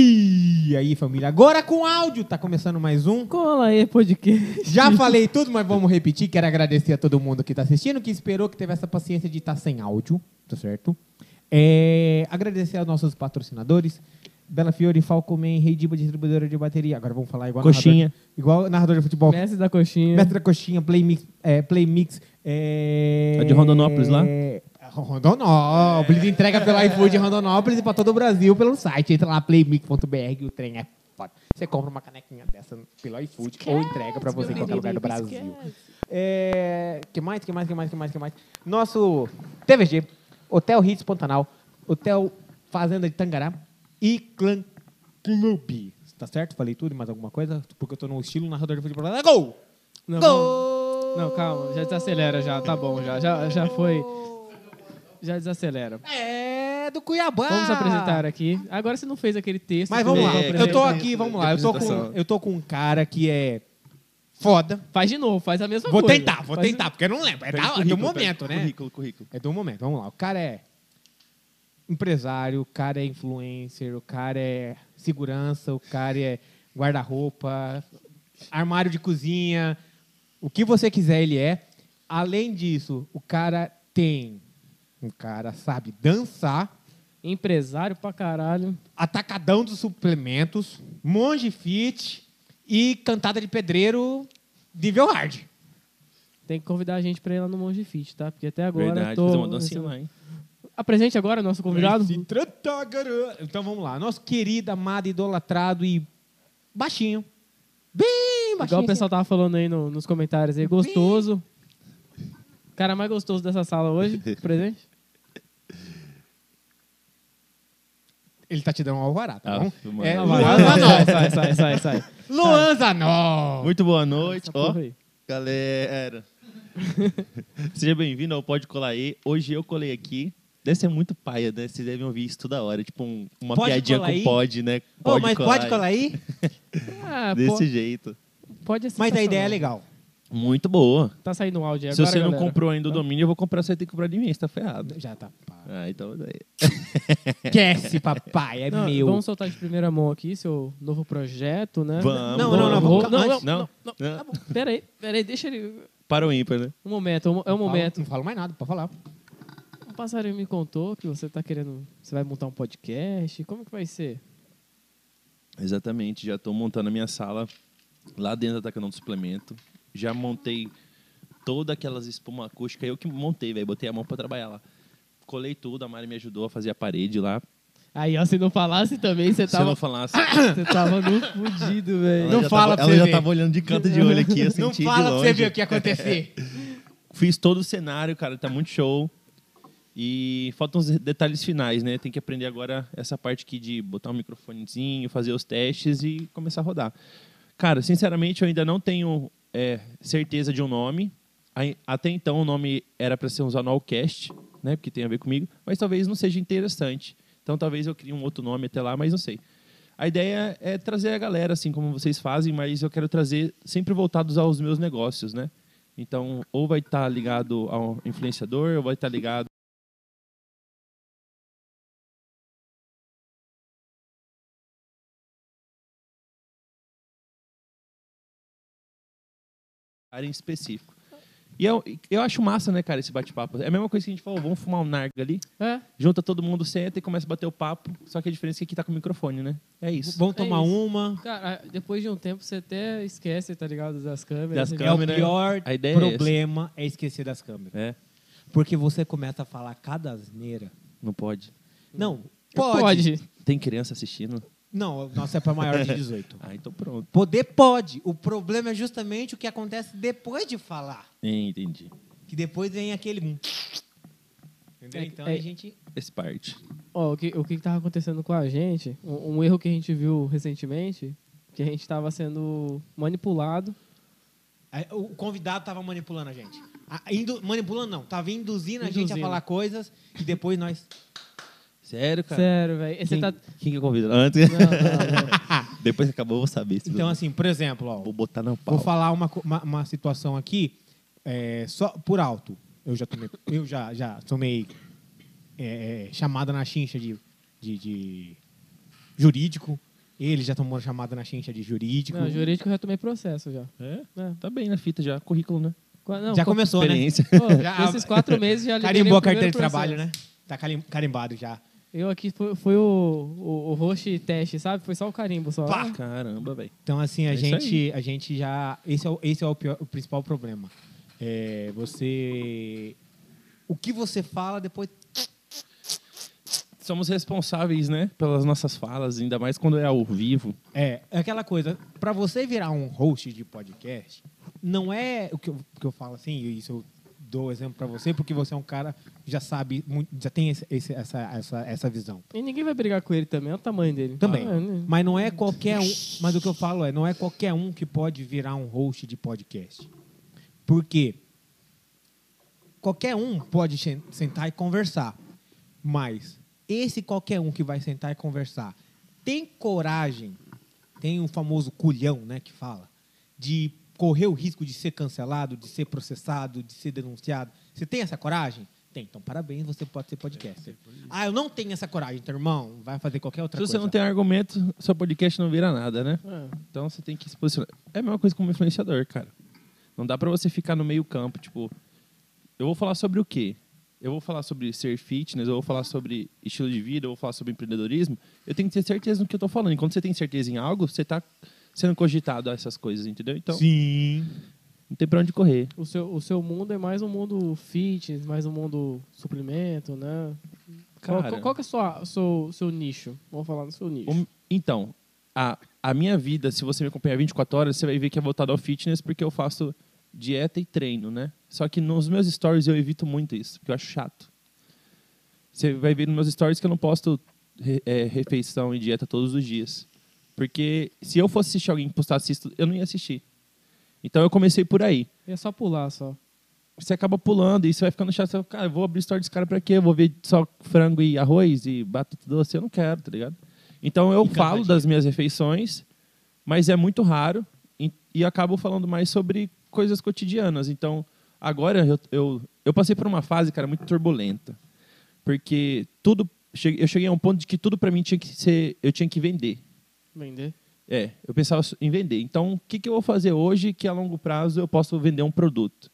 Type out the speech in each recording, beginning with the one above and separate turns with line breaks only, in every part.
E aí, família, agora com áudio, tá começando mais um.
Cola aí, podcast.
Já falei tudo, mas vamos repetir. Quero agradecer a todo mundo que tá assistindo, que esperou, que teve essa paciência de estar sem áudio, tá certo? É, agradecer aos nossos patrocinadores. Bela Fiore, Falcomen, Rei Diba, distribuidora de bateria. Agora vamos falar igual
Coxinha.
narrador, igual narrador de futebol.
Mestre da coxinha.
Mestre da Coxinha, Play Mix, é, Play Mix, é...
A de Rondonópolis lá?
Rondonópolis, entrega pelo iFood de Rondonópolis e pra todo o Brasil pelo site. Entra lá, playmix.br, que o trem é foda. Você compra uma canequinha dessa pelo iFood ou entrega pra você em qualquer lugar do Brasil. É, que mais, que mais, que mais, que mais, que mais? Nosso TVG, Hotel Hits Pantanal, Hotel Fazenda de Tangará e Clã Clube. Tá certo? Falei tudo e mais alguma coisa? Porque eu tô no estilo narrador de futebol. Gol!
Não,
Gol!
não, calma. Já desacelera já. Tá bom, já. Já, já foi. Já desacelera.
É do Cuiabá.
Vamos apresentar aqui. Agora você não fez aquele texto.
Mas vamos lá.
primeiro,
É,
pra
Eu tô
apresentar.
aqui, vamos lá. Eu tô com,
Apresentação.
eu tô com um cara que é foda.
Faz de novo, faz a mesma
Vou
coisa.
tentar, vou
Faz-
tentar, porque eu não lembro. É,
Pega
da,
o
é do
um currículo,
momento,
pega o
né?
Currículo, currículo.
É do momento, vamos lá. O cara é empresário, o cara é influencer, o cara é segurança, o cara é guarda-roupa, armário de cozinha, o que você quiser ele é. Além disso, o cara tem... O cara sabe dançar,
Empresário pra caralho.
Atacadão dos Suplementos, Monge Fit e Cantada de Pedreiro de Velhard.
Tem que convidar a gente pra ir lá no Monge Fit, tá? Porque até agora
Verdade,
tô... assim,
fazer uma dancinha lá, um hein?
Apresente agora o nosso convidado.
Se tratar, garoto. Então vamos lá. Nosso querido, amado, idolatrado e baixinho. Bem baixinho.
Igual o pessoal tava falando aí no- nos comentários aí. Gostoso. O cara mais gostoso dessa sala hoje. Presente.
assim. Ele tá te dando um alvará, tá
Ah,
bom?
filmando.
É,
Não,
Vai,
Luan
vai, vai,
Zanol.
vai, sai, sai, sai, sai.
Luan Zanol.
Muito boa noite,
Essa
ó.
porra aí.
Galera. Seja bem-vindo ao Pode Colar aí. Hoje eu colei aqui. Deve ser muito paia, né? Vocês devem ouvir isso toda hora. Tipo, um- uma
Pode
piadinha
colar
com
aí?
pode, né?
Ô, mas pode colar aí?
Ah,
Desse
pô,
jeito.
pode ser
Mas a ideia é
sensacional.
legal.
Muito boa.
Tá saindo um áudio aí
Se
agora,
você não
galera.
comprou ainda o domínio, eu vou comprar, você tem que comprar de mim, você tá ferrado.
Já tá. pá.
Ah, então...
Esquece, papai. É
Não,
meu.
Vamos soltar de primeira mão aqui seu novo projeto, né?
Vamos.
Não, não, não,
Vou-
vamos-
não,
antes-
não,
Não?
não,
Não.
tá bom. Pera aí, pera aí, deixa ele...
Para o ímpar, né?
Um momento, é um- é um
Fala-
momento.
Não falo mais nada, pode falar.
Um passarinho me contou que você tá querendo... Você vai montar um podcast, como que vai ser?
Exatamente, já estou montando a minha sala lá dentro do Atacadão do Suplemento. Já montei todas aquelas espuma acústica, eu que montei, velho, botei a mão para trabalhar lá. Colei tudo, a Mari me ajudou a fazer a parede lá.
Aí, ó, se não falasse também, você
Se eu
tava...
não falasse,
Você tava no fudido, velho.
ela
Não
já
fala pra
tava,
você
ela já
ver.
tava olhando de canto de olho aqui, eu
Não
senti de
fala pra
longe.
você ver o que ia acontecer.
Fiz todo o cenário, cara, tá muito show. E faltam os detalhes finais, né? Tem que aprender agora essa parte aqui de botar um microfonezinho, fazer os testes e começar a rodar. Cara, sinceramente, eu ainda não tenho é, certeza de um nome. Aí, Até então, o nome era para ser um Zanolcast, né? Porque tem a ver comigo. Mas talvez não seja interessante. Então, talvez eu crie um outro nome até lá, mas não sei. A ideia é trazer a galera, assim como vocês fazem, mas eu quero trazer sempre voltados aos meus negócios, né? Então, ou vai estar ligado ao influenciador, ou vai estar ligado. área em específico. E eu, eu acho massa, né, cara, esse bate-papo. É a mesma coisa que a gente falou, vamos fumar um narga ali,
É,
junta todo mundo, senta e começa a bater o papo. Só que a diferença é que aqui tá com o microfone, né? É isso.
Vamos tomar
isso.
uma.
cara, depois de um tempo você até esquece, tá ligado? Das câmeras.
Das
Você-
É o
Câmera,
pior
a ideia é
problema é, esquecer das câmeras.
É,
Porque você começa a falar cada asneira.
não pode.
Não, pode.
Pode.
Tem criança assistindo?
Não, nossa, é para maior de 18.
Ah, então pronto.
Poder pode. O problema é justamente o que acontece depois de falar.
Entendi.
Que depois vem aquele. um. Entendeu?
É-
Então
é-
a gente.
Esse parte.
Ó, o que, o que que tava acontecendo com a gente, um, um erro que a gente viu recentemente, que a gente tava sendo manipulado.
a- é, O convidado tava manipulando a gente. A- indo- manipulando não, tava induzindo a gente a
Induzindo.
falar coisas e depois nós.
Sério, cara?
Sério, velho. Você
Quem,
tá... É.
quem que eu convido? Antes.
Não, não, não.
Depois que acabou, eu vou saber. se
Então,
eu-
assim, por exemplo, ó.
Vou botar na pau.
Vou falar uma, co- uma, uma situação aqui, é, só por alto. Eu já tomei, eu já, já tomei é, é, chamada na chincha de, de, de jurídico. Ele já tomou chamada na chincha de jurídico.
Não, jurídico eu já tomei processo já.
É?
É.
Tá bem na fita já, currículo, né?
Qua- Não,
já
co-
começou, né?
Experiência.
pô,
Já-
nesses quatro meses já liberei
Carimbou
o
a carteira de
primeiro processo.
trabalho, né? Tá carim- carimbado já.
Eu aqui foi, foi o, o, o host teste, sabe? Foi só o carimbo só.
Pá!
Caramba, velho.
Então, assim, a,
É isso
gente, a gente já. Esse é, o- esse é o, pior- o principal problema. É, você. O que você fala depois.
Somos responsáveis, né? Pelas nossas falas, ainda mais quando é ao vivo.
É, é aquela coisa. Pra você virar um host de podcast, não é o que eu, o que eu falo assim, e isso eu dou exemplo pra você, porque você é um cara que já sabe, muito- já tem esse- esse- essa, essa, essa visão.
E ninguém vai brigar com ele também, é o tamanho dele.
Também.
Ah, né?
Mas não é qualquer um. Mas o que eu falo é, não é qualquer um que pode virar um host de podcast. Porque qualquer um pode chen- sentar e conversar. Mas esse qualquer um que vai sentar e conversar tem coragem, tem o famoso culhão, né, que fala, de correr o risco de ser cancelado, de ser processado, de ser denunciado. Você tem essa coragem? Tem. Então, parabéns, você pode ser podcaster. Ah, eu não tenho essa coragem, então, irmão, vai fazer qualquer outra
Se
coisa.
você não tem argumento, seu podcast não vira nada, né?
Ah,
Então você tem que se posicionar. É a mesma coisa como influenciador, cara. Não dá pra você ficar no meio campo, tipo, eu vou falar sobre o quê? Eu vou falar sobre ser fitness, eu vou falar sobre estilo de vida, eu vou falar sobre empreendedorismo. Eu tenho que ter certeza no que eu tô falando. E quando você tem certeza em algo, você tá sendo cogitado a essas coisas, entendeu? Então,
Sim.
não tem pra onde correr.
o, seu, o seu mundo é mais um mundo fitness, mais um mundo suplemento, né? Qual,
Cara.
qual- qual que é o seu, seu, seu nicho? Vamos falar do seu nicho.
O- então, a, a minha vida, se você me acompanhar 24 horas, você vai ver que é voltado ao fitness, porque eu faço dieta e treino, né? Só que nos meus stories eu evito muito isso, porque eu acho chato. Você vai ver nos meus stories que eu não posto re- é, refeição e dieta todos os dias. Porque se eu fosse assistir alguém que postasse isso, eu não ia assistir. Então eu comecei por aí.
É só pular, só.
Você acaba pulando e você vai ficando chato. Você fala, cara, eu vou abrir story desse cara pra quê? Eu vou ver só frango e arroz e batata doce? Eu não quero, tá ligado? Então eu
E
falo
cansadinho.
das minhas refeições, mas é muito raro e, e acabo falando mais sobre coisas cotidianas. Então agora eu, eu, eu passei por uma fase, cara, muito turbulenta. Porque tudo. che- Eu cheguei a um ponto de que tudo pra mim tinha que ser. Eu tinha que vender.
Vender.
É, eu pensava em vender. Então, o que, que eu vou fazer hoje que a longo prazo eu posso vender um produto?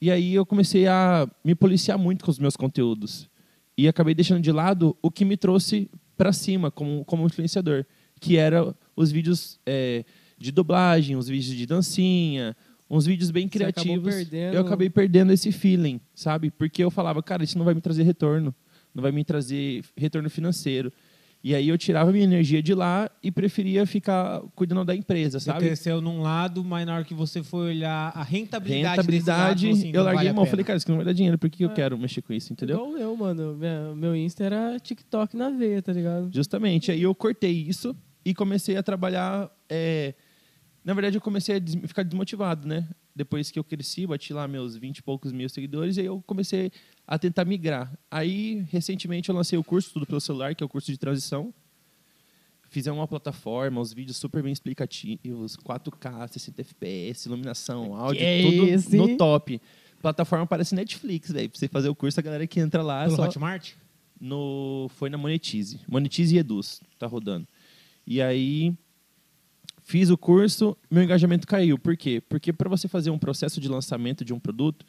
E aí eu comecei a me policiar muito com os meus conteúdos. E acabei deixando de lado o que me trouxe para cima como, como influenciador, que era os vídeos é, de dublagem, os vídeos de dancinha, uns vídeos bem
Você acabou
criativos.
perdendo-
Eu acabei perdendo esse feeling, sabe? Porque eu falava, cara, isso não vai me trazer retorno, não vai me trazer retorno financeiro. E aí eu tirava minha energia de lá e preferia ficar cuidando da empresa,
Você
sabe?
cresceu num lado, mas na hora que você foi olhar a rentabilidade,
Rentabilidade,
desse lado, assim,
eu
não
larguei
vale
a mão.
pena.
Falei, cara, isso aqui não vai dar dinheiro, por que que eu
É.
quero mexer com isso, entendeu?
Igual eu, mano. Minha- Meu Insta era TikTok na veia, tá ligado?
Justamente. Aí eu cortei isso e comecei a trabalhar. é, Na verdade, eu comecei a des- ficar desmotivado, né? Depois que eu cresci, bati lá meus 20 e poucos mil seguidores, e aí eu comecei a tentar migrar. Aí, recentemente, eu lancei o curso Tudo pelo Celular, que é o curso de transição. Fizemos uma plataforma, os vídeos super bem explicativos, 4K, 60 FPS, iluminação, áudio,
Que
tudo
isso, hein?
no top. Plataforma parece Netflix, velho. Pra você fazer o curso, a galera que entra lá.
Pelo
só-
Hotmart?
no foi na Monetize. Monetize e Eduz, tá rodando. E aí fiz o curso, meu engajamento caiu. Por quê? Porque para você fazer um processo de lançamento de um produto,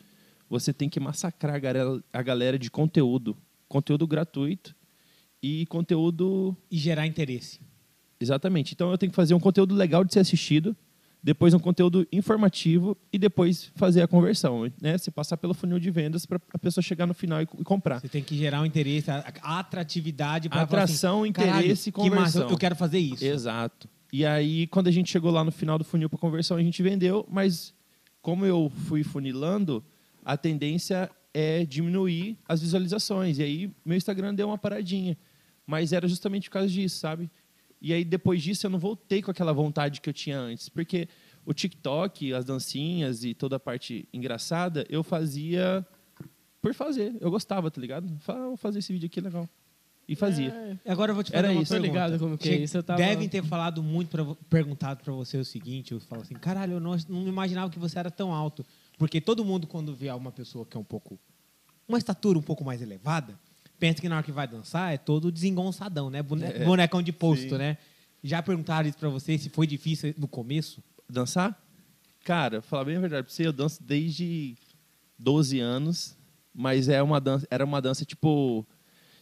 você tem que massacrar a galera, a galera de conteúdo, conteúdo gratuito e conteúdo
E gerar interesse.
Exatamente. Então eu tenho que fazer um conteúdo legal de ser assistido, depois um conteúdo informativo e depois fazer a conversão, né? Você passar pelo funil de vendas para a pessoa chegar no final e, co- e comprar.
Você tem que gerar o interesse, a a atratividade. Pra
Atração,
falar assim, "Caralho,
interesse e
que massa,
conversão.
eu quero fazer isso.
Exato. E aí, quando a gente chegou lá no final do funil para conversão, a gente vendeu, mas como eu fui funilando, a tendência é diminuir as visualizações. E aí, meu Instagram deu uma paradinha. Mas era justamente por causa disso, sabe? E aí, depois disso, eu não voltei com aquela vontade que eu tinha antes. Porque o TikTok, as dancinhas e toda a parte engraçada, eu fazia por fazer. Eu gostava, tá ligado? Falava, "Ah, vou fazer esse vídeo aqui, legal. E fazia.
É,
Agora eu vou te fazer
Era
uma
isso.
Tô
pergunta.
ligado como que é
Che-
isso, eu tava-
Devem ter falado muito, pra, vo- perguntado pra você o seguinte, eu falo assim, caralho, eu não, não imaginava que você era tão alto. Porque todo mundo, quando vê uma pessoa que é um pouco... Uma estatura um pouco mais elevada, pensa que na hora que vai dançar é todo desengonçadão, né? Bone- Bonecão de posto,
sim.
né? Já perguntaram isso pra você se foi difícil no começo?
Dançar? Cara, falar bem a verdade pra você, eu danço desde 12 anos, mas é uma dança, era uma dança tipo.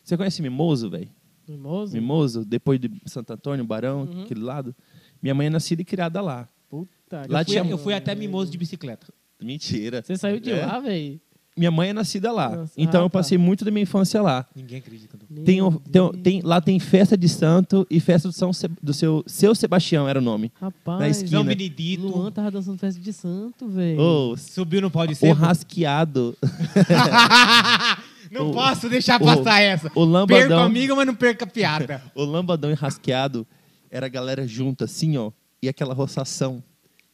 Você conhece Mimoso, velho?
Mimoso?
Mimoso, depois de Santo Antônio, Barão,
Uhum.
aquele lado. Minha mãe é nascida e criada lá.
Puta.
Lá
eu, fui,
tinha-
eu fui até mimoso de bicicleta.
Mentira.
Você saiu de
É.
lá, velho?
Minha mãe é nascida lá.
Nossa,
então
ah,
eu
tá.
passei muito da minha infância lá.
Ninguém acredita. não.
Tem, o- tem o- tem- lá tem festa de santo e festa do, São, Se- do seu, seu Sebastião, era o nome.
Rapaz,
na esquina.
São Benedito
né? Luan tava dançando festa de santo, velho.
Ô,
subiu no pau de
o
ser.
rasqueado.
não
o-
posso deixar
o-
passar essa.
o lambadão.
Perco amigo, mas não perco a piada.
O lambadão e rasqueado era a galera junta, assim, ó. E aquela roçação.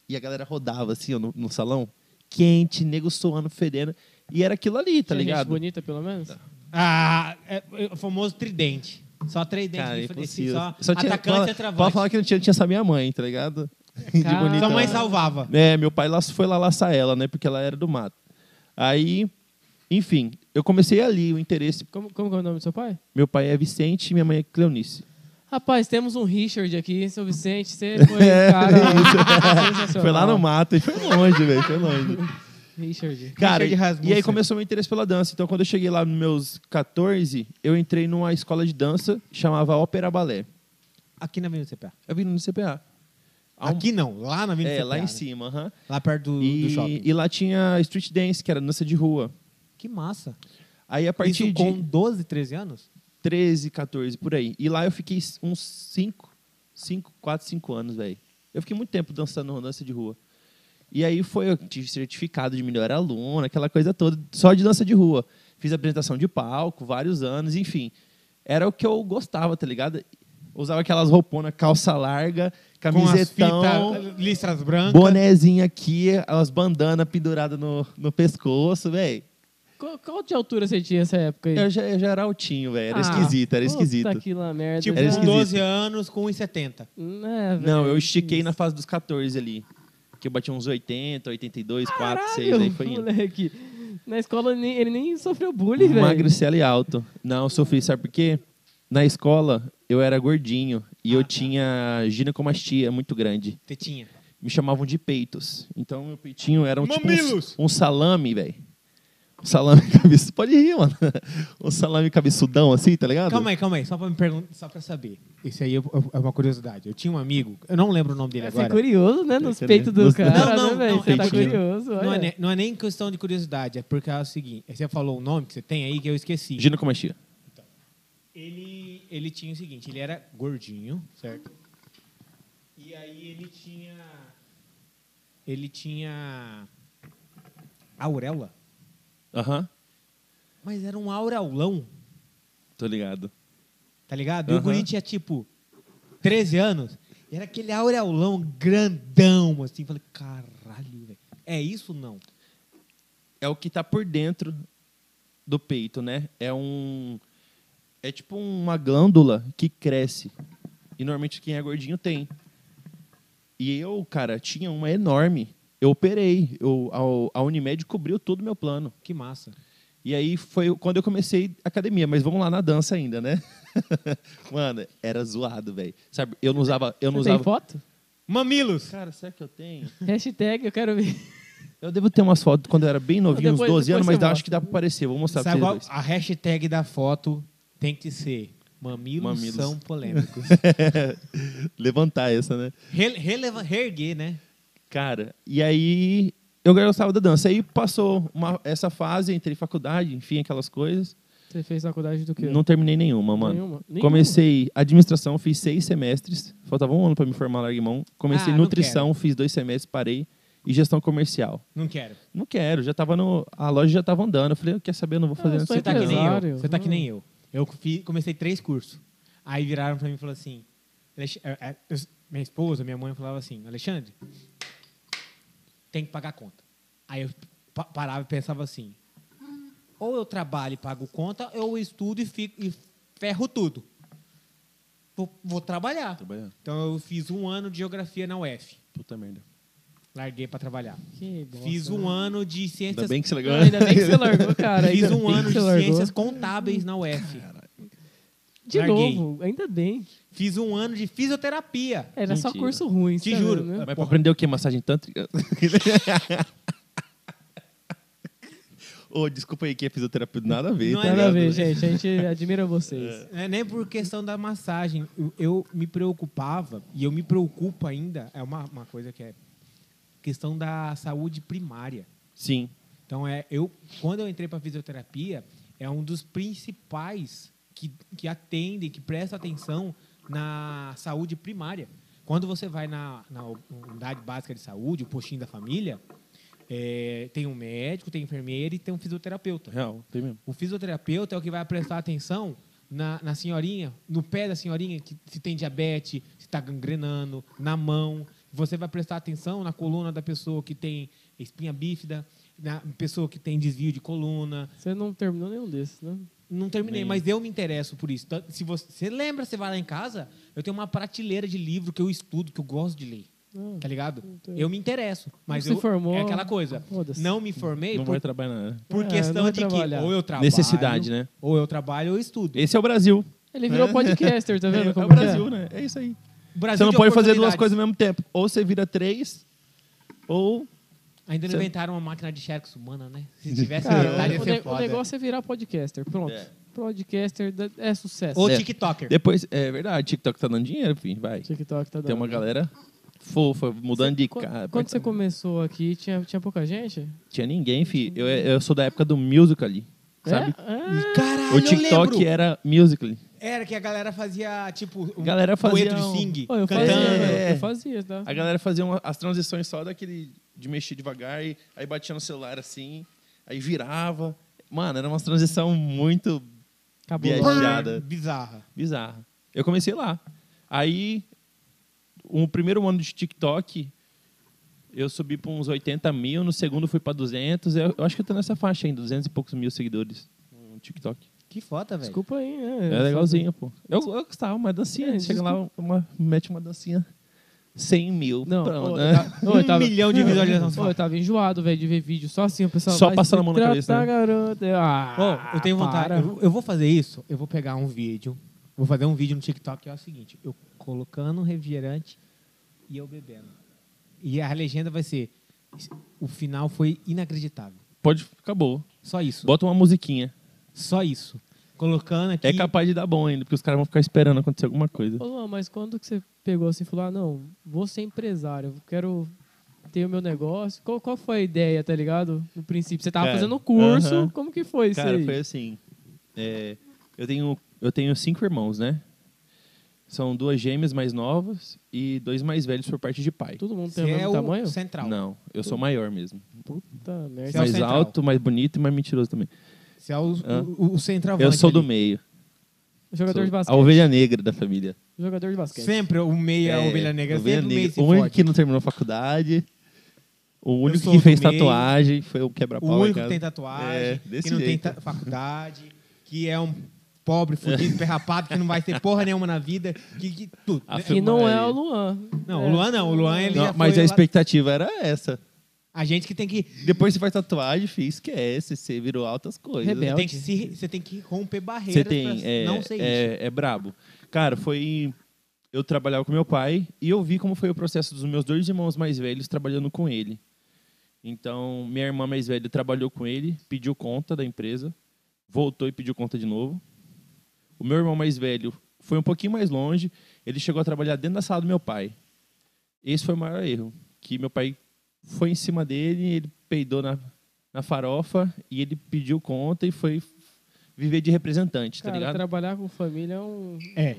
E a galera rodava, assim, ó, no, no salão. Quente, nego suando, fedendo. E era aquilo ali, tá
Tinha Gente
ligado? Tá.
bonita, pelo menos.
Ah, é, é o famoso tridente. Só três dentes.
Cara,
de- assim,
impossível.
só,
Só tinha-
atacante e
fala- Pode
atravante.
falar que não tinha, tinha só minha mãe, tá ligado? De
Cara.
bonita.
Sua mãe
Então-
salvava.
É, meu pai lá foi lá laçar ela, né? Porque ela era do mato. Aí, enfim, eu comecei ali o interesse.
Como, como que é o nome do seu pai?
Meu pai é Vicente e minha mãe é Cleonice.
Rapaz, temos um Richard aqui, seu Vicente. Você foi um cara sensacional.
Foi lá no mato e foi longe, velho. Foi longe.
Richard.
Cara,
Richard Rasmussen.
e aí começou meu interesse pela dança. Então, quando eu cheguei lá nos meus 14, eu entrei numa escola de dança que chamava Ópera Balé.
Aqui na Avenida CPA.
Eu vim É no CPA. Há um-
Aqui não, lá na Avenida
É,
CPA.
lá em
né?
cima, aham.
Lá perto do, do
E,
shopping.
e lá tinha street dance, que era dança de rua.
Que massa.
Aí, a partir
Isso
de...
com 12, 13 anos?
13, 14, por aí. E lá eu fiquei uns 5, 5, 4, 5 anos, velho. Eu fiquei muito tempo dançando dança de rua. E aí foi, eu tive certificado de melhor aluno, aquela coisa toda, só de dança de rua. Fiz apresentação de palco, vários anos, enfim. Era o que eu gostava, tá ligado? Usava aquelas rouponas, calça larga,
Com as
camisetão,
fitas, listras brancas.
bonezinha aqui, as bandanas penduradas no, no pescoço, velho.
Qual, qual de altura você tinha nessa época aí?
Eu já, eu já era altinho, velho. Era
Ah,
esquisito, era
puta
esquisito.
que lá merda.
Tipo,
Era
com
esquisito.
12 anos, com 1,70.
É,
Não,
velho,
eu estiquei
isso.
na fase dos 14 ali. Que eu bati uns 80, 82, 4, 6, aí
Caralho,
foi indo.
moleque. Na escola nem- ele nem sofreu bullying, velho.
Magricela e alto. Não, eu sofri, sabe por quê? Na escola, eu era gordinho e
Ah,
eu
tá.
tinha ginecomastia muito grande.
Tetinha.
Me chamavam de peitos. Então, meu peitinho era um, tipo,
Mamilos!
um, um salame, velho. Um salame cabeçudo. Pode rir, mano. Um salame cabeçudão, assim, tá ligado?
Calma aí, calma aí. Só pra, me pergun- só pra saber. Isso aí é é uma curiosidade. Eu tinha um amigo, eu não lembro o nome dele
Você é
agora.
curioso, né? Nos
Você
peitos do
nos-
cara,
Não,
né,
não,
velho?
não,
Você tá
peitinho.
curioso, olha.
Não é, ne- não é nem questão de curiosidade, é porque é o seguinte. Você falou o nome que você tem aí que eu esqueci.
Ginecomastia.
Ele, ele tinha o seguinte, ele era gordinho, certo? E aí ele tinha. Ele tinha. Auréola?
Aham,
Mas era um aureolão,
tô ligado.
tá ligado? E o
Aham.
guri tinha tipo 13 anos. E era aquele aureolão grandão, assim. Falei, caralho, velho. É isso ou não?
é o que tá por dentro do peito, né? É um é tipo uma glândula que cresce. E normalmente quem é gordinho tem. E eu, cara, tinha uma enorme. Eu operei, eu, a, a Unimed cobriu todo o meu plano.
Que massa.
E aí foi quando eu comecei a academia, mas vamos lá na dança ainda, né? Mano, era zoado, velho. Sabe, eu não usava, eu não
Você tem
usava.
foto?
Mamilos!
Cara, será que eu tenho?
Hashtag, eu quero ver.
Eu devo ter umas fotos quando eu era bem novinho,
Depois-
uns 12
depois
anos, mas
você
acho que dá pra aparecer. Vou mostrar
Sabe
pra
qual?
vocês.
A hashtag da foto tem que ser mamilos,
Mamilos.
são polêmicos.
Levantar essa, né?
Re- releva- reerguer, né?
Cara, e aí eu gostava da dança. Aí passou uma- essa fase, entrei em faculdade, enfim, aquelas coisas.
Você fez faculdade do quê?
Não terminei nenhuma, mano.
Nenhuma? Nenhuma?
Comecei administração, fiz seis semestres. Faltava um ano pra me formar larga mão. Comecei
Ah, não
nutrição, fiz dois semestres, parei. E gestão comercial.
Não quero.
Não quero, já tava no. A loja já tava andando. Eu falei, quer saber, eu não vou
eu
fazer isso
sou
Você tá que nem eu.
Empresário. Hum.
Você tá que nem eu. Eu fi- comecei três cursos. Aí viraram pra mim e falaram assim... "Alex- eh, eh, eu- Minha esposa, minha mãe falava assim, Alexandre, tem que pagar a conta. Aí eu pa- parava e pensava assim, ou eu trabalho e pago conta, ou eu estudo e, fico, e ferro tudo. Vou, vou trabalhar.
Trabalhar.
Então eu fiz um ano de geografia na UF.
Puta merda.
Larguei pra trabalhar.
Que bosta,
Fiz um
né?
ano de ciências.
Ainda bem que você
Não,
legal.
Ainda bem que você largou, cara.
Fiz
ainda
um
bem
ano de
que você largou.
ciências contábeis na UF.
De
Larguei.
novo, ainda bem.
Fiz um ano de fisioterapia.
Era só
Mentira.
curso ruim,
Te
tá
juro. É
vendo, né?
Mas pra aprender o quê? Massagem tântrica? Ô, desculpa aí que é fisioterapeuta. Nada a ver.
Não
tá
é
Nada a
ligado?
ver, gente. A gente admira vocês.
Não é nem por questão da massagem. Eu, eu me preocupava, e eu me preocupo ainda, é uma, uma coisa que é questão da saúde primária.
Sim.
Então, é, eu, quando eu entrei para fisioterapia, é um dos principais que, que atendem, que prestam atenção na saúde primária. Quando você vai na, na unidade básica de saúde, o postinho da família, é, tem um médico, tem enfermeira e tem um fisioterapeuta.
Real, tem mesmo.
O fisioterapeuta é o que vai prestar atenção na, na senhorinha, no pé da senhorinha, que, se tem diabetes, se está gangrenando, na mão. Você vai prestar atenção na coluna da pessoa que tem espinha bífida, na pessoa que tem desvio de coluna.
Você não terminou nenhum desses, né?
Não terminei,
Nem.
mas eu me interesso por isso. Tanto- Se você, você lembra, você vai lá em casa, eu tenho uma prateleira de livro que eu estudo, que eu gosto de ler.
Não.
Tá ligado?
Ah, Entendi.
Eu me interesso, mas
se
eu,
formou,
é aquela coisa.
foda-se.
Não me formei
Não
por,
vai trabalhar na área.
por
É, não
questão
vai
de que
trabalhar.
ou eu trabalho,
Necessidade, né?
ou eu trabalho ou eu estudo.
Esse é o Brasil.
Ele virou podcaster, tá vendo?
é,
como
o
que
Brasil, né? É isso aí.
Brasil
você não
de
pode fazer duas
oportunidades.
coisas ao mesmo tempo. Ou você vira três, ou...
Ainda não
Você-
inventaram uma máquina de xerox humana, né? Se tivesse
Cara,
inventado, ia
o,
ser
ne- o
foda.
negócio é virar podcaster. Pronto.
É.
Podcaster da- é sucesso.
Ou
É.
TikToker.
Depois, é verdade, TikTok tá dando dinheiro, filho. Vai.
TikTok tá dando.
Tem uma galera fofa, mudando de
Qu-
cara.
Quando você começou aqui, tinha, tinha pouca gente?
Tinha ninguém, filho. Eu, eu sou da época do musical ali. Sabe?
É? Ah,
Caralho,
o
eu
TikTok é-
lembro.
era musical.
Era que a galera fazia, tipo, um
Galera fazia
dueto de
um-
sing.
Pô, eu fazia,
cantando.
É.
eu fazia, tá?
A galera fazia uma- as transições só daquele de mexer devagar, e aí batia no celular assim, aí virava. Mano, era uma transição muito
Acabou.
viajado.
lá.
piada.
Bizarra.
bizarra. Eu comecei lá. Aí, o primeiro ano de TikTok, eu subi para uns 80 mil, no segundo fui para 200. Eu, eu acho que eu tô nessa faixa ainda, 200 e poucos mil seguidores no TikTok.
Que foda, velho.
Desculpa aí, né?
É legalzinho, pô. Eu, eu gostava, uma dancinha.
É,
Chega lá, uma, mete uma dancinha. 100 mil.
Não,
pronto,
ô,
né?
eu tava- ô, eu tava-
Um milhão de visualizações.
Ô, eu tava enjoado, velho, de ver vídeo só assim, o pessoal.
Só
vai
passando
se
a mão na cabeça,
tratar,
né?
garota. Eu- Ah,
Ô, eu tenho vontade.
para.
Eu, eu vou fazer isso. Eu vou pegar um vídeo. Vou fazer um vídeo no TikTok que é o seguinte: eu colocando um refrigerante e eu bebendo. E a legenda vai ser: o final foi inacreditável.
Pode, acabou.
Só isso.
Bota uma musiquinha.
Só isso. Colocando aqui.
É capaz de dar bom ainda, porque os caras vão ficar esperando acontecer alguma coisa.
Ô, Luan, mas quando que você pegou assim e falou, ah, não, vou ser empresário, eu quero ter o meu negócio. Qual, qual foi a ideia, tá ligado? No princípio, você tava
Cara,
fazendo o curso,
aham.
como que foi isso
Cara,
aí?
foi assim. é, eu, tenho, eu tenho cinco irmãos, né? São duas gêmeas mais novas e dois mais velhos por parte de pai.
Todo mundo
Você
tem o mesmo
é o
tamanho?
central.
Não, eu sou maior mesmo.
Puta merda.
Você é o
mais
central.
alto, mais bonito e mais mentiroso também.
Você é o,
Hã?
o, o centroavante.
Eu sou do
ali.
meio.
Jogador
Sou
de basquete.
A ovelha negra da família.
é-
Jogador de basquete.
Sempre o meia é, a ovelha negra.
ovelha
sempre o meio
negra.
se
O único
fode.
que não terminou a faculdade. O único
sou
que
do
fez
meio.
tatuagem foi o
O
quebra-pau. em
único que
casa.
tem tatuagem,
É,
que
desse
não tem
jeito.
ta- faculdade, que é um pobre, fudido, perrapado, que não vai ter porra nenhuma na vida. Que, que tudo.
A
né?
E não é
Maria.
o Luan.
Não,
É.
o Luan não. O Luan, ele
Não,
já
mas
foi
a
lá-
expectativa era essa.
A gente que tem que...
Depois você faz tatuagem, filho, esquece. Você virou altas coisas. né?
Rebelde.
Tem que se, você tem que romper barreiras
Você tem.
pra
É,
não ser isso.
é, é brabo. Cara, foi. Eu trabalhava com meu pai e eu vi como foi o processo dos meus dois irmãos mais velhos trabalhando com ele. Então, minha irmã mais velha trabalhou com ele, pediu conta da empresa, voltou e pediu conta de novo. O meu irmão mais velho foi um pouquinho mais longe, ele chegou a trabalhar dentro da sala do meu pai. Esse foi o maior erro, que meu pai foi em cima dele, ele peidou na, na farofa e ele pediu conta e foi viver de representante, tá
Cara,
ligado?
trabalhar com família é um...
É.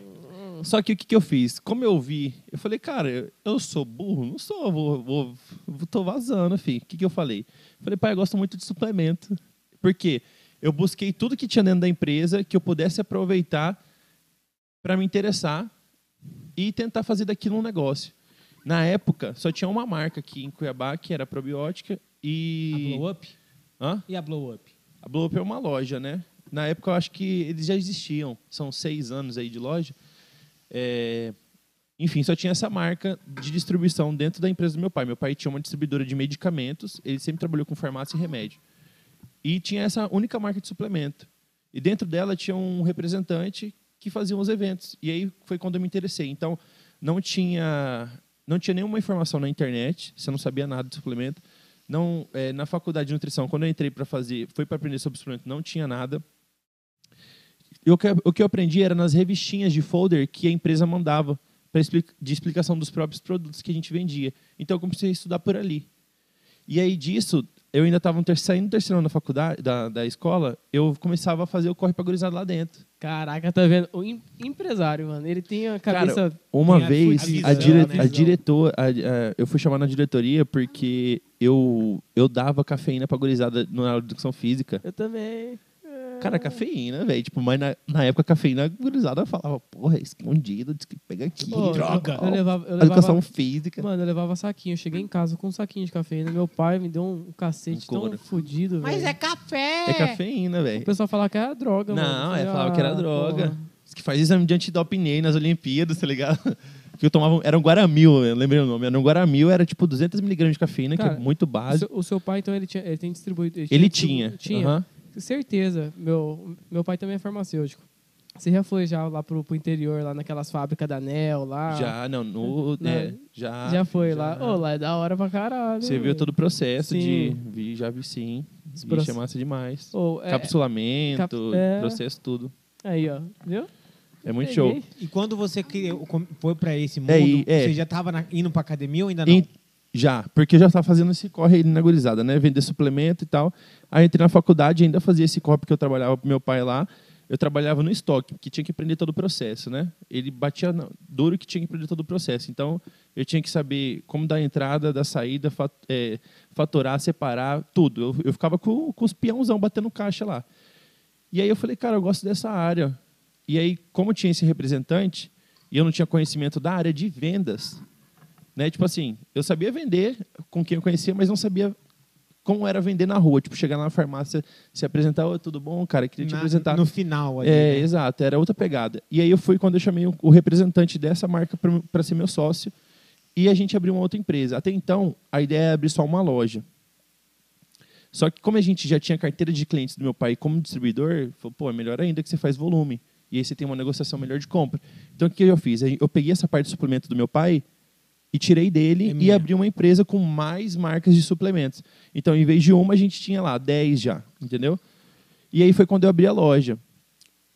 Só que o que, que eu fiz? Como eu vi, eu falei, cara, eu- eu sou burro? Não sou, vou, vou, vou- tô vazando, filho. O que, que eu falei? Falei, pai, eu gosto muito de suplemento. Por quê? Eu busquei tudo que tinha dentro da empresa que eu pudesse aproveitar para me interessar e tentar fazer daquilo um negócio. Na época, só tinha uma marca aqui em Cuiabá que era probiótica
A
e.
blow up
Hã?
e a blow up.
A Blow Up é uma loja, né? Na época eu acho que eles já existiam, são seis anos aí de loja. É, Enfim, só tinha essa marca de distribuição dentro da empresa do meu pai. Meu pai tinha uma distribuidora de medicamentos, ele sempre trabalhou com farmácia e remédio. E tinha essa única marca de suplemento. E dentro dela tinha um representante que fazia os eventos. E aí foi quando eu me interessei. Então, não tinha não tinha nenhuma informação na internet, você não sabia nada de suplemento. Não, eh, na faculdade de nutrição, quando eu entrei para fazer, foi para aprender sobre suplemento, não tinha nada. E o que, o que eu aprendi era nas revistinhas de folder que a empresa mandava pra, expli- de explicação dos próprios produtos que a gente vendia. Então eu comecei a estudar por ali. E aí disso, eu ainda estava saindo do terceiro ano da faculdade, da, da escola, eu começava a fazer o corre para gurizada lá dentro.
Caraca, tá vendo? O em- empresário, mano, ele tem a cabeça.
Uma
tem a
vez,
fudida,
a, dire-
né?
a diretora. a- a- eu fui chamar na diretoria porque eu, eu dava cafeína pra gurizada na aula de educação física.
Eu também. Ah.
Cara, cafeína, velho. Tipo, mas na, na época, cafeína, a gurizada falava, porra, é escondido, diz que pega aqui.
Pô, eu-
droga.
Eu, levava, eu
educação
levava,
física. É
mano, eu levava saquinho. Eu cheguei em casa com um saquinho de cafeína. Meu pai me deu um cacete
Um
tão
couro.
fodido,
Mas
velho.
é café.
É cafeína,
O
velho.
pessoal falava que era droga, mano. Eu
Não, é,
falei,
falava que
ah,
era droga.
porra.
Diz que faz exame de antidoping aí nas Olimpíadas, tá ligado? Que eu tomava. Era um Guaramil, eu lembrei o nome. Era um Guaramil, era tipo 200mg de cafeína,
Cara,
que é muito
O
básico.
seu, o seu pai, então, ele, tinha, ele tem distribuído.
Ele tinha.
Tinha.
aham.
Certeza. Meu, meu pai também é farmacêutico. Você já foi já lá pro, pro interior, lá naquelas fábricas da Nel, lá?
Já, não, no,
Não.
é, já.
Ah. Já foi lá. Ô, lá é da hora pra caralho.
Você viu
velho.
todo o processo de.
Sim.
Vi, já vi sim.
Os
Vixe,
proce-
é massa demais.
Ô, é-
Capsulamento,
cap- é.
processo, tudo.
Aí, ó. Viu?
É muito
Peguei.
show.
E quando você criou- com- foi pra esse mundo,
É, e- é.
você já tava na- indo pra academia ou ainda não?
E- já, porque eu já estava fazendo esse corre aí na gurizada, né? Vender suplemento e tal. Aí eu entrei na faculdade e ainda fazia esse corre porque eu trabalhava pro meu pai lá. Eu trabalhava no estoque, porque tinha que aprender todo o processo, né? Ele batia na- duro que tinha que aprender todo o processo. Então, eu tinha que saber como dar a entrada, da saída, fat- é, faturar, separar, tudo. Eu, eu ficava com, com os peãozão batendo caixa lá. E aí eu falei, cara, eu gosto dessa área. E aí, como tinha esse representante, e eu não tinha conhecimento da área de vendas, né? Tipo assim, eu sabia vender com quem eu conhecia, mas não sabia como era vender na rua. Tipo, chegar na farmácia, se apresentar, "Oi, tudo bom, cara? Queria te
Na-
apresentar.
No final ali.
É,
né?
exato, era outra pegada. E aí eu fui quando eu chamei o- o representante dessa marca para ser meu sócio e a gente abriu uma outra empresa. Até então, a ideia era abrir só uma loja. Só que como a gente já tinha carteira de clientes do meu pai como distribuidor, falou, pô, é melhor ainda que você faz volume. E aí você tem uma negociação melhor de compra. Então o que eu fiz? Eu peguei essa parte de suplemento do meu pai e tirei
É
dele e
minha.
abri uma empresa com mais marcas de suplementos. Então, em vez de uma, a gente tinha lá 10 já, entendeu? E aí foi quando eu abri a loja.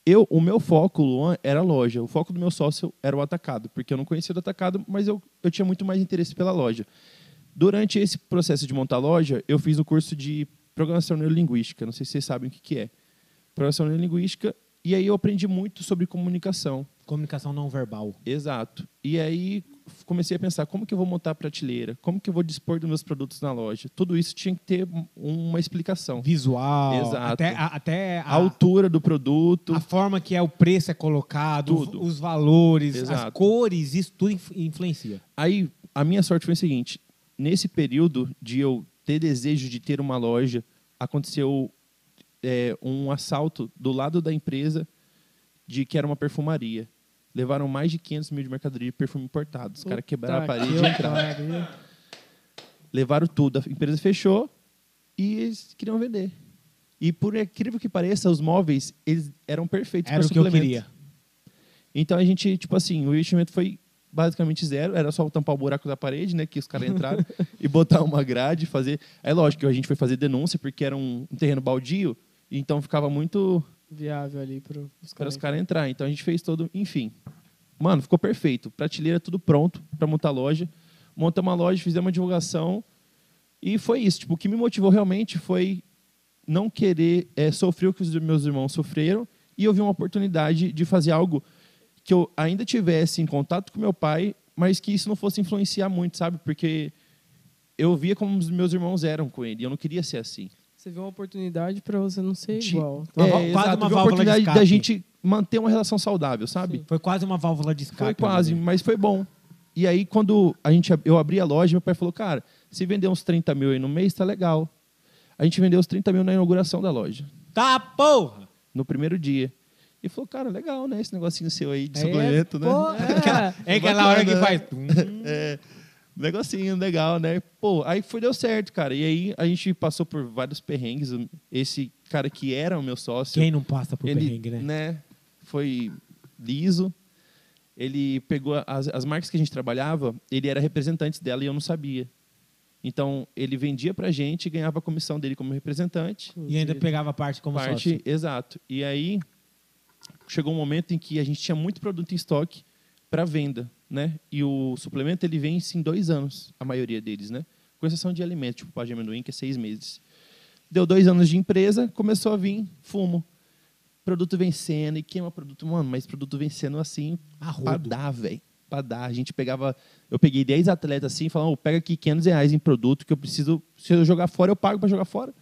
Eu, o meu foco, Luan, era a loja. O foco do meu sócio era o atacado, porque eu não conhecia o atacado, mas eu, eu tinha muito mais interesse pela loja. Durante esse processo de montar a loja, eu fiz um curso de programação neurolinguística. Não sei se vocês sabem o que, que é. Programação neurolinguística. E aí eu aprendi muito sobre comunicação.
Comunicação não verbal.
Exato. E aí f- comecei a pensar como que eu vou montar a prateleira, como que eu vou dispor dos meus produtos na loja. Tudo isso tinha que ter um- uma explicação.
Visual.
Exato.
Até, a, até
Ah.
a-
A altura do produto.
a forma que é o preço é colocado,
Tudo.
os valores, as
Exato.
cores, isso tudo inf- influencia.
Aí a minha sorte foi o seguinte: nesse período de eu ter desejo de ter uma loja, aconteceu é, um assalto do lado da empresa de que era uma perfumaria. Levaram mais de 500 mil de mercadoria de perfume importado. Os caras quebraram a
Puta
parede
que
e entraram.
pariu.
Levaram tudo. A empresa fechou e eles queriam vender. E por incrível que pareça, os móveis eles eram perfeitos
Era
pra
o que eu
suplemento.
queria.
Então a gente, tipo assim, o investimento foi basicamente zero, era só tampar o buraco da parede, né, que os caras entraram, e botar uma grade, fazer. É lógico que a gente foi fazer denúncia porque era um, um terreno baldio, então ficava muito
Viável ali pro, os
para
caras.
os caras entrar. Então a gente fez todo, enfim. Mano, ficou perfeito. Prateleira tudo pronto para montar a loja. Montamos a loja, fizemos uma divulgação e foi isso. Tipo, o que me motivou realmente foi não querer eh, sofrer o que os meus irmãos sofreram e eu vi uma oportunidade de fazer algo que eu ainda tivesse em contato com meu pai, mas que isso não fosse influenciar muito, sabe? Porque eu via como os meus irmãos eram com ele e eu não queria ser assim.
Você viu uma oportunidade pra você não ser
Ti-
igual.
Uma
É,
va- quase
exato,
uma
vi
válvula de
oportunidade
escape.
da gente manter uma relação saudável, sabe?
Sim.
Foi quase uma válvula de escape.
Foi quase,
né?
mas foi bom. E aí, quando a gente, ab- eu abri a loja, meu pai falou, cara, se vender uns 30 mil aí no mês, tá legal. A gente vendeu os 30 mil na inauguração da loja,
Tá, porra!
no primeiro dia. E falou, cara, legal, né? Esse negocinho seu aí de
É,
sabonete, né?
pô, é.
É aquela hora que
Bacana, né?
faz. tum.
É, negocinho legal, né? Pô, aí foi, deu certo, cara. E aí a gente passou por vários perrengues. Esse cara que era o meu sócio,
Quem não passa por
ele
perrengue, né?
foi liso. Ele pegou as, as marcas que a gente trabalhava, ele era representante dela e eu não sabia. Então, ele vendia pra gente e ganhava a comissão dele como representante.
Putz,
E ainda pegava parte como
parte,
sócio.
exato. E aí chegou um momento em que a gente tinha muito produto em estoque para venda, né? E o suplemento ele vence em dois anos, a maioria deles, né? Com exceção de alimentos, tipo pá de amendoim, que é seis meses. Deu dois anos de empresa, começou a vir fumo. Produto vencendo e queima produto, mano, mas produto vencendo assim,
A Ah,
pra
rodo.
dar, velho. Pra dar. A gente pegava. Eu peguei 10 atletas assim e falava, "Ô, pega aqui 500 reais em produto que eu preciso. Se eu jogar fora, eu pago pra jogar fora.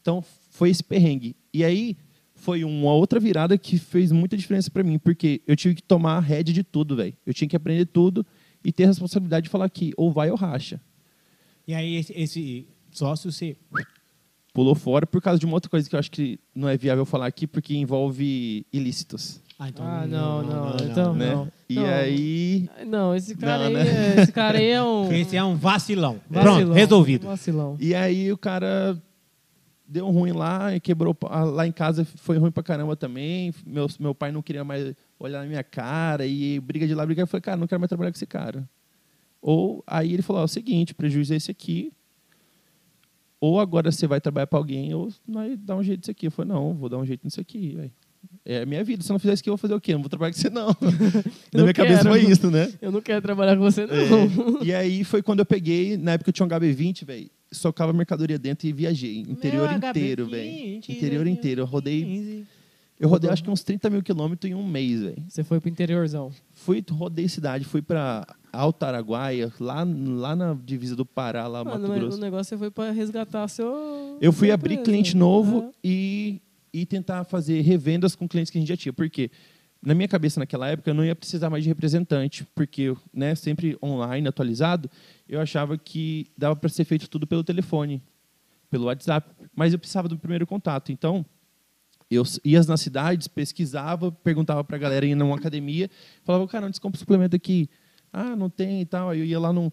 Então foi esse perrengue. E aí foi uma outra virada que fez muita diferença pra mim, porque eu tive que tomar a rédea de tudo, velho. Eu tinha que aprender tudo e ter a responsabilidade de falar que ou vai ou racha.
E aí esse, esse sócio se
Pulou fora por causa de uma outra coisa que eu acho que não é viável falar aqui, porque envolve ilícitos.
Ah,
Ah, não, não, então-
né?
não.
E
Não.
aí.
Não, esse cara,
Não,
aí,
né?
é, esse cara aí é um.
Esse é um vacilão.
vacilão,
Pronto, resolvido.
Vacilão.
E aí o cara deu ruim lá, e quebrou pa- ah, lá em casa, foi ruim pra caramba também. Meu, meu pai não queria mais olhar na minha cara e briga de lá, briga. Eu falei, cara, não quero mais trabalhar com esse cara. Ou aí ele falou, ó, é o seguinte, o prejuízo é esse aqui. Ou agora você vai trabalhar pra alguém, ou nós dá um jeito nisso aqui. Eu falei, não, vou dar um jeito nisso aqui, velho. É a minha vida. Se eu não fizer isso aqui, eu vou fazer o quê? Não vou trabalhar com você, não. Na
não
minha cabeça
quero.
foi isso, né?
Eu não quero trabalhar com você, não.
É, e aí foi quando eu peguei, na época eu tinha um HB20, velho, socava mercadoria dentro e viajei. Interior
Meu
inteiro,
HB20,
velho. Interior
né?
inteiro. Eu rodei, eu rodei acho que uns 30 mil quilômetros em um mês, velho.
Você foi pro interiorzão.
Fui, rodei cidade, fui pra Alto Araguaia, lá, lá na divisa do Pará, lá
Mano,
Mato
mas
Grosso.
o negócio foi pra resgatar seu.
Eu fui
sua
abrir
empresa.
cliente novo
É.
e, e tentar fazer revendas com clientes que a gente já tinha. Por quê? Na minha cabeça, naquela época, eu não ia precisar mais de representante, porque né, sempre online, atualizado, eu achava que dava para ser feito tudo pelo telefone, pelo WhatsApp. Mas eu precisava do primeiro contato. Então, eu s- ia nas cidades, pesquisava, perguntava para a galera ia numa academia, falava, cara, onde você compra suplemento aqui? Ah, não tem e tal. Aí eu ia lá num,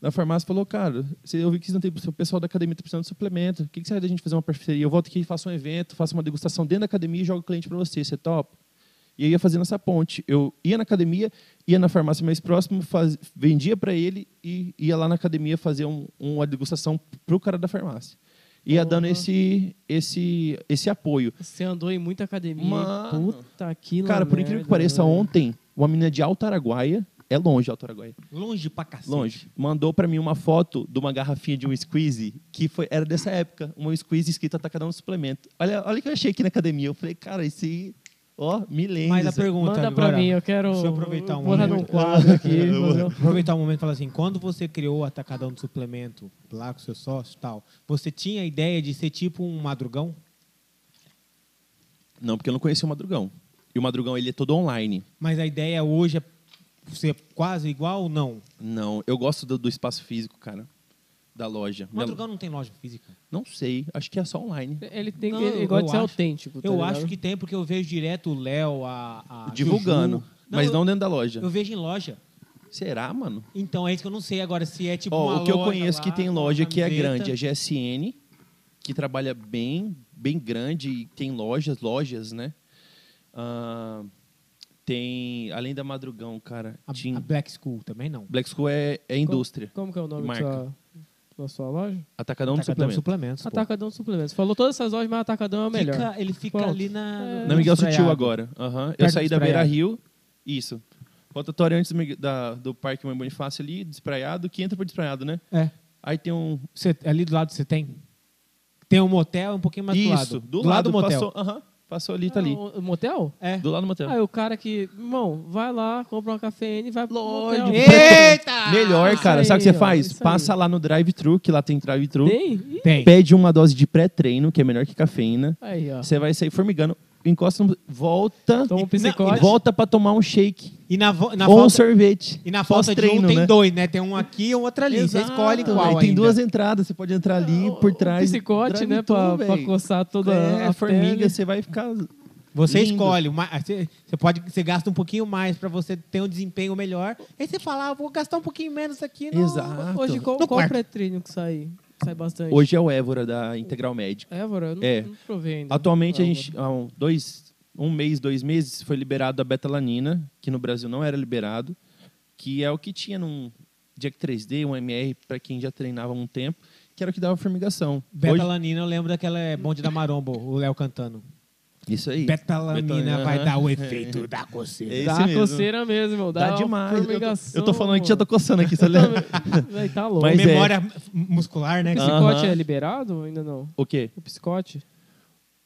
na farmácia e falou, cara, você- eu vi que vocês não tem, o pessoal da academia está precisando de suplemento. O que, que você acha da gente fazer uma parceria? Eu volto aqui, faço um evento, faço uma degustação dentro da academia e jogo o cliente para você. Você topa? E eu ia fazendo essa ponte. Eu ia na academia, ia na farmácia mais próxima, faz- vendia para ele e ia lá na academia fazer um- uma degustação para o cara da farmácia. Ia dando
Porra.
esse, esse, esse apoio.
Você andou em muita academia. hein?
Mano.
Puta que
Cara, por
merda,
incrível que pareça,
velho.
ontem, uma menina de Alto Araguaia, é longe Alto Araguaia,
Longe pra cacete.
longe, mandou pra mim uma foto de uma garrafinha de um squeeze, que foi, era dessa época, uma squeeze escrita atacadão um suplemento. Olha, olha o que eu achei aqui na academia. Eu falei, cara, esse, ó, milênios.
Mas a pergunta
Manda
agora.
pra mim, eu quero.
Deixa eu aproveitar um
botar num
momento.
quadro aqui.
Eu vou-
fazer um-
Aproveitar um momento e falar assim, quando você criou o Atacadão do Suplemento lá com seu sócio e tal, você tinha a ideia de ser tipo um madrugão?
Não, porque eu não conhecia o Madrugão. E o Madrugão, ele é todo online.
Mas a ideia hoje é ser quase igual ou não?
Não, eu gosto do, do espaço físico, cara, da loja. Minha-
Madrugão não tem loja física.
Não sei, acho que é só online.
Ele tem
Não,
que. Ele gosta
eu
de ser
acho-
Tipo,
autêntico. tá
eu
ligado?
acho que tem, porque eu vejo direto o Léo, a, a
Divulgando,
Ah, Juju.
mas
eu-
não dentro da loja.
Eu vejo em loja.
Será, mano?
Então é isso que eu não sei agora, se é tipo
Ó,
uma
o que eu
loja
conheço
lá,
que tem
uma
loja que é
camiseta.
grande, a GSN, que trabalha bem, bem grande e tem lojas, lojas, né? Ah, tem, além da Madrugão, cara,
A,
tinha-
a Black School também não.
Black School é, é indústria,
Como que é o nome da
Marca.
sua, da sua loja?
atacadão de
Atacadão de
suplemento.
suplementos. pô.
Atacadão é Suplementos. Falou todas essas lojas, mas Atacadão é o melhor.
Fica- ele fica
Pronto.
ali na.
É.
no-
Na Miguel
no
Sutil
Praiado.
agora. Aham. Eu
Perto
saí
do
da Beira
Espraiado.
Rio, isso. Rotatória antes do Miguel- da- do Parque Mãe Bonifácio ali, despraiado, que entra pro despraiado, né?
É.
Aí tem um.
Cê- ali do lado você tem? Tem um motel um pouquinho mais
isso,
do lado. do motel.
Passou, aham, passou ali, tá
Ah,
ali.
o- o motel?
É.
Do lado do motel.
Aí o cara que, irmão, vai lá, compra uma cafeína e vai pro
Lógico.
motel.
Eita!
Melhor,
Isso
cara.
aí,
Sabe o que
ó,
você faz?
isso aí.
Passa lá no drive-thru, que lá tem drive-thru.
Tem? Ih,
Tem.
Pede uma dose de pré-treino, que é melhor que cafeína.
Aí, ó.
Você vai sair formigando, encosta, no- volta,
Toma
E-
um psicólogo.
e volta pra tomar um shake
E na, vo- na
ou um
falta,
sorvete.
e na falta de um
Pós-treino,
tem
né?
dois, né? Tem um aqui e um outro ali. Você
Exato.
escolhe qual.
Aí tem
ainda.
duas entradas, você pode entrar ali por trás.
Psicote, né?
drive-thru,
Pra, pra
véi.
coçar toda
é,
a
formiga,
pele.
você vai ficar
Você
Lindo.
escolhe. uma- Você você pode, você gasta um pouquinho mais para você ter um desempenho melhor. Aí você fala, ah, vou gastar um pouquinho menos aqui. No...
Exato.
Hoje, qual,
No
qual
quarto.
pré-treino que sai? Sai bastante.
Hoje é o Évora da Integral Médico.
Évora? Eu não,
É.
não provei ainda.
Atualmente, a
Évora.
gente, há um- dois, um mês, dois meses, foi liberado a betalanina, que no Brasil não era liberado, que é o que tinha num Jack 3D, um MR, para quem já treinava há um tempo, que era o que dava formigação. Hoje,
Betalanina, eu lembro daquela é, bonde da maromba, o Léo cantando.
isso aí.
Betalanina
Betalanina,
vai
aham.
dar o efeito da coceira.
É
Dá
esse mesmo.
coceira mesmo, irmão. Dá,
Dá demais. Eu tô,
formigação,
eu tô falando que já tô
mano.
coçando aqui, tá ligado?
Véi, tá louco.
Mas é.
Memória muscular, né?
O
que
Ah.
você-
psicote
Aham.
é liberado ou ainda não?
O quê?
O psicote?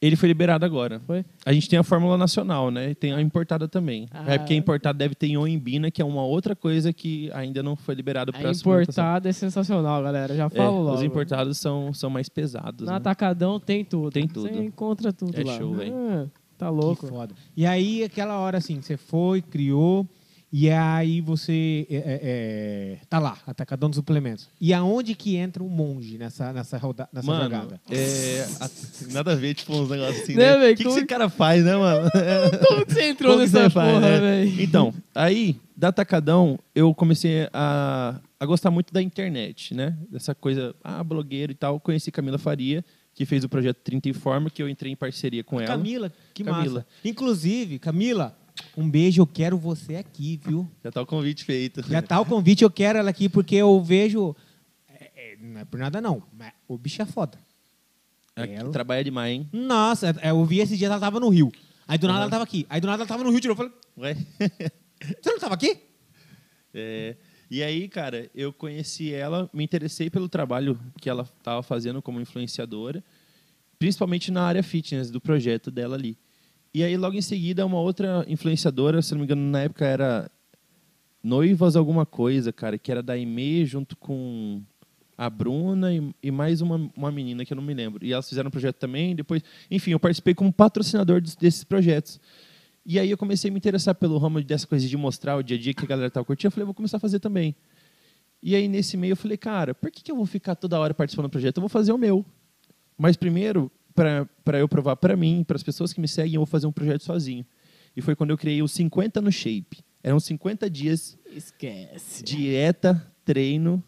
Ele foi liberado agora.
Foi?
A gente tem a fórmula nacional, né? E tem a importada também.
Ah.
É porque a importada deve ter ioimbina, que é uma outra coisa que ainda não foi liberado para
A importada é sensacional, galera. Já
É,
falo logo.
os importados são, são mais pesados.
Na
né?
Atacadão tem tudo.
Tem tudo.
Você encontra tudo
É
lá.
show, véi.
Ah, tá
Que
louco.
foda. E aí, aquela hora assim, você foi, criou, e aí você é, é, é, tá lá, atacadão dos suplementos. E aonde que entra o monge nessa, nessa, roda, nessa
Mano,
jogada?
é, a- nada a ver, tipo, uns negócios assim,
Né,
né?
véi?
O que, que
Como-
esse cara faz, né, mano?
Como que você entrou
Como que
nessa
você
porra,
faz, né?
velho?
Então, aí, da Atacadão, eu comecei a, a gostar muito da internet, né? Dessa coisa, ah, blogueiro e tal. Conheci Camila Faria, que fez o projeto 30 em Forma, que eu entrei em parceria com ela.
Camila, que
é um Camila.
massa. Inclusive, Camila, um beijo, eu quero você aqui, viu?
Já tá o convite feito.
Já tá o convite, eu quero ela aqui, porque eu vejo. é, é, não é por nada, não. Mas o bicho é foda.
É que
Ela.
trabalha demais, hein?
Nossa, é, eu vi esse dia ela tava no Rio. Aí do nada ela tava aqui. Aí do nada ela tava no Rio de novo. Eu falei,
Ué?
você não tava aqui?
É, e aí, cara, eu conheci ela, me interessei pelo trabalho que ela estava fazendo como influenciadora, principalmente na área fitness do projeto dela ali. E aí, logo em seguida, uma outra influenciadora, se não me engano, na época era Noivas Alguma Coisa, cara, que era da Ime junto com a Bruna e, e mais uma, uma menina que eu não me lembro. E elas fizeram um projeto também, depois... Enfim, eu participei como patrocinador des- desses projetos. E aí eu comecei a me interessar pelo ramo dessa coisa de mostrar o dia a dia que a galera estava curtindo. Eu falei, vou começar a fazer também. E aí, nesse meio, eu falei, cara, por que, que eu vou ficar toda hora participando do projeto? Eu vou fazer o meu. Mas primeiro, para eu provar para mim, para as pessoas que me seguem, eu vou fazer um projeto sozinho. E foi quando eu criei o 50 no Shape. Eram 50 dias
Esquece.
dieta, treino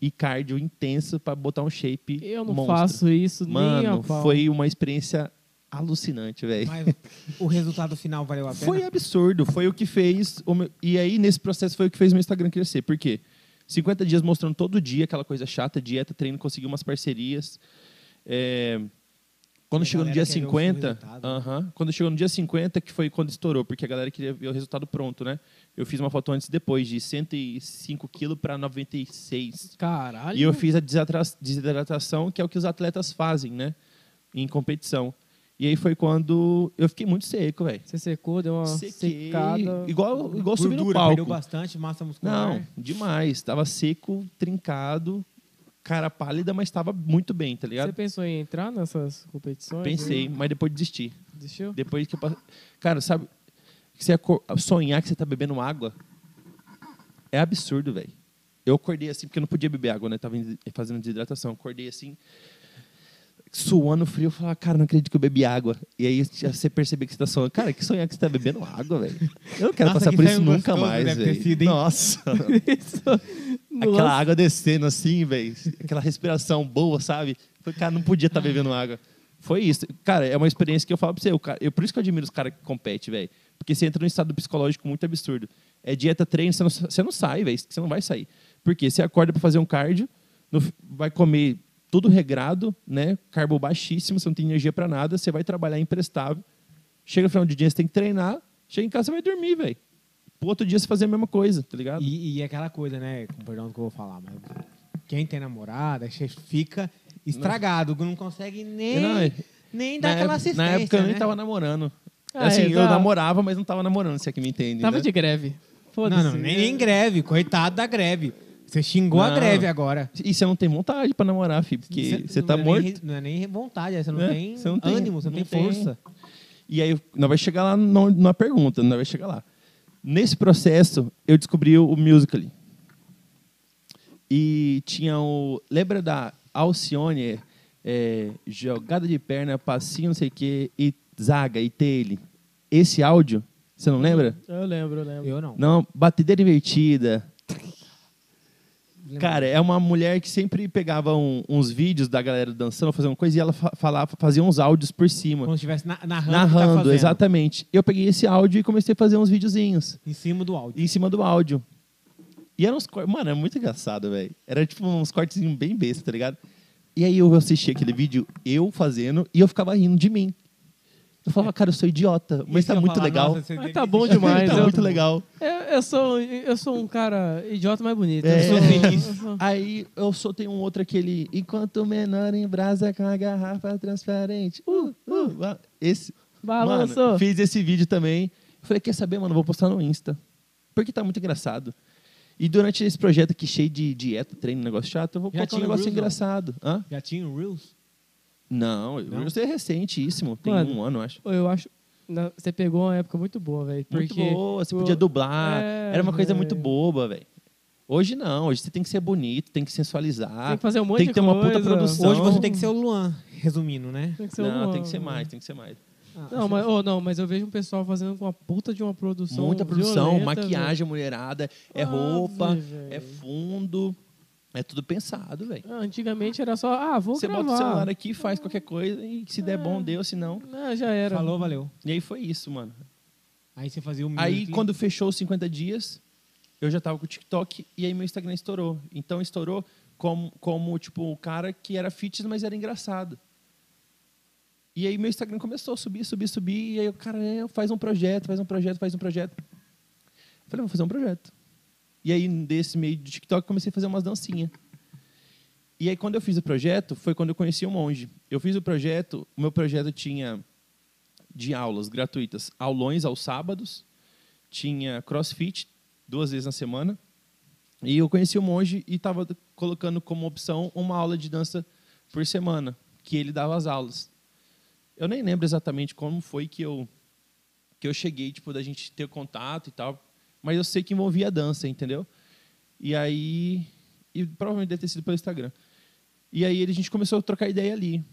e cardio intenso para botar um shape
Eu não
monstro.
faço isso nem a
Mano,
pau.
foi uma experiência alucinante, velho.
Mas o resultado final valeu a pena.
Foi absurdo, foi o que fez. o meu- E aí, nesse processo, foi o que fez meu Instagram crescer. Por quê? 50 dias mostrando todo dia aquela coisa chata, dieta, treino, consegui umas parcerias. É, Quando
E a
chegou no
galera
dia
quer ver o
50.
resultado, né?
aham, Quando chegou no dia 50, que foi quando estourou, porque a galera queria ver o resultado pronto, né? Eu fiz uma foto antes e depois, de 105 quilos para 96.
Caralho.
E eu fiz a desatra- desidratação, que é o que os atletas fazem, né? Em competição. E aí foi quando eu fiquei muito seco, velho.
Você secou, deu uma
Sequei.
secada.
Igual, tá igual subir no
Gordura, perdeu
palco.
bastante É. massa muscular. né?
Não, demais. Tava seco, trincado, cara pálida, mas tava muito bem, tá
Você
ligado?
pensou em entrar nessas competições?
Pensei, mas depois desisti.
Desistiu?
Depois que eu passei... Cara, sabe? que Você acor- sonhar que você tá bebendo água é absurdo, velho. Eu acordei assim, porque eu não podia beber água, né? Tava em- fazendo desidratação. Eu Acordei assim, suando frio. Eu falava, cara, não acredito que eu bebi água. E aí já você percebeu que você tá sonhando. Cara, que sonhar que você tá bebendo água, velho. Eu não quero
Nossa,
passar
que
por isso
sonho
nunca
gostoso
mais,
deve ter sido,
velho.
hein?
Nossa.
Isso.
Aquela água descendo assim, velho. Aquela respiração boa, sabe? Falei, Cara, não podia estar bebendo água. Foi isso. Cara, é uma experiência que eu falo pra você. o cara- eu, por isso que eu admiro os caras que competem, velho. Porque você entra num estado psicológico muito absurdo. É dieta, treino, você não, você não sai, velho. Você não vai sair. Porque você acorda pra fazer um cardio, no fi- vai comer tudo regrado, né? Carbo baixíssimo, você não tem energia pra nada. Você vai trabalhar imprestável. Chega no final do dia, você tem que treinar. Chega em casa, você vai dormir, velho. Pro outro dia, você fazer a mesma coisa, tá ligado?
E, e é aquela coisa, né? Com perdão do que eu vou falar, mas quem tem namorada, você fica estragado, não, consegue nem,
Não, é-
nem dar aquela
época-
assistência.
Na época eu nem
né?
tava namorando.
Ah,
assim,
é,
eu
tá.
namorava, mas não tava namorando, se é que me entende.
Tava
né?
de greve. Foda-se.
Não, não, nem, nem greve, coitado da greve. Você xingou a
Não.
greve agora.
E você não tem vontade pra namorar, filho, porque você
não
tá
é nem
morto.
re- não é nem vontade, é, você não,
né?
tem
Você não
ânimo, você não, tem força.
E aí, nós vai chegar lá no- na pergunta, nós vai chegar lá. Nesse processo, eu descobri o musical. E tinha o. Lembra da Alcione? é, jogada de perna, passinho, não sei o quê, e zaga e tele. Esse áudio, você não lembra?
Eu lembro, eu lembro.
Eu não.
Não, batedeira invertida. Cara, é uma mulher que sempre pegava um- uns vídeos da galera dançando, fazendo coisa, e ela fa- falava, fazia uns áudios por cima.
Como se estivesse na, narrando, o que tá
Narrando,
fazendo,
exatamente. Eu peguei esse áudio e comecei a fazer uns videozinhos.
Em cima do áudio.
em cima do áudio. E eram uns cortes. Mano, era muito engraçado, velho. Era tipo uns cortezinhos bem besta, tá ligado? E aí eu assistia aquele vídeo, eu fazendo, e eu ficava rindo de mim. Eu falava, cara, eu sou idiota, mas
Isso que
tá
É. eu ia
muito
falar,
legal.
nossa, você é
Mas
deve- Então,
tá bom demais,
tá
eu-
muito legal.
Eu, eu sou, eu sou um cara idiota mais bonito.
É.
Eu sou um-
Feliz.
eu sou-
Aí eu soltei um outro aquele. Enquanto menor em brasa com a garrafa transparente. Uh, uh, ah, esse.
Balançou.
Mano, fiz esse vídeo também. Falei, quer saber, mano? Vou postar no Insta. Porque tá muito engraçado. E durante esse projeto aqui, cheio de dieta, treino, negócio chato, eu vou
Já
colocar
tinha
um
o
negócio
Reels, não?
engraçado. Hã?
Já tinha o Reels?
Não, o Reels é recentíssimo. Tem
Mano,
um ano, eu acho.
Pô, Eu acho. na- Você pegou uma época muito boa, velho.
Muito
porque
boa, você
o-
podia dublar.
É,
era uma coisa muito
velho.
boba, velho. Hoje não, hoje você tem que ser bonito, tem que sensualizar.
Tem que fazer um monte
tem que
de
ter uma puta
coisa.
produção.
Hoje você tem que ser o Luan, resumindo, né?
Tem que ser
Não,
uma-
tem que ser mais, tem que ser mais.
Ah,
Não mas, oh, não, mas eu vejo um pessoal fazendo com a puta de uma produção.
Muita produção,
violenta,
maquiagem, mulherada, é
Ah,
roupa,
velho.
é fundo, é tudo pensado, velho.
velho. Ah, Antigamente era só, ah, vou
Você
gravar.
bota o celular aqui, faz qualquer coisa e se der bom, deu, se não.
Não, já era.
Falou, valeu.
E aí foi isso, mano.
Aí você fazia o
Aí
minuto e-
quando fechou os 50 dias, eu já tava com o TikTok e aí meu Instagram estourou. Então estourou como, como tipo, o cara que era fitness, mas era engraçado. E aí meu Instagram começou a subir, subir, subir. E aí o cara é, faz um projeto, faz um projeto, faz um projeto. Eu falei, vou fazer um projeto. E aí, desse meio de TikTok, comecei a fazer umas dancinhas. E aí, quando eu fiz o projeto, foi quando eu conheci o monge. Eu fiz o projeto, o meu projeto tinha de aulas gratuitas, aulões aos sábados, tinha crossfit duas vezes na semana. E eu conheci o monge e estava colocando como opção uma aula de dança por semana, que ele dava as aulas. Eu nem lembro exatamente como foi que eu que eu cheguei, tipo, da gente ter contato e tal, mas eu sei que envolvia a dança, entendeu? E aí e provavelmente deve ter sido pelo Instagram. E aí a gente começou a trocar ideia ali.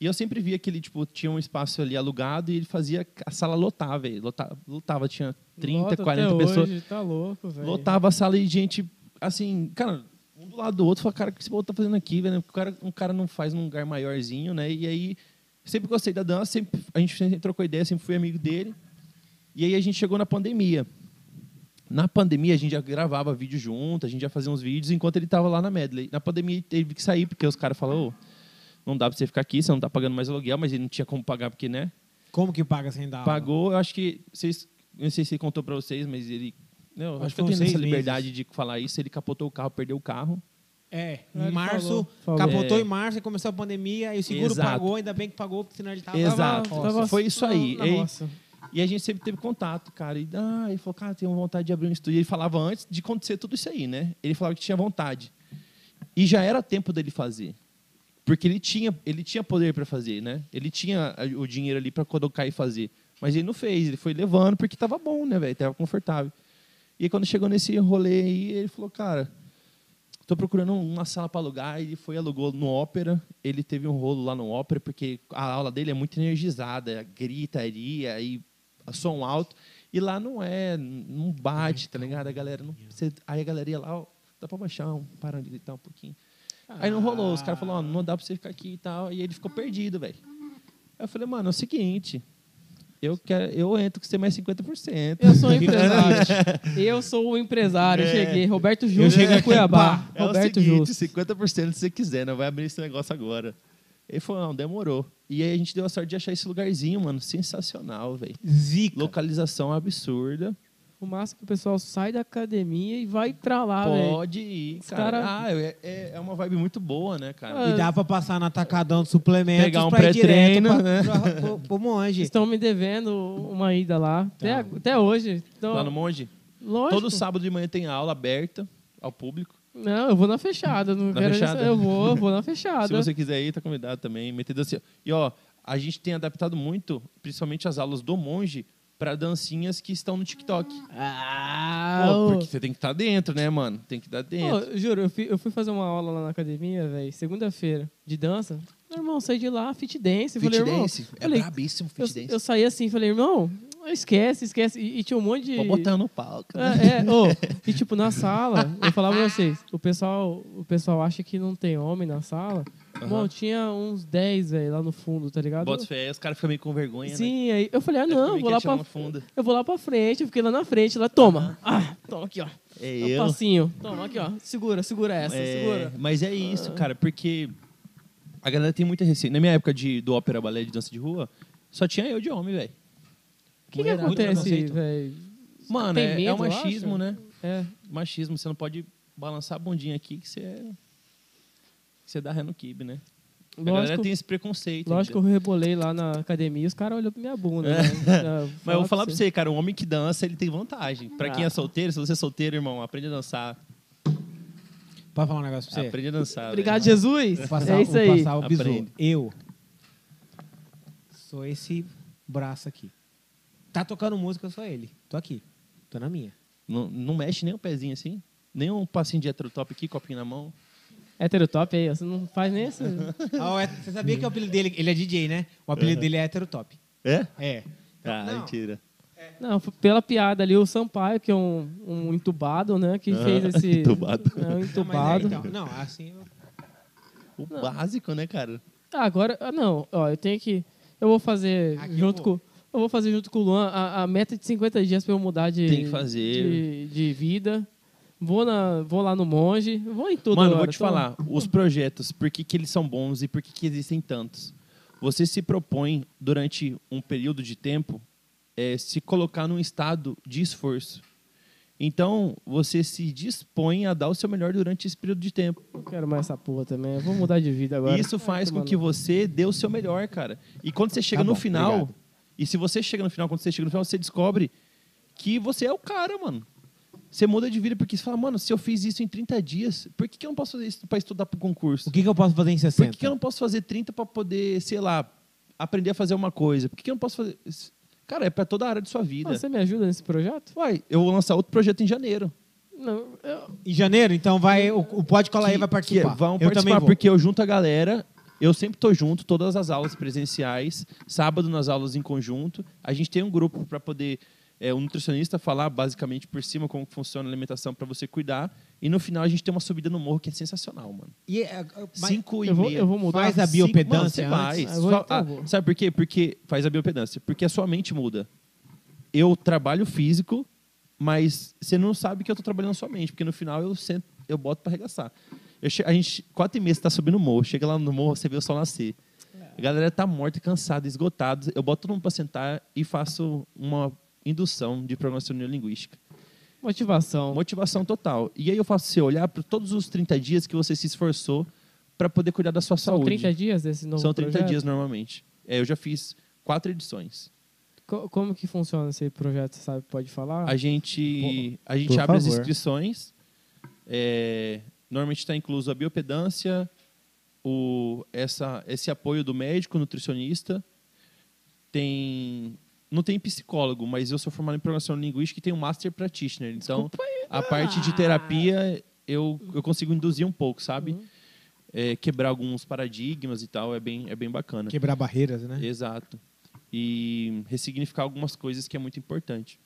E eu sempre via que ele, tipo, tinha um espaço ali alugado e ele fazia a sala lotar, velho. Lotava, lotava, tinha 30,
Lota até
40 pessoas.
Hoje, tá louco, velho.
Lotava a sala de gente, assim, cara, um do lado do outro, falava, cara, o que esse povo tá fazendo aqui, velho? O cara, um cara não faz num lugar maiorzinho, né? E aí, sempre gostei da dança, sempre, a gente sempre trocou ideia, sempre fui amigo dele. E aí a gente chegou na pandemia. Na pandemia, a gente já gravava vídeo junto, a gente já fazia uns vídeos, enquanto ele tava lá na Medley. Na pandemia, ele teve que sair, porque os caras falaram, "Ô, não dá pra você ficar aqui, você não tá pagando mais aluguel, mas ele não tinha como pagar, porque, né?
Como que paga sem dar aula?
Ah. Pagou, eu acho que. Vocês, eu não sei se ele contou pra vocês, mas ele. Não, acho,
Acho
que eu
que
tenho
uns
essa
seis
liberdade de falar isso. Ele capotou o carro, perdeu o carro.
É,
Ah,
em
ele
março,
falou, falou.
capotou
É.
em março, aí começou a pandemia, e o seguro
Exato.
pagou, ainda bem que pagou, porque senão ele tava...
Tá
Exato.
Tava-
Nossa, foi isso aí,
Na
ei?
roça.
E a gente sempre teve contato, cara. E ah, ele falou, cara, tenho vontade de abrir um estúdio. Ele falava antes de acontecer tudo isso aí, né? Ele falava que tinha vontade. E já era tempo dele fazer. Porque ele tinha, ele tinha poder para fazer, né? Ele tinha a- o dinheiro ali para colocar e fazer. Mas ele não fez, ele foi levando porque tava bom, né, velho? Tava confortável. E aí, quando chegou nesse rolê aí, ele falou, cara, tô procurando uma sala para alugar. Ele foi e alugou no Ópera. Ele teve um rolo lá no Ópera, porque a aula dele é muito energizada, é gritaria e som alto. E lá não é, não bate, tá ligado? A galera não. você- aí a galeria lá, ó, dá pra baixar, um, parando de gritar um pouquinho. Aí não rolou, os caras falaram, ó, não dá pra você ficar aqui e tal. E ele ficou perdido, velho. Aí eu falei, mano, é o seguinte. Eu, quero, eu entro com você mais 50%.
Eu sou um empresário. eu sou o empresário. Eu cheguei. Roberto Justo de Cuiabá.
É
Roberto
o seguinte,
Justo.
50% se você quiser, não vai abrir esse negócio agora. Ele falou, não, demorou. E aí a gente deu a sorte de achar esse lugarzinho, mano, sensacional, velho.
Zica.
Localização absurda.
O máximo que o pessoal sai da academia e vai pra lá, Ah, velho.
Pode ir,
Os
cara.
cara-
Ah, é, é- é uma vibe muito boa, né, cara?
Ah,
E dá pra passar no atacadão de suplementos
Pegar um
pra ir direto
pré-treino,
pra,
né?
pra- pro- pro monge.
Estão me devendo uma ida lá. Até, até hoje. Então,
Tá. Lá no Monge.
lógico.
Todo sábado de manhã tem aula aberta ao público.
Não, eu vou na fechada. Não
Na
quero
fechada?
Eu vou, eu vou na
Se
fechada.
você quiser ir, tá convidado também. Meter dancinha. E ó, a gente tem adaptado muito, principalmente as aulas do Monge, para dancinhas que estão no TikTok.
Ah,
Pô,
ô.
porque você tem que estar dentro, né, mano? Tem que estar dentro.
Ô, juro, eu fui, eu fui fazer uma aula lá na academia, velho, segunda-feira, de dança. Meu irmão, saí de lá, fit dance.
Fit
falei, irmão,
dance. É
falei,
brabíssimo
eu,
fit dance.
eu saí assim, falei, irmão, esquece, esquece. E, e tinha um monte de.
Vou botar no palco. né?
É, é, ô, e tipo, na sala, eu falava pra vocês, o pessoal, o pessoal acha que não tem homem na sala. Bom, tinha uns 10, velho, lá no fundo, tá ligado?
Bota fé, os caras ficam meio com vergonha, né?
Sim, aí eu falei, ah,
Aí fica
não,
meio
vou lá
quietinho
pra
no fundo.
Eu vou lá pra frente, eu fiquei lá na frente, lá, toma. Ah, toma aqui, ó.
É
Dá um
eu.
passinho. Toma aqui, ó. Segura, segura essa,
É,
segura. Ah.
mas é isso, cara, porque a galera tem muita receita. Na minha época de, do ópera, balé, de dança de rua, só tinha eu de homem, velho.
O que, que
Mulherada, muito
acontece,
preconceito.
velho?
Mano,
Tem
é,
medo,
é
eu
o machismo,
acho.
né?
É.
Machismo, você não pode balançar a bundinha aqui que você é... que Você dá ré no kibe, né? a galera
Lógico,
tem esse preconceito.
lógico que eu rebolei lá na academia e os caras olhou pra minha bunda. né? Ah, vou
Mas eu vou falar pra você, cara, o homem que dança, ele tem vantagem. Pra quem
Ah.
é solteiro, se você é solteiro, irmão, aprende a dançar.
Pode falar um negócio pra você?
Aprende a dançar.
é. Obrigado, Jesus.
Vou passar,
é isso
vou
aí.
passar o bizu.
Aprende.
Eu sou esse braço aqui. Tá tocando música, eu sou ele. Tô aqui. Tô na minha.
Não, não mexe nem o pezinho assim. Nem um passinho de heterotop aqui, copinho na mão.
Heterotop aí, ó. Você não faz nem isso.
Ah, o hétero- você sabia que o apelido dele... Ele é DJ, né? O apelido dele é heterotop.
É?
É.
Ah,
Não.
mentira.
Não, foi pela piada ali, o Sampaio, que é um, um entubado, né? Que fez esse.
entubado.
É, um
Não, mas é,
entubado.
então, não assim... eu-
O básico, né, cara?
Ah, agora, ah, não, ó, eu tenho que. Eu vou fazer
Aqui eu
junto
vou.
com. Eu vou fazer junto com o Luan a, a meta de 50 dias pra eu mudar de.
Tem que fazer.
De, de vida. Vou, na, vou lá no monge. Vou em tudo.
Mano, vou
agora,
te
tô-
falar, os projetos, por que, que eles são bons e por que, que existem tantos? Você se propõe, durante um período de tempo, eh, se colocar num estado de esforço. Então, você se dispõe a dar o seu melhor durante esse período de tempo.
Não quero mais essa porra também. Eu vou mudar de vida agora.
E isso faz com
tomar
que
no-
você dê o seu melhor, cara. E quando você chega
Tá
no
bom,
final,
obrigado.
e se você chega no final, quando você chega no final, você descobre que você é o cara, mano. Você muda de vida porque você fala, mano, se eu fiz isso em 30 dias, por que, que eu não posso fazer isso para estudar para o concurso?
O que, que eu posso fazer em
Por
60?
que, que eu não posso fazer 30 para poder, sei lá, aprender a fazer uma coisa? Por que, que eu não posso fazer. isso? Cara, é para toda a área de sua vida.
Ah, você me ajuda nesse projeto?
Uai, eu vou lançar outro projeto em janeiro.
Não, eu-
Em janeiro? Então vai... O, o Pode Colar aí vai participar.
Que é? vão
eu também
participar,
vou.
porque eu junto a galera. Eu sempre tô junto, todas as aulas presenciais, sábado nas aulas em conjunto. A gente tem um grupo para poder é, o nutricionista falar basicamente por cima como que funciona a alimentação para você cuidar. E no final a gente tem uma subida no morro que é sensacional, mano.
E, é, é, mas-
Cinco e
eu, vou,
meia.
eu vou mudar.
Faz a
Cinco-
biopedância
Mano, você
antes.
faz.
Eu vou,
Só-
então
ah,
eu vou.
sabe por quê? Porque faz a biopedância. Porque a sua mente muda. Eu trabalho físico, mas você não sabe que eu tô trabalhando a sua mente, porque no final eu sento, eu boto para arregaçar. Eu che- a gente, quatro e meia, você tá subindo o morro. Chega lá no morro, você vê o sol nascer.
É.
A galera tá morta, cansada, esgotada. Eu boto todo mundo pra sentar e faço uma indução de programação neurolinguística.
Motivação.
Motivação total. E aí eu faço você olhar para todos os 30 dias que você se esforçou para poder cuidar da sua
São
saúde.
30 dias desse novo
um
São 30
projeto?
dias normalmente. É, eu já fiz quatro edições.
Co- como que funciona esse projeto? Você sabe? Pode falar?
A gente, a gente
Ah, por
abre as
favor.
inscrições. é, normalmente está incluso a biopedância, o, essa, esse apoio do médico, nutricionista. Tem, não tem psicólogo, mas eu sou formado em programação linguística e tenho um master practitioner. Então, a parte de terapia eu, eu consigo induzir um pouco, sabe? É, quebrar alguns paradigmas e tal, é bem, é bem bacana.
Quebrar barreiras, né?
Exato. E ressignificar algumas coisas que é muito importante.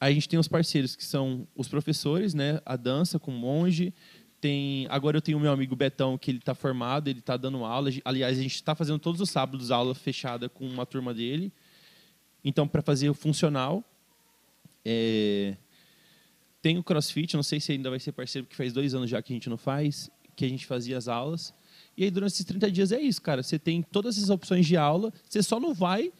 A gente tem os parceiros que são os professores, né? A dança com o monge. Tem, agora eu tenho o meu amigo Betão, que ele está formado, ele está dando aula. Aliás, a gente está fazendo todos os sábados aula fechada com uma turma dele. Então, para fazer o funcional. é, Tem o CrossFit, eu não sei se ainda vai ser parceiro, porque faz dois anos já que a gente não faz, que a gente fazia as aulas. E aí, durante esses 30 dias, é isso, cara. Você tem todas essas opções de aula, você só não vai.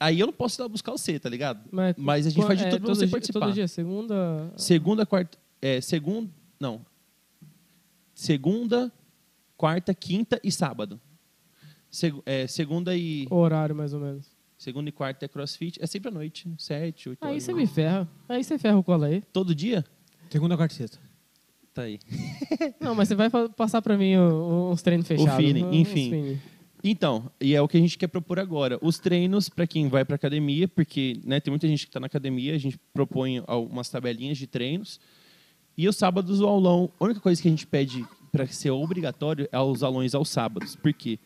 Aí eu não posso ir lá buscar você, tá ligado?
Mas,
Mas a gente faz de
é,
tudo pra você
dia-
participar.
Todo dia, segunda.
Segunda, quarta. É, segunda. Não. Segunda, quarta, quinta e sábado. Segu- é, segunda e.
Horário, mais ou menos. Segunda
Segunda e quarta é crossfit. É sempre à noite, sete, oito
Aí
horas.
você me ferra. Aí você ferra o cola aí.
Todo dia?
Segunda, quarta e sexta.
Tá aí.
Não, mas você vai fa- passar pra mim o- o- uns treinos fechados. um,
feeling,
uns
enfim.
feeling.
Então, e é o que a gente quer propor agora. Os treinos para quem vai para academia, porque né, tem muita gente que está na academia, a gente propõe algumas tabelinhas de treinos. E os sábados, o aulão, a única coisa que a gente pede para ser obrigatório é os aulões aos sábados. Por quê?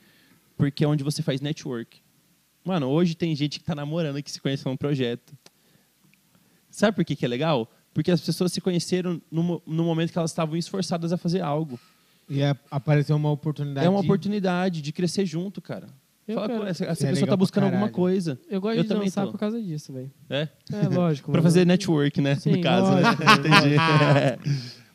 porque é onde você faz network. Mano, hoje tem gente que tá namorando que se conheceu num projeto. Sabe por que, que é legal? Porque as pessoas se conheceram no, mo- no momento que elas estavam esforçadas a fazer algo.
E a- apareceu uma oportunidade.
É uma oportunidade de crescer junto, cara.
Eu
Fala,
quero.
pô, essa, essa
É
pessoa
legal
tá
pra
buscando alguma
caralho.
coisa.
Eu gosto
Eu
de
também
dançar
tô.
por causa disso, velho.
É?
É lógico.
Pra
mano.
fazer network, né?
Sim,
no caso,
lógico.
né? Entendi.
É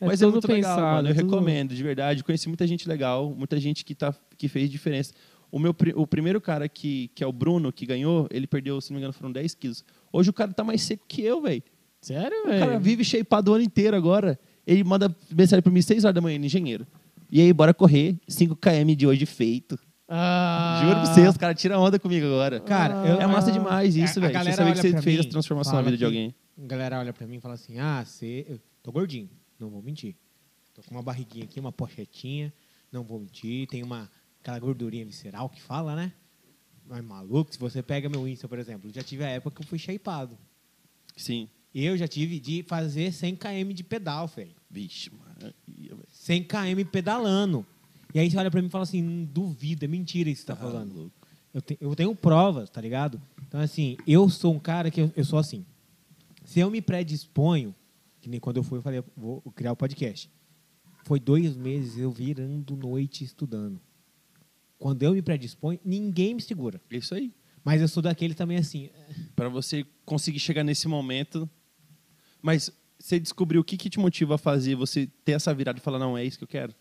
Mas é
tudo
muito legal,
pensado,
mano.
é
Eu
tudo-
recomendo, de verdade. Conheci muita gente legal, muita gente que, tá, que fez diferença. O, meu, pri- o primeiro cara que, que é o Bruno, que ganhou, ele perdeu, se não me engano, foram 10 quilos. Hoje o cara tá mais seco que eu, velho.
Sério,
O cara
velho?
vive shapeado o ano inteiro agora. Ele manda mensagem pra mim 6 horas da manhã, ele é engenheiro. E aí, bora correr. 5km de hoje feito.
Ah.
Juro pra você, os caras tiram onda comigo agora.
Cara, Ah.
é massa demais isso,
a- a
velho. Você
galera
saber que
olha
você
pra
fez
mim,
a transformação na
fala
vida de
que-
alguém.
A galera olha pra mim e fala assim: ah, você. Eu tô gordinho, não vou mentir. Tô com uma barriguinha aqui, uma pochetinha, não vou mentir. Tem uma, aquela gordurinha visceral que fala, né? Mas maluco, se você pega meu Insta, por exemplo, já tive a época que eu fui shapeado.
Sim.
Eu já tive de fazer 100 km de pedal, velho.
Vixe, mano. Ih, velho.
100 km pedalando. E aí você olha pra mim e fala assim, "Hum, duvida, é mentira isso que você tá falando. Eu, te- eu tenho provas, tá ligado? Então, assim, eu sou um cara que eu, eu sou assim. Se eu me predisponho, que nem quando eu fui, eu falei, vou criar o podcast. Foi dois meses eu virando noite estudando. Quando eu me predisponho, ninguém me segura.
É Isso aí.
Mas eu sou daquele também assim.
Pra você conseguir chegar nesse momento. Mas você descobriu o que, que te motiva a fazer você ter essa virada e falar, não, é isso que eu quero?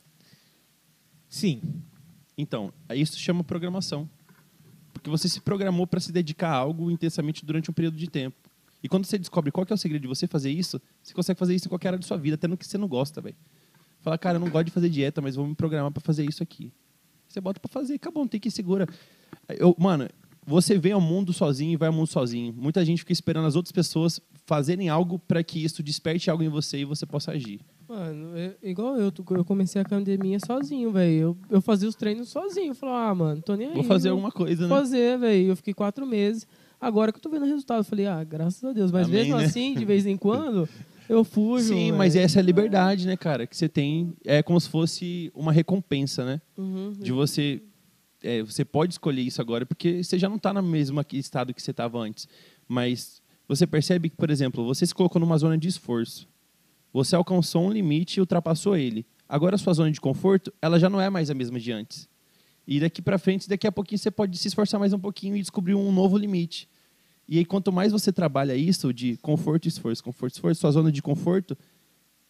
Sim,
Então, aí isso chama programação. Porque você se programou para se dedicar a algo intensamente durante um período de tempo. E quando você descobre qual que é o segredo de você fazer isso, você consegue fazer isso em qualquer área da sua vida, até no que você não gosta, velho. Fala, cara, eu não gosto de fazer dieta, mas vou me programar para fazer isso aqui. Você bota para fazer, acabou, não tem que segura. Eu, mano, você vem ao mundo sozinho e vai ao mundo sozinho. Muita gente fica esperando as outras pessoas fazerem algo para que isso desperte algo em você e você possa agir.
Mano, eu- igual eu, tu- eu comecei a academia sozinho, velho. Eu, eu fazia os treinos sozinho. Eu falava, ah, mano, tô nem aí.
Vou fazer
eu
alguma coisa,
vou
né?
fazer, velho. Eu fiquei quatro meses. Agora que eu tô vendo o resultado, eu falei, ah, graças a Deus. Mas
Amém,
mesmo
né?
assim, de vez em quando, eu fujo.
Sim,
velho.
mas essa é a liberdade, né, cara? Que você tem. É como se fosse uma recompensa, né?
Uhum.
De você. é, você pode escolher isso agora, porque você já não está no mesmo aqui- estado que você estava antes. Mas você percebe que, por exemplo, você se colocou numa zona de esforço. Você alcançou um limite e ultrapassou ele. Agora a sua zona de conforto, ela já não é mais a mesma de antes. E daqui para frente, daqui a pouquinho você pode se esforçar mais um pouquinho e descobrir um novo limite. E aí quanto mais você trabalha isso de conforto e esforço, conforto e esforço, sua zona de conforto,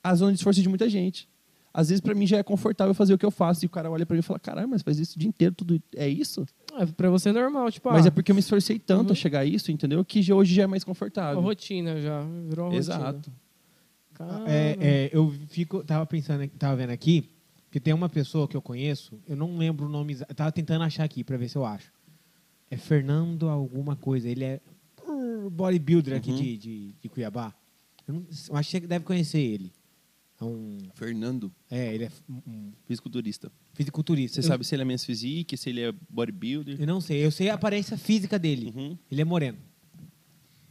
a zona de esforço é de muita gente. Às vezes para mim já é confortável fazer o que eu faço e o cara olha para mim e fala: "Caralho, mas faz isso o dia inteiro, tudo é isso?"
Ah, pra você é normal, tipo,
Mas
ah,
é porque eu me esforcei tanto
Uhum.
a chegar a isso, entendeu? Que já- hoje já é mais
a
confortável.
rotina já. Virou a
Exato.
rotina. Caramba.
É, é, eu fico, tava pensando, aqui- tava vendo aqui, que tem uma pessoa que eu conheço, eu não lembro o nome, exa- eu tava tentando achar aqui pra ver se eu acho. É Fernando alguma coisa, ele é uh, bodybuilder aqui
Uhum.
de, de, de Cuiabá. Eu, não, eu acho que você deve conhecer ele. É, um,
Fernando,
é ele é f- um- um
fisiculturista.
fisiculturista.
Você sabe se ele é menos physique, se ele é bodybuilder?
Eu não sei, eu sei a aparência física dele.
Uhum.
Ele é moreno.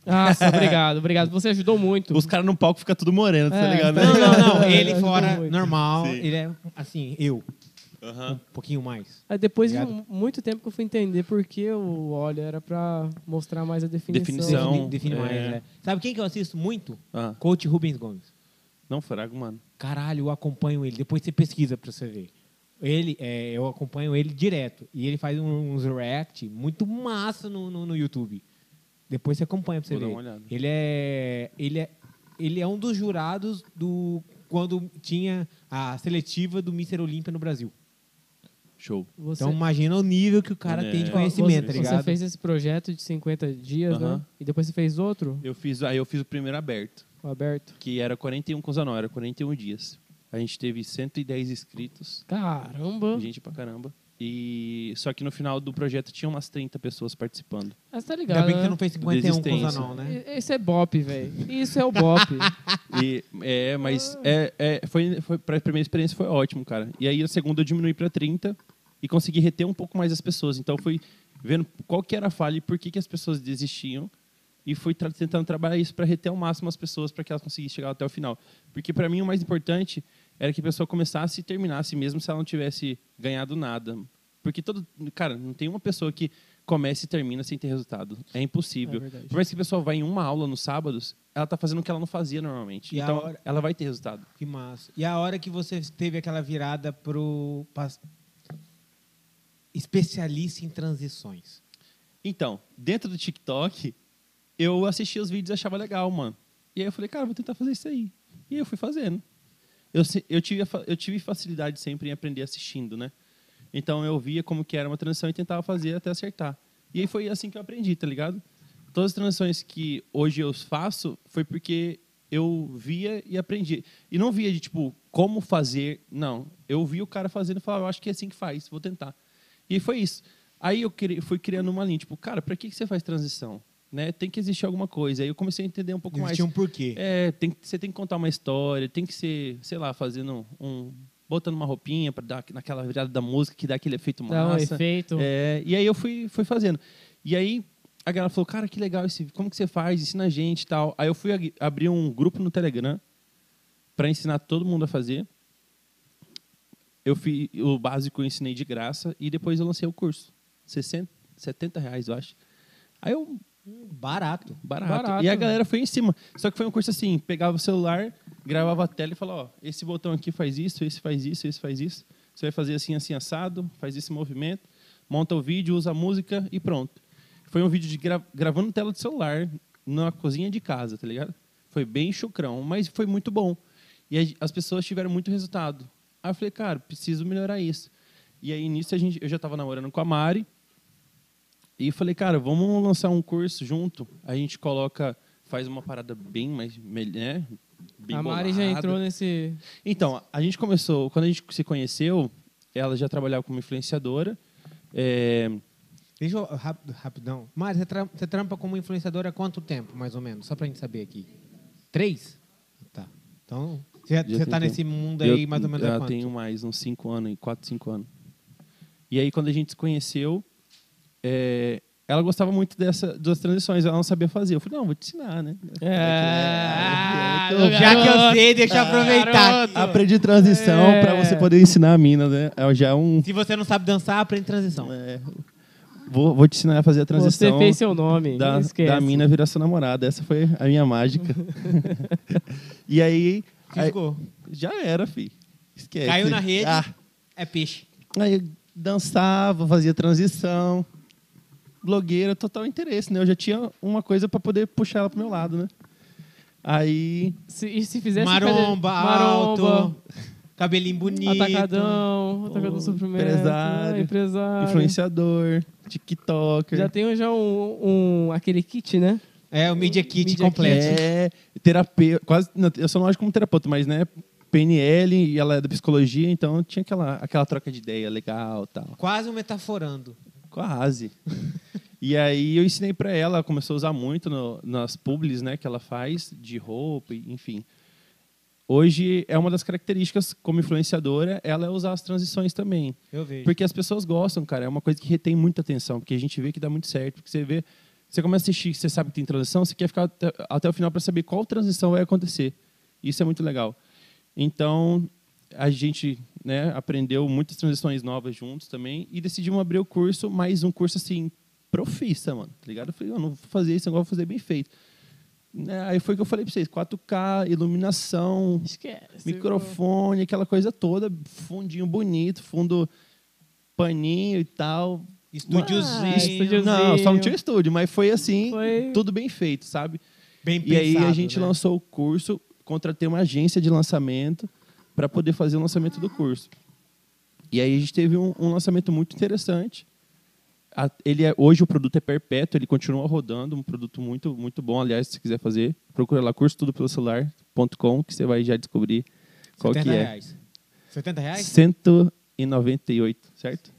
Nossa, obrigado, obrigado. Você ajudou muito.
Os caras no palco fica tudo moreno, tá
É,
ligado? né?
Não, não, não,
Ele
ele
ajudou
fora,
muito.
normal,
Sim.
ele é assim, eu, um
Aham.
pouquinho mais.
Aí depois de
Obrigado.
um- muito tempo que eu fui entender por que o óleo era pra mostrar mais a definição.
Definição.
Defini- define mais,
é.
né? Sabe quem que eu assisto muito?
Ah,
Coach Rubens Gomes.
não, frago, mano.
Caralho, eu acompanho ele. Depois você pesquisa pra você ver. Ele, é, eu acompanho ele direto. E ele faz um- uns react muito massa no, no, no YouTube. Depois você acompanha pra você
Vou dar
ver.
uma olhada.
Ele é, ele é. Ele é um dos jurados do. Quando tinha a seletiva do Mr. Olímpia no Brasil.
Show.
Você,
Então imagina o nível que o cara
É.
tem de
ó,
conhecimento, tá
você,
ligado?
Você fez esse projeto de 50 dias, né?
Aham.
E depois você fez outro,
Eu fiz, aí eu fiz o primeiro aberto,
o aberto.
que era 41 com Zanó, era 41 dias. A gente teve 110 inscritos,
Caramba!
gente pra caramba. E só que no final do projeto tinha umas 30 pessoas participando.
Ah, você tá
Ainda
ligado,
bem que você
né?
não fez 51 com o
Desistência.
Zanon, né?
E- Esse é bop, velho. Isso é o bop.
E é, mas é, é foi, foi para a primeira experiência foi ótimo, cara. E aí a segunda eu diminui pra 30 e consegui reter um pouco mais as pessoas. Então eu fui vendo qual que era a falha e por que que as pessoas desistiam e fui tra- tentando trabalhar isso para reter ao máximo as pessoas para que elas conseguissem chegar até o final. Porque para mim o mais importante era que a pessoa começasse e terminasse mesmo se ela não tivesse ganhado nada. Porque todo. Cara, não tem uma pessoa que começa e termina sem ter resultado. É impossível.
É verdade.
Por mais que a pessoa vá em uma aula nos sábados, ela tá fazendo o que ela não fazia normalmente.
E a
então,
hora-
ela vai ter resultado.
Que massa. E a hora que você teve aquela virada pro pas- especialista em transições.
Então, dentro do TikTok, eu assistia os vídeos e achava legal, mano. E aí eu falei, cara, vou tentar fazer isso aí. E aí eu fui fazendo. Eu, se- eu, tive, a fa- eu tive facilidade sempre em aprender assistindo, né? Então eu via como que era uma transição e tentava fazer até acertar. E aí foi assim que eu aprendi, tá ligado? Todas as transições que hoje eu faço foi porque eu via e aprendi. E não via de tipo, como fazer, não. Eu vi o cara fazendo e falava, eu acho que é assim que faz, vou tentar. E foi isso. Aí eu cri- fui criando uma linha, tipo, cara, pra que, que você faz transição? Né? Tem que existir alguma coisa. Aí eu comecei a entender um pouco mais.
Existia um porquê.
É, tem, que- você tem que contar uma história, tem que ser, sei lá, fazendo um. um- botando uma roupinha para dar naquela virada da música que dá aquele efeito
Dá um
massa.
efeito.
É, e aí eu fui, fui fazendo. E aí a galera falou, cara, que legal esse. Como que você faz? Ensina a gente e tal. Aí eu fui ag- abrir um grupo no Telegram para ensinar todo mundo a fazer. Eu fiz o básico eu ensinei de graça e depois eu lancei o curso. 60, 70 reais, eu acho. Aí eu
Barato.
Barato.
Barato,
E a
né?
galera foi em cima. Só que foi um curso assim, pegava o celular, gravava a tela e falava, ó, esse botão aqui faz isso, esse faz isso, esse faz isso. Você vai fazer assim, assim, assado, faz esse movimento, monta o vídeo, usa a música e pronto. Foi um vídeo de gra- gravando tela de celular na cozinha de casa, tá ligado? Foi bem chucrão, mas foi muito bom. E a- as pessoas tiveram muito resultado. Aí eu falei, cara, preciso melhorar isso. E aí, nisso, a gente, eu já estava namorando com a Mari, e falei, cara, vamos lançar um curso junto. A gente coloca, faz uma parada bem mais, mel- né? Bem
a Mari já
bolada.
entrou nesse.
Então, a gente começou, quando a gente se conheceu, ela já trabalhava como influenciadora. É,
Deixa eu, rápido, rapidão. Mário, você, tra- você trampa como influenciadora há quanto tempo, mais ou menos? Só pra gente saber aqui. Três? Tá. Então, você, já-
Já
você tá
tem um
nesse
tempo.
mundo
eu-
aí mais ou
é
menos há
Eu
quanto?
tenho mais uns 5 anos, 4, 5 anos. E aí, quando a gente se conheceu, é, ela gostava muito dessa, das transições, ela não sabia fazer. Eu falei, não, vou te ensinar, né?
É. Ah,
Então,
meu
Já que eu
garoto.
sei, deixa eu aproveitar.
garoto.
Aprendi transição
É.
pra você poder ensinar a mina, né? É já um
Se você não sabe dançar, aprende transição.
É. Vou, vou te ensinar a fazer a
Você
transição
fez seu nome.
da,
não esquece.
da mina virar sua namorada. Essa foi a minha mágica. e aí, aí-
Ficou.
já era, fi. Esquece.
Caiu na rede,
Ah,
é peixe.
aí eu dançava, fazia transição. Blogueira, total interesse, né? Eu já tinha uma coisa pra poder puxar ela pro meu lado, né? Aí,
Se, e se fizesse.
maromba,
cada-
alto, cabelinho bonito.
Atacadão, atacadão suprimento.
empresário,
ah, empresário.
influenciador, TikToker.
Já tem já um, um- aquele kit, né?
É, o Media Kit
Media
completo.
É, terapeuta, quase, não, eu só não acho como terapeuta, mas né, PNL e ela é da psicologia, então tinha aquela, aquela troca de ideia legal, tal.
Quase um metaforando.
Quase. e aí eu ensinei pra ela, ela começou a usar muito no- nas publis, né, que ela faz de roupa, e- enfim. Hoje é uma das características como influenciadora, ela é usar as transições também.
Eu vejo.
Porque as pessoas gostam, cara. É uma coisa que retém muita atenção, porque a gente vê que dá muito certo. Porque você vê, você começa a assistir, você sabe que tem transição, você quer ficar até, até o final para saber qual transição vai acontecer. Isso é muito legal. Então, a gente né, aprendeu muitas transições novas juntos também e decidimos abrir o curso, mais um curso assim, profissa, mano. Tá ligado? Eu falei, eu não vou fazer isso, agora vou fazer bem feito. Né, Aí foi o que eu falei para vocês: 4K, iluminação,
Esquece.
microfone, aquela coisa toda, fundinho bonito, fundo paninho e tal.
Estúdiozinho,
Ah, estúdio-
Não, só não tinha estúdio, mas foi assim,
Foi-
tudo bem feito, sabe?
bem
E aí a
pensado,
gente
né?
lançou o curso, contratei uma agência de lançamento para poder fazer o lançamento do curso. E aí a gente teve um, um lançamento muito interessante. A- ele é- hoje o produto é perpétuo, ele continua rodando, um produto muito muito bom. Aliás, se você quiser fazer, procura lá curso tudo pelo celular.com que você vai já descobrir qual que
70
é.
reais. 70 reais?
198, certo?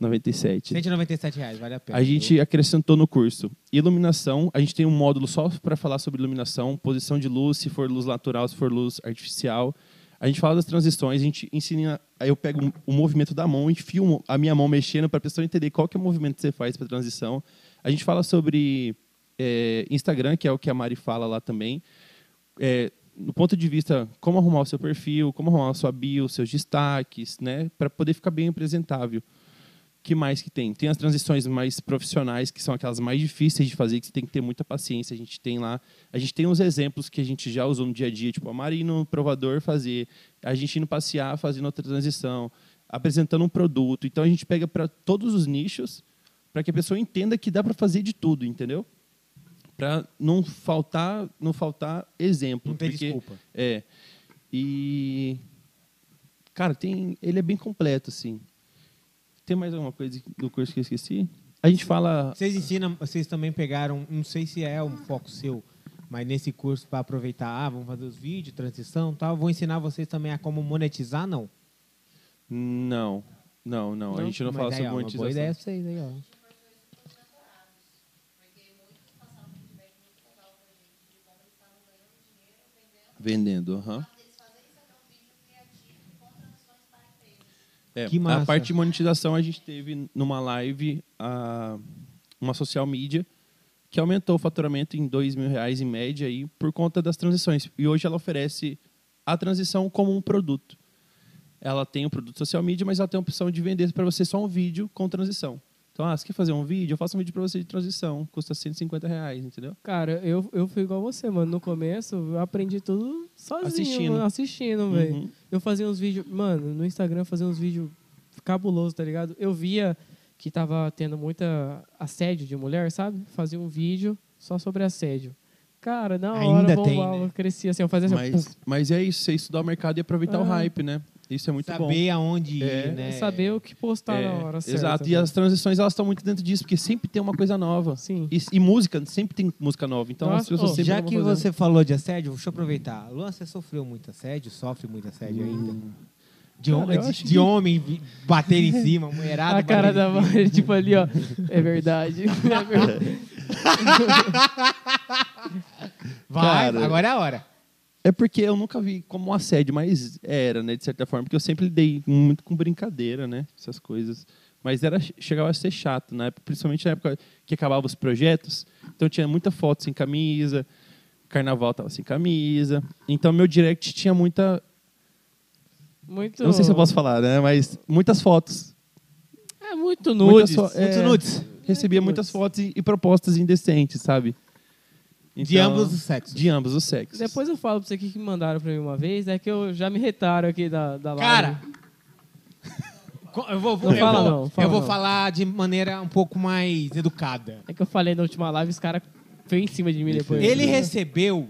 97.
197 reais, vale a pena.
A gente acrescentou no curso iluminação. A gente tem um módulo só para falar sobre iluminação, posição de luz, se for luz natural, se for luz artificial. A gente fala das transições, a gente ensina. aí Eu pego o movimento da mão e filmo a minha mão mexendo para a pessoa entender qual que é o movimento que você faz para transição. A gente fala sobre é, Instagram, que é o que a Mari fala lá também é, no ponto de vista como arrumar o seu perfil, como arrumar a sua bio, seus destaques, né, para poder ficar bem apresentável. que mais que tem? Tem as transições mais profissionais, que são aquelas mais difíceis de fazer, que você tem que ter muita paciência. A gente tem lá. A gente tem uns exemplos que a gente já usou no dia a dia, tipo a Mari no provador fazer, a gente indo passear fazendo outra transição, apresentando um produto. Então a gente pega para todos os nichos, para que a pessoa entenda que dá para fazer de tudo, entendeu? Para não faltar, não faltar exemplo.
Não tem
porque-
desculpa.
é. E. Cara, tem, ele é bem completo, assim. Tem mais alguma coisa do curso que eu esqueci? A gente fala.
Vocês ensinam, vocês também pegaram, não sei se é um foco seu, mas nesse curso para aproveitar, ah, vamos fazer os vídeos, transição, e tal, vou ensinar vocês também a como monetizar, não?
Não, não, não. A gente não
Mas
fala
aí,
sobre
ó, uma
monetização.
boa ideia pra vocês aí, ó.
Vendendo, aham. É,
Que
A
massa.
parte de monetização a gente teve numa live a, uma social media que aumentou o faturamento em dois mil reais em média aí por conta das transições. E hoje ela oferece a transição como um produto. Ela tem o produto social media, mas ela tem a opção de vender para você só um vídeo com transição. Então, ah, você quer fazer um vídeo? Eu faço um vídeo para você de transição. Custa 150 reais, entendeu?
Cara, eu, eu fui igual você, mano. No começo, eu aprendi tudo sozinho,
Assistindo.
mano, assistindo, velho.
Uhum.
Eu fazia uns vídeos, mano, no Instagram eu fazia uns vídeos cabulosos, tá ligado? Eu via que tava tendo muita assédio de mulher, sabe? Fazia um vídeo só sobre assédio. Cara, na hora
Ainda tem,
bombava,
né?
crescia assim, eu fazia assim, ó, puf,
Mas, mas é isso, você estudar o mercado e aproveitar o
Ah.
hype, né? Isso é muito bom.
Saber aonde ir,
É.
né?
saber o que postar
É,
tá na hora certa. né?
Exato. E
velho.
as transições, elas estão muito dentro disso, porque sempre tem uma coisa nova.
Sim.
E, e música, sempre tem música nova. Então as
Nossa,
pessoas
oh,
sempre
Já
vão
que
fazendo.
você falou de assédio, deixa eu aproveitar. Luan, você sofreu muito assédio? Sofre muito assédio
Hum.
ainda? De, hom-
Cara, eu
de-
acho
de
que-
homem vi- bater em cima, mulherada.
A cara
bater
da
em
Mari, tipo ali, ó. É verdade. É verdade.
cima. Vai,
Cara.
agora é a hora.
É porque eu nunca vi como um assédio, mas era, né? De certa forma, porque eu sempre lidei muito com brincadeira, né? Essas coisas. Mas era, chegava a ser chato, na época, principalmente na época que acabava os projetos. Então tinha muita foto sem camisa, carnaval tava sem camisa. Então meu direct tinha muita.
Muito.
Eu não sei se eu posso falar, né? Mas muitas fotos.
É muito
Muitas
nudes.
fo- é,
Muitos nudes.
recebia muitas fotos e, e propostas indecentes, sabe?
de
Então,
ambos os sexos.
De ambos os sexos.
Depois eu falo pra você o que que mandaram pra mim uma vez, é que eu já me retaram aqui da, da live.
Cara, co- eu vou,
Não
eu
fala
vou-
não, fala
eu vou
não.
falar de maneira um pouco mais educada.
É que eu falei na última live, os caras veio em cima de mim depois.
Ele recebeu.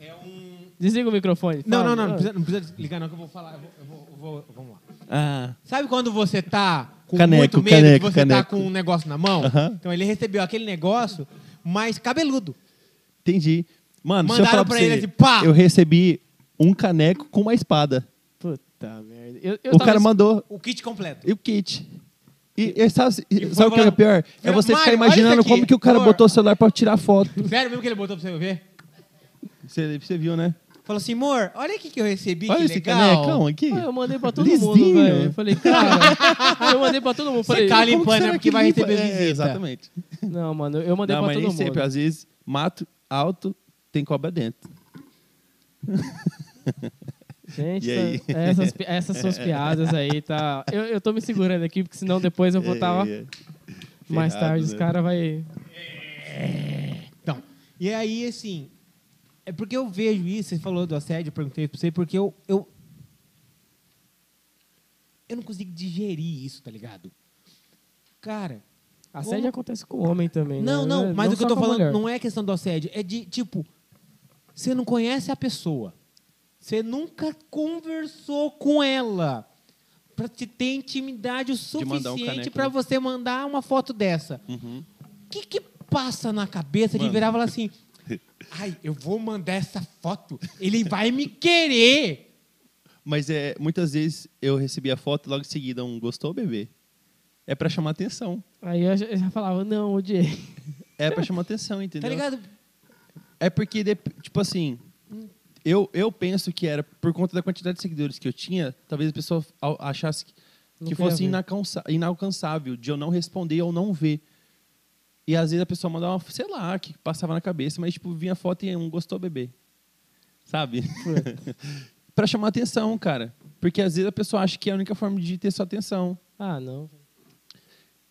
É um.
Desliga o microfone.
Não,
fala.
não, não, não precisa, não precisa ligar, não, que eu vou falar. eu vou- eu vou- eu vou- vamos lá.
Ah,
Sabe quando você tá com
Caneco,
muito medo
caneco,
que você tá
caneco.
com um negócio na mão?
Aham.
Então ele recebeu aquele negócio, mas cabeludo.
entendi. Mano, deixa eu
Mandaram
falar
pra
pra
ele
você,
assim, pá!
Eu recebi um caneco com uma espada.
Ah, Puta merda. Eu, eu
o
tava assim-
cara mandou.
O kit completo.
E o kit. E, e sabe, e
foi
sabe o que é
falando-
pior? É
Filha,
você ficar
Mário, olha
imaginando
isso aqui,
como que o cara
por
botou o celular pra tirar foto.
Sério mesmo que ele botou pra você ver?
Você, você viu, né?
Falou assim, amor, olha aqui que eu recebi,
Olha
que
esse
legal.
canecão aqui.
Ah, eu mandei pra todo mundo,
Lisinho.
velho. Eu falei, cara. eu mandei pra todo mundo.
Você
Falei,
cala em
Como que
pano, é
será
porque
que
vai
limpa?
receber
É,
visita.
Exatamente.
Não, mano, eu mandei
Não,
pra
mas
todo
nem
mundo.
sempre. Às vezes, mato alto, tem cobra dentro.
Gente,
E aí?
tá- essas, pi- essas suas piadas aí, tá. Eu, eu tô me segurando aqui, porque senão depois eu vou estar.
É, é.
mais
Ferrado,
tarde os
né?
caras vai.
Então, e aí, assim, é porque eu vejo isso, você falou do assédio, eu perguntei pra você, porque eu, eu. Eu não consigo digerir isso, tá ligado? Cara.
Assédio
Como-
acontece com homem também.
Não,
né?
não, mas o que eu tô falando
não é
não é questão do assédio, é de, tipo, você não conhece a pessoa. Você nunca conversou com ela pra te ter intimidade o
De mandar um
suficiente
caneco,
pra
né? Uhum.
você mandar uma foto dessa. O que que passa na cabeça de
Mano.
virar e falar assim, ai, eu vou mandar essa foto, ele vai me querer.
Mas é, muitas vezes eu recebi a foto e logo em seguida um gostou, bebê? É pra chamar atenção.
Aí eu já- eu já falava, não, odiei.
É pra chamar atenção, entendeu?
Tá ligado?
É porque, dep- tipo assim, eu, eu penso que era por conta da quantidade de seguidores que eu tinha, talvez a pessoa ao- achasse que,
Não
que
queria
fosse
ver.
inalcança- inalcançável de eu não responder ou não ver. E às vezes a pessoa mandava, uma, sei lá, que passava na cabeça, mas tipo, vinha a foto e um gostou, bebê. Sabe? pra chamar atenção, cara. Porque às vezes a pessoa acha que é a única forma de ter sua atenção.
Ah, não.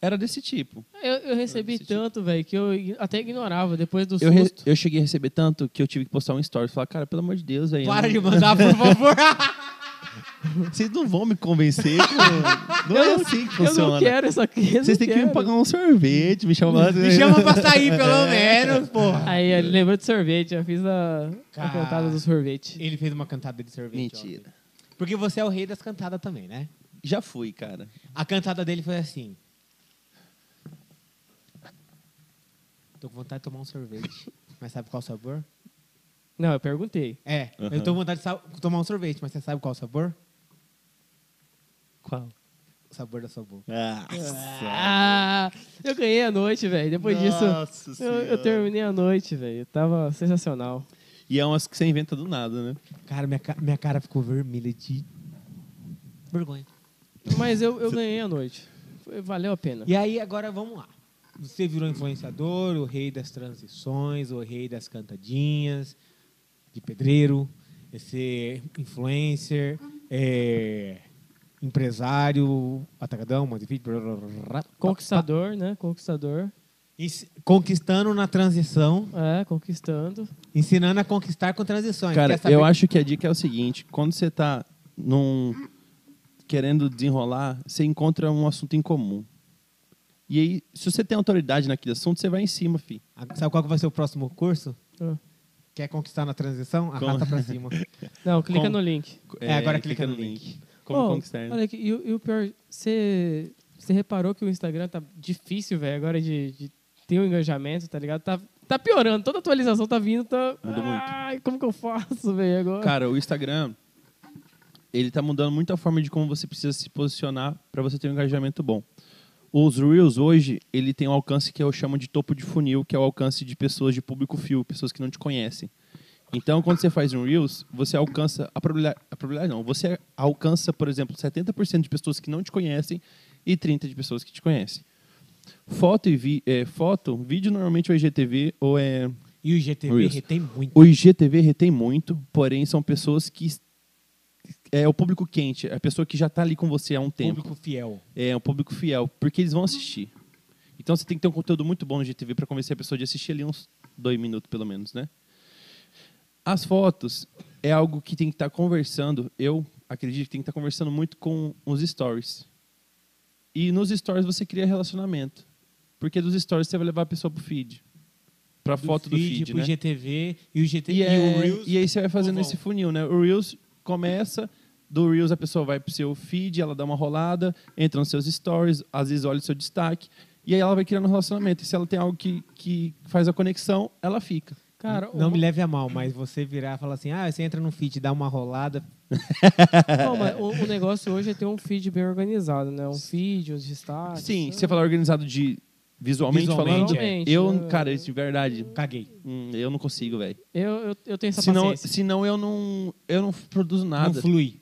Era desse tipo.
Eu, eu recebi
Desse tipo.
tanto, velho, que eu ig- até ignorava depois do
Eu, re-
É susto.
eu cheguei a receber tanto que eu tive que postar um story e falar, cara, pelo amor de Deus, velho.
Para de mandar, por favor.
Vocês não vão me convencer. pô. Não é assim que
Eu
funciona.
não quero isso aqui. eu não
Vocês têm que me
quero.
pagar um sorvete, me chamar. assim.
Me chama pra sair, pelo
É.
menos,
um
porra.
Aí, ele lembrou de sorvete, eu fiz a, a
Cara.
cantada do sorvete.
Ele fez uma cantada de sorvete.
Mentira.
ontem. Porque você é o rei das cantadas também, né?
Já fui, cara.
A cantada dele foi assim. Tô com vontade de tomar um sorvete. Mas sabe qual sabor?
Não, eu perguntei.
É,
Aham.
eu tô com vontade de sa- tomar um sorvete, mas você sabe qual sabor?
Qual?
O sabor da sua boca.
Nossa.
Ah, eu ganhei a noite, velho. Depois disso,
Nossa
eu, eu
Senhora.
terminei a noite, velho. Tava sensacional.
E é umas que você inventa do nada, né?
Cara, minha, ca- minha cara ficou vermelha de vergonha.
Mas eu, eu ganhei a noite. Foi- Valeu a pena.
E aí, agora vamos lá. Você virou influenciador, o rei das transições, o rei das cantadinhas, de pedreiro, esse influencer, é, empresário, atacadão, Montevideo, blá, blá, blá, blá.
Conquistador, né? Conquistador.
Ens- conquistando na transição,
É, conquistando.
ensinando a conquistar com transições.
Cara,
Quer saber-
eu acho que a dica é o seguinte: quando você tá num. querendo desenrolar, você encontra um assunto em comum. E aí, se você tem autoridade naquele assunto, você vai em cima, fi.
Ah, Sabe qual que vai ser o próximo curso?
Ah.
Quer conquistar na transição? Arrasta pra cima.
Não, clica
Com-
no link.
É, agora clica no
Como
Ô,
conquistar. né?
Olha aqui, e, o- e o pior, você reparou que o Instagram tá difícil, velho, agora de, de ter um engajamento, tá ligado? Tá, tá piorando, toda atualização tá vindo, tá.
Mudou muito.
Ai, como que eu faço, velho, agora?
Cara, o Instagram, ele tá mudando muito a forma de como você precisa se posicionar para você ter um engajamento bom. Os Reels hoje, ele tem um alcance que eu chamo de topo de funil, que é o alcance de pessoas de público fio, pessoas que não te conhecem. Então, quando você faz um Reels, você alcança a probabilidade, a probabilidade não, você alcança, por exemplo, 70% de pessoas que não te conhecem e 30 de pessoas que te conhecem. Foto e vi, eh, foto, vídeo normalmente é o IGTV ou é
E o IGTV
Reels.
retém muito.
o IGTV retém muito, porém são pessoas que é o público quente, é a pessoa que já está ali com você há um tempo,
Público fiel.
é um público fiel, porque eles vão assistir. Então você tem que ter um conteúdo muito bom no IGTV para convencer a pessoa de assistir ali uns dois minutos pelo menos, né? As fotos é algo que tem que estar conversando. Eu acredito que tem que estar conversando muito com os stories. E nos stories você cria relacionamento, porque dos stories você vai levar a pessoa pro feed, para foto do feed,
pro
né?
IGTV e o IGTV
E, é-
e o Reels.
e aí você vai fazendo
vão.
esse funil, né? O Reels começa, do Reels a pessoa vai pro seu feed, ela dá uma rolada, entra nos seus stories, às vezes olha o seu destaque, e aí ela vai criando um relacionamento. E se ela tem algo que, que faz a conexão, ela fica.
Cara,
Não
o-
me leve a mal, mas você virar e falar assim: ah, você entra num feed, dá uma rolada.
não, mas o, o negócio hoje é ter um feed bem organizado, né? Um feed, uns destaques.
Sim,
né?
você falar organizado de visualmente,
Visualmente,
falando.
Realmente,
Eu,
né?
cara, isso de verdade,
Caguei.
hum, eu não consigo, velho.
Eu, eu, eu tenho essa
Senão,
paciência.
senão eu não eu não produzo
Não
nada.
flui.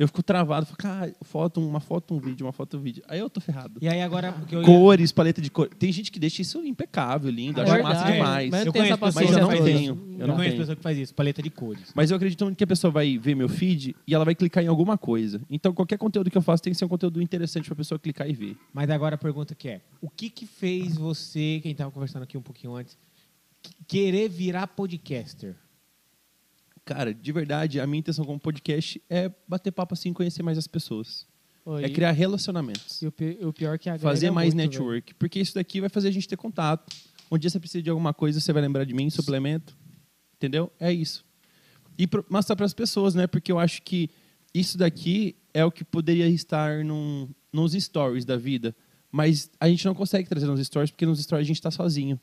Eu fico travado, fico, cara, foto, uma foto, um vídeo, uma foto, um vídeo. Aí eu tô ferrado.
E aí agora. o Que eu ia-
cores, paleta de cor. Tem gente que deixa isso impecável, lindo,
É
acha
verdade,
massa demais.
Mas eu,
Eu
tenho essa
conheço pessoas
Mas
paciência
eu não
toda.
tenho. Eu
Eu
não
conheço
tenho.
pessoa que faz isso, paleta de cores.
Mas eu acredito muito que a pessoa vai ver meu feed e ela vai clicar em alguma coisa. Então qualquer conteúdo que eu faço tem que ser um conteúdo interessante pra pessoa clicar e ver.
Mas agora a pergunta que é: o que que fez você, quem tava conversando aqui um pouquinho antes, que- querer virar podcaster?
Cara, de verdade, a minha intenção como podcast é bater papo assim, conhecer mais as pessoas.
Oi,
É criar relacionamentos.
E o, pi- o pior é que agrega
Fazer mais
muito, velho.
network. Porque isso daqui vai fazer a gente ter contato. Um dia você precisa de alguma coisa, você vai lembrar de mim, suplemento. Entendeu? É isso. E pro- mostrar para as pessoas, né? Porque eu acho que isso daqui é o que poderia estar num, nos stories da vida. Mas a gente não consegue trazer nos stories, porque nos stories a gente está sozinho.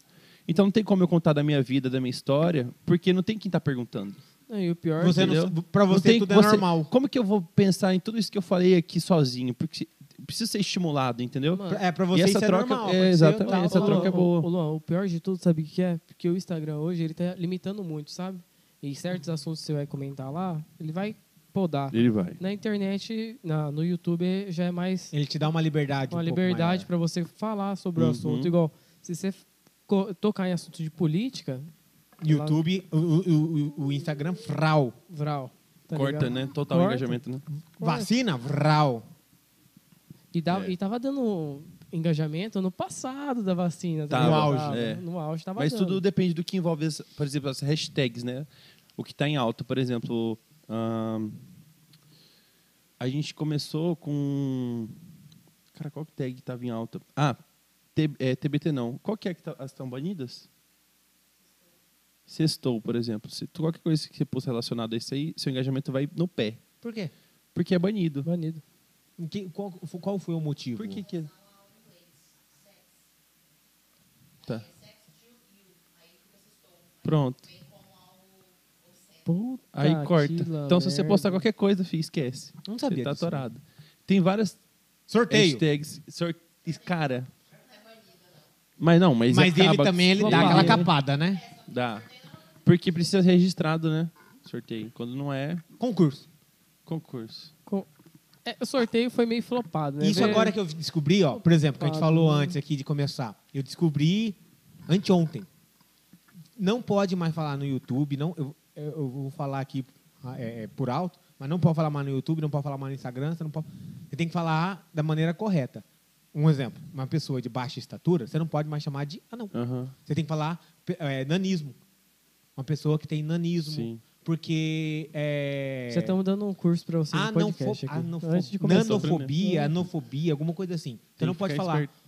Então não tem como eu contar da minha vida, da minha história, porque não tem quem está perguntando.
Não, e o pior é
Você
que-
não,
entendeu?
pra
Não
você
tem-
tudo é
você-
normal.
Como que eu vou pensar em tudo isso que eu falei aqui sozinho? Porque precisa ser estimulado, entendeu?
Mano,
É, pra você
E essa
isso é
troca-
normal.
é,
aconteceu,
exatamente,
tal,
essa
tal,
Tá, Ô,
troca é
Luan,
tal.
boa.
ô, Luan, o pior de tudo, sabe o que é? Porque o Instagram hoje, ele tá limitando muito, sabe? E certos assuntos que você vai comentar lá, ele vai podar.
Ele vai.
Na internet, na, no YouTube, já é mais
Ele te dá uma liberdade.
uma
um pouco
liberdade para você falar sobre o
um Uhum.
assunto. Igual, se você co- tocar em assunto de política,
YouTube, o, o- o- o Instagram, vral.
vral. tá
Corta,
ligado?
né? Total
Corta.
engajamento, né?
Vacina, vral.
E, dá,
É.
e tava dando engajamento no passado da vacina. tá
Tava,
ligado?
auge,
Tava,
é.
No auge tava
Mas
dando.
tudo depende do que envolve, as- por exemplo, as hashtags, né? O que está em alta. Por exemplo, ahn, a gente começou com... Cara, qual que tag estava em alta? Ah, T- é, TBT não. Qual que é que tá, as estão banidas? Sextou, por exemplo. Se tu- qualquer coisa que você posta relacionada a isso aí, seu engajamento vai no pé.
Por quê?
Porque é banido.
Banido.
Em que- qual, qual foi o motivo?
Por que que... Tá. Pronto.
Puta
Aí corta.
que lá
Então, se você
merda.
postar qualquer coisa, filho, esquece.
Não sabia
Você tá
disso.
atorado. Tem várias
Sorteio.
hashtags. Sor... Cara. Mas não, mas,
Mas ele
acaba-
também ele dá
Opa.
aquela capada, né?
Dá. Porque precisa ser registrado, né? Sorteio. Quando não é,
Concurso.
concurso.
Com- É, o sorteio foi meio flopado, né?
Isso
Veio-
agora que eu descobri, ó, por exemplo, que a gente falou antes aqui de começar. Eu descobri anteontem. Não pode mais falar no YouTube, não, eu, eu- eu vou falar aqui ah, é, é, por alto, mas não pode falar mais no YouTube, não pode falar mais no Instagram, você não pode. Você tem que falar da maneira correta. Um exemplo, uma pessoa de baixa estatura, você não pode mais chamar de anão.
Aham.
Você tem que falar pe- é, nanismo. Uma pessoa que tem nanismo.
Sim.
Porque. É,
Já estamos dando um curso pra
Ah,
vocês no
anofo-
podcast aqui.
anofo-
Antes de começar.
nanofobia, anofobia, alguma coisa assim. Você
Tem
não
que
pode
ficar
falar.
esperto.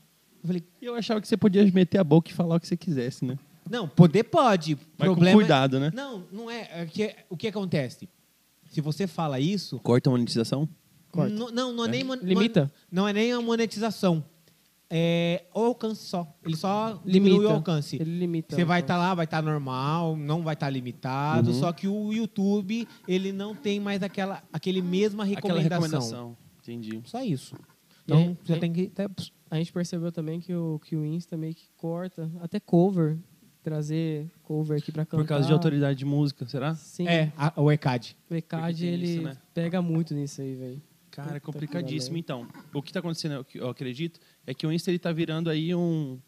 Eu falei,
E eu achava que você podia meter a boca e falar o que você quisesse, né?
não, poder pode.
Mas
problema
com
é-
cuidado, né?
Não, não é. é que- o que acontece? Se você fala isso,
Corta a monetização?
Corta.
n- não, não é, nem mon-
Limita.
Não é nem a monetização. É o alcance só. Ele só diminui
Limita.
o alcance.
Ele limita.
Você vai
Então.
estar lá, vai estar normal, não vai estar limitado, só que o YouTube, ele não tem mais aquela aquele mesma
Aquela
recomendação.
recomendação. Entendi.
Só isso. Então,
E-
você
e-
tem que ter-
A gente percebeu também que o, que o Insta meio que corta, até cover, trazer cover aqui pra cantar.
Por causa de autoridade de música, será?
Sim,
É, a- o ECAD.
o ECAD,
tem
ele
isso, né?
pega muito nisso aí, velho.
Cara,
Puta
é
que
complicadíssimo. Então, o que está acontecendo, eu- eu acredito, é que o Insta está virando aí um,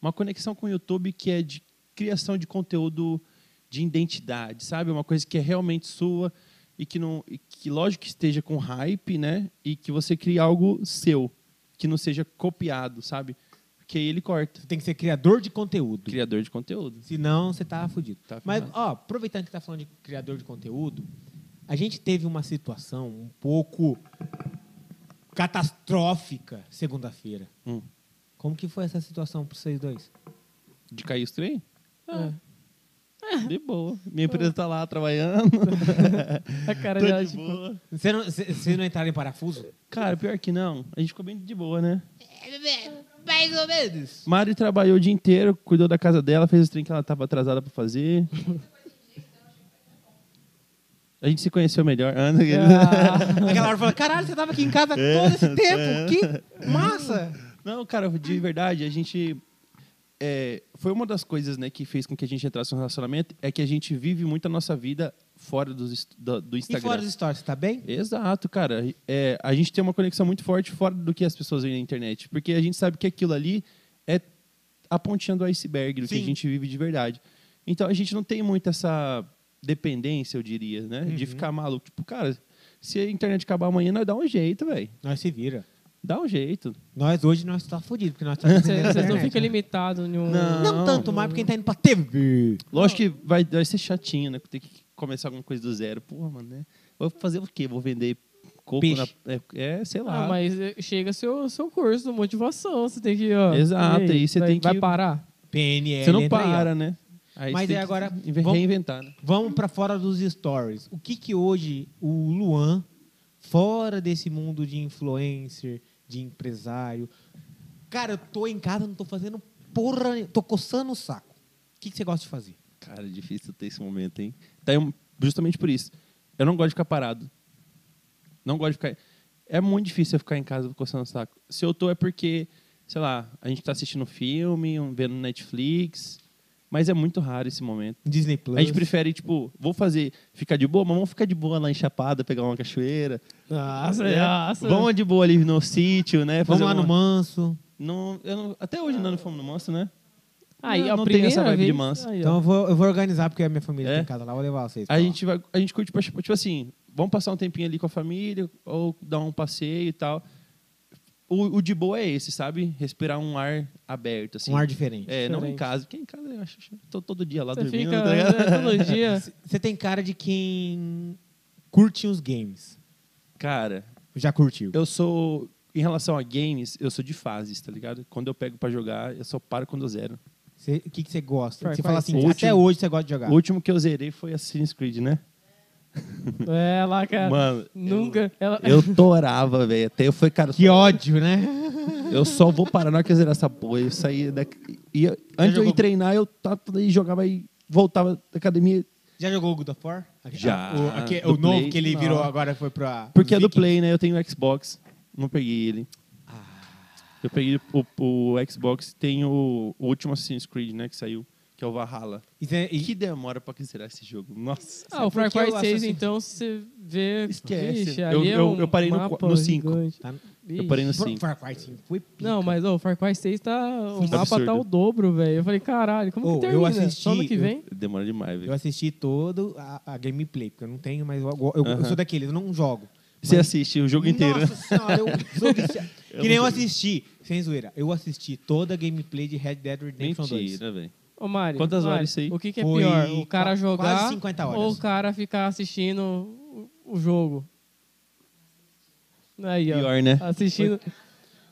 uma conexão com o YouTube que é de criação de conteúdo de identidade, sabe? Uma coisa que é realmente sua e que, não, e que lógico que esteja com hype, né? E que você crie algo seu, que não seja copiado, sabe? Porque aí ele corta.
Você tem que ser criador de conteúdo.
Criador de conteúdo.
Senão, você tá fudido.
Tá
Mas,
ferrado.
ó, aproveitando que tá falando de criador de conteúdo, a gente teve uma situação um pouco catastrófica segunda-feira.
Hum.
Como que foi essa situação para vocês dois?
De cair os trem? Ah. É.
É.
É.
De boa. Minha empresa está lá trabalhando.
A cara
Tô
dela,
de
tipo,
boa.
Vocês não, cê- cê não entraram em parafuso?
Cara, pior que não. A gente ficou bem de boa, né?
É, Mais ou menos.
Mari trabalhou o dia inteiro, cuidou da casa dela, fez os trem que ela estava atrasada para fazer. A gente se conheceu melhor. Ah, não.
ah,
Aquela hora fala, caralho, você tava aqui em casa
É.
todo esse tempo, que massa!
Não, cara, de verdade, a gente. é, foi uma das coisas né, que fez com que a gente entrasse no relacionamento é que a gente vive muito a nossa vida fora dos est- do, do
E
Instagram.
fora dos stories, tá bem?
Exato, cara. É, a gente tem uma conexão muito forte fora do que as pessoas veem na internet. Porque a gente sabe que aquilo ali é a pontinha do iceberg do que
Sim.
a gente vive de verdade. Então a gente não tem muito essa dependência, eu diria, né?
Uhum.
De ficar maluco. Tipo, cara, se a internet acabar amanhã, nós dá um jeito, velho.
Nós se vira.
Dá um jeito.
Nós hoje nós tá fudido, porque nós tá na
cê- Vocês não
internet.
ficam limitados em um...
Não.
Não tanto mais porque a gente tá indo pra TV.
Lógico que vai, vai ser chatinho, né? Ter que começar alguma coisa do zero. Porra, mano, né? Vou fazer o quê? Vou vender coco
Peixe.
na. É, é, sei lá.
Ah, mas eh, chega seu, seu curso, motivação, você tem que, ó...
Exato,
e
aí você
vai-
tem que-
Vai parar?
PNL.
Você não
entra é, aí, ó.
para, né? Aí
Mas
você tem
é
que
agora-
inve-
vamos-
reinventar, né?
Vamos pra fora dos stories. O que que hoje o Luan, fora desse mundo de influencer, de empresário... Cara, eu tô em casa, não tô fazendo porra... nenhuma, Tô coçando o saco. O que que você gosta de fazer?
Cara, é difícil ter esse momento, hein? Tá, eu- justamente por isso. Eu não gosto de ficar parado. Não gosto de ficar. É muito difícil eu ficar em casa coçando o saco. Se eu tô é porque, sei lá, a gente tá assistindo um filme, um- vendo Netflix. Mas é muito raro esse momento.
Disney Plus.
A gente prefere, tipo, vou fazer, ficar de boa, mas vamos ficar de boa lá em Chapada, pegar uma cachoeira.
Nossa,
né?
nossa.
Vamos de boa ali no sítio, né?
Vamos
Fazer
lá no
uma-
Manso.
Não, eu não- Até hoje nós não fomos no monstro, né?
Aí,
Não,
ó,
não tem
primeira
essa vibe de
vez,
manso.
aí, ó.
Então eu vou, eu vou organizar, porque a minha família
É?
tem casa lá, vou levar vocês. pra
A
lá.
gente, vai, a gente curte, tipo pra- tipo assim, vamos passar um tempinho ali com a família, ou dar um passeio e tal. O, o de boa é esse, sabe? Respirar um ar aberto, assim.
Um ar diferente.
É, não em
Diferente.
casa. Porque em casa eu acho que tô todo dia lá
Você
dormindo,
fica
tá ligado?
né, todo dia.
Você tem cara de quem curte os games.
Cara,
Já curtiu.
eu sou. Em relação a games, eu sou de fases, tá ligado? Quando eu pego pra jogar, eu só paro quando eu zero.
Cê- O que que você gosta?
Far
Você
Cry
fala assim,
seis.
até
Último-
hoje você gosta de jogar.
O último que eu zerei foi Assassin's Creed, né?
É, lá, cara.
Mano,
Nunca. Ela...
eu torava, velho. Até eu falei, cara,
Que ódio, né?
eu só vou parar na hora que eu zerar essa porra. Eu saía daqui. E, eu- antes de eu
jogou-
ir treinar, eu tava e jogava e voltava da academia.
Já jogou o God of War?
Já.
O, aque-
Do
o novo
Play.
que ele virou agora foi pra...
Porque é do
Vikings.
Play, né? Eu tenho Xbox, não peguei ele.
Ah.
Eu peguei o, o Xbox, tem o, o último Assassin's Creed, né? Que saiu, que é o Valhalla.
E cê- e-
Que demora pra que será esse jogo? Nossa.
Ah, o Far
Porque
Cry
o
6,
Assassin's-
então, você vê...
Esquece.
Vixe,
Eu-
ali é
eu-
um
eu parei no
mapa
qu- no cinco.
gigante.
Tá-
Eu parei no
Far-
5.
Far Cry 5 foi pica.
Não, mas ó, o Far Cry 6 tá... O
Foi
mapa
absurdo.
tá o dobro, velho. Eu falei, caralho, como
Ô,
que
eu
termina?
assisti,
Só ano que
eu-
vem?
Demora demais,
Eu
velho.
assisti todo a, a gameplay, porque eu não tenho, mas eu, eu- eu
Aham.
sou daqueles, eu não jogo.
Você assiste o jogo inteiro. né?
Nossa senhora, eu sou viciado.
Eu
que nem eu
não
assisti, sem zoeira, eu assisti toda a gameplay de Red Dead Redemption 2.
né? Mentira, velho.
Ô, Mari,
Quantas
Mari,
horas isso aí?
O que, que é
Foi
pior? O cara
qua-
jogar
quase 50 horas.
ou o cara ficar assistindo o- o jogo? Aí, ó.
Pior, né?
Assistindo...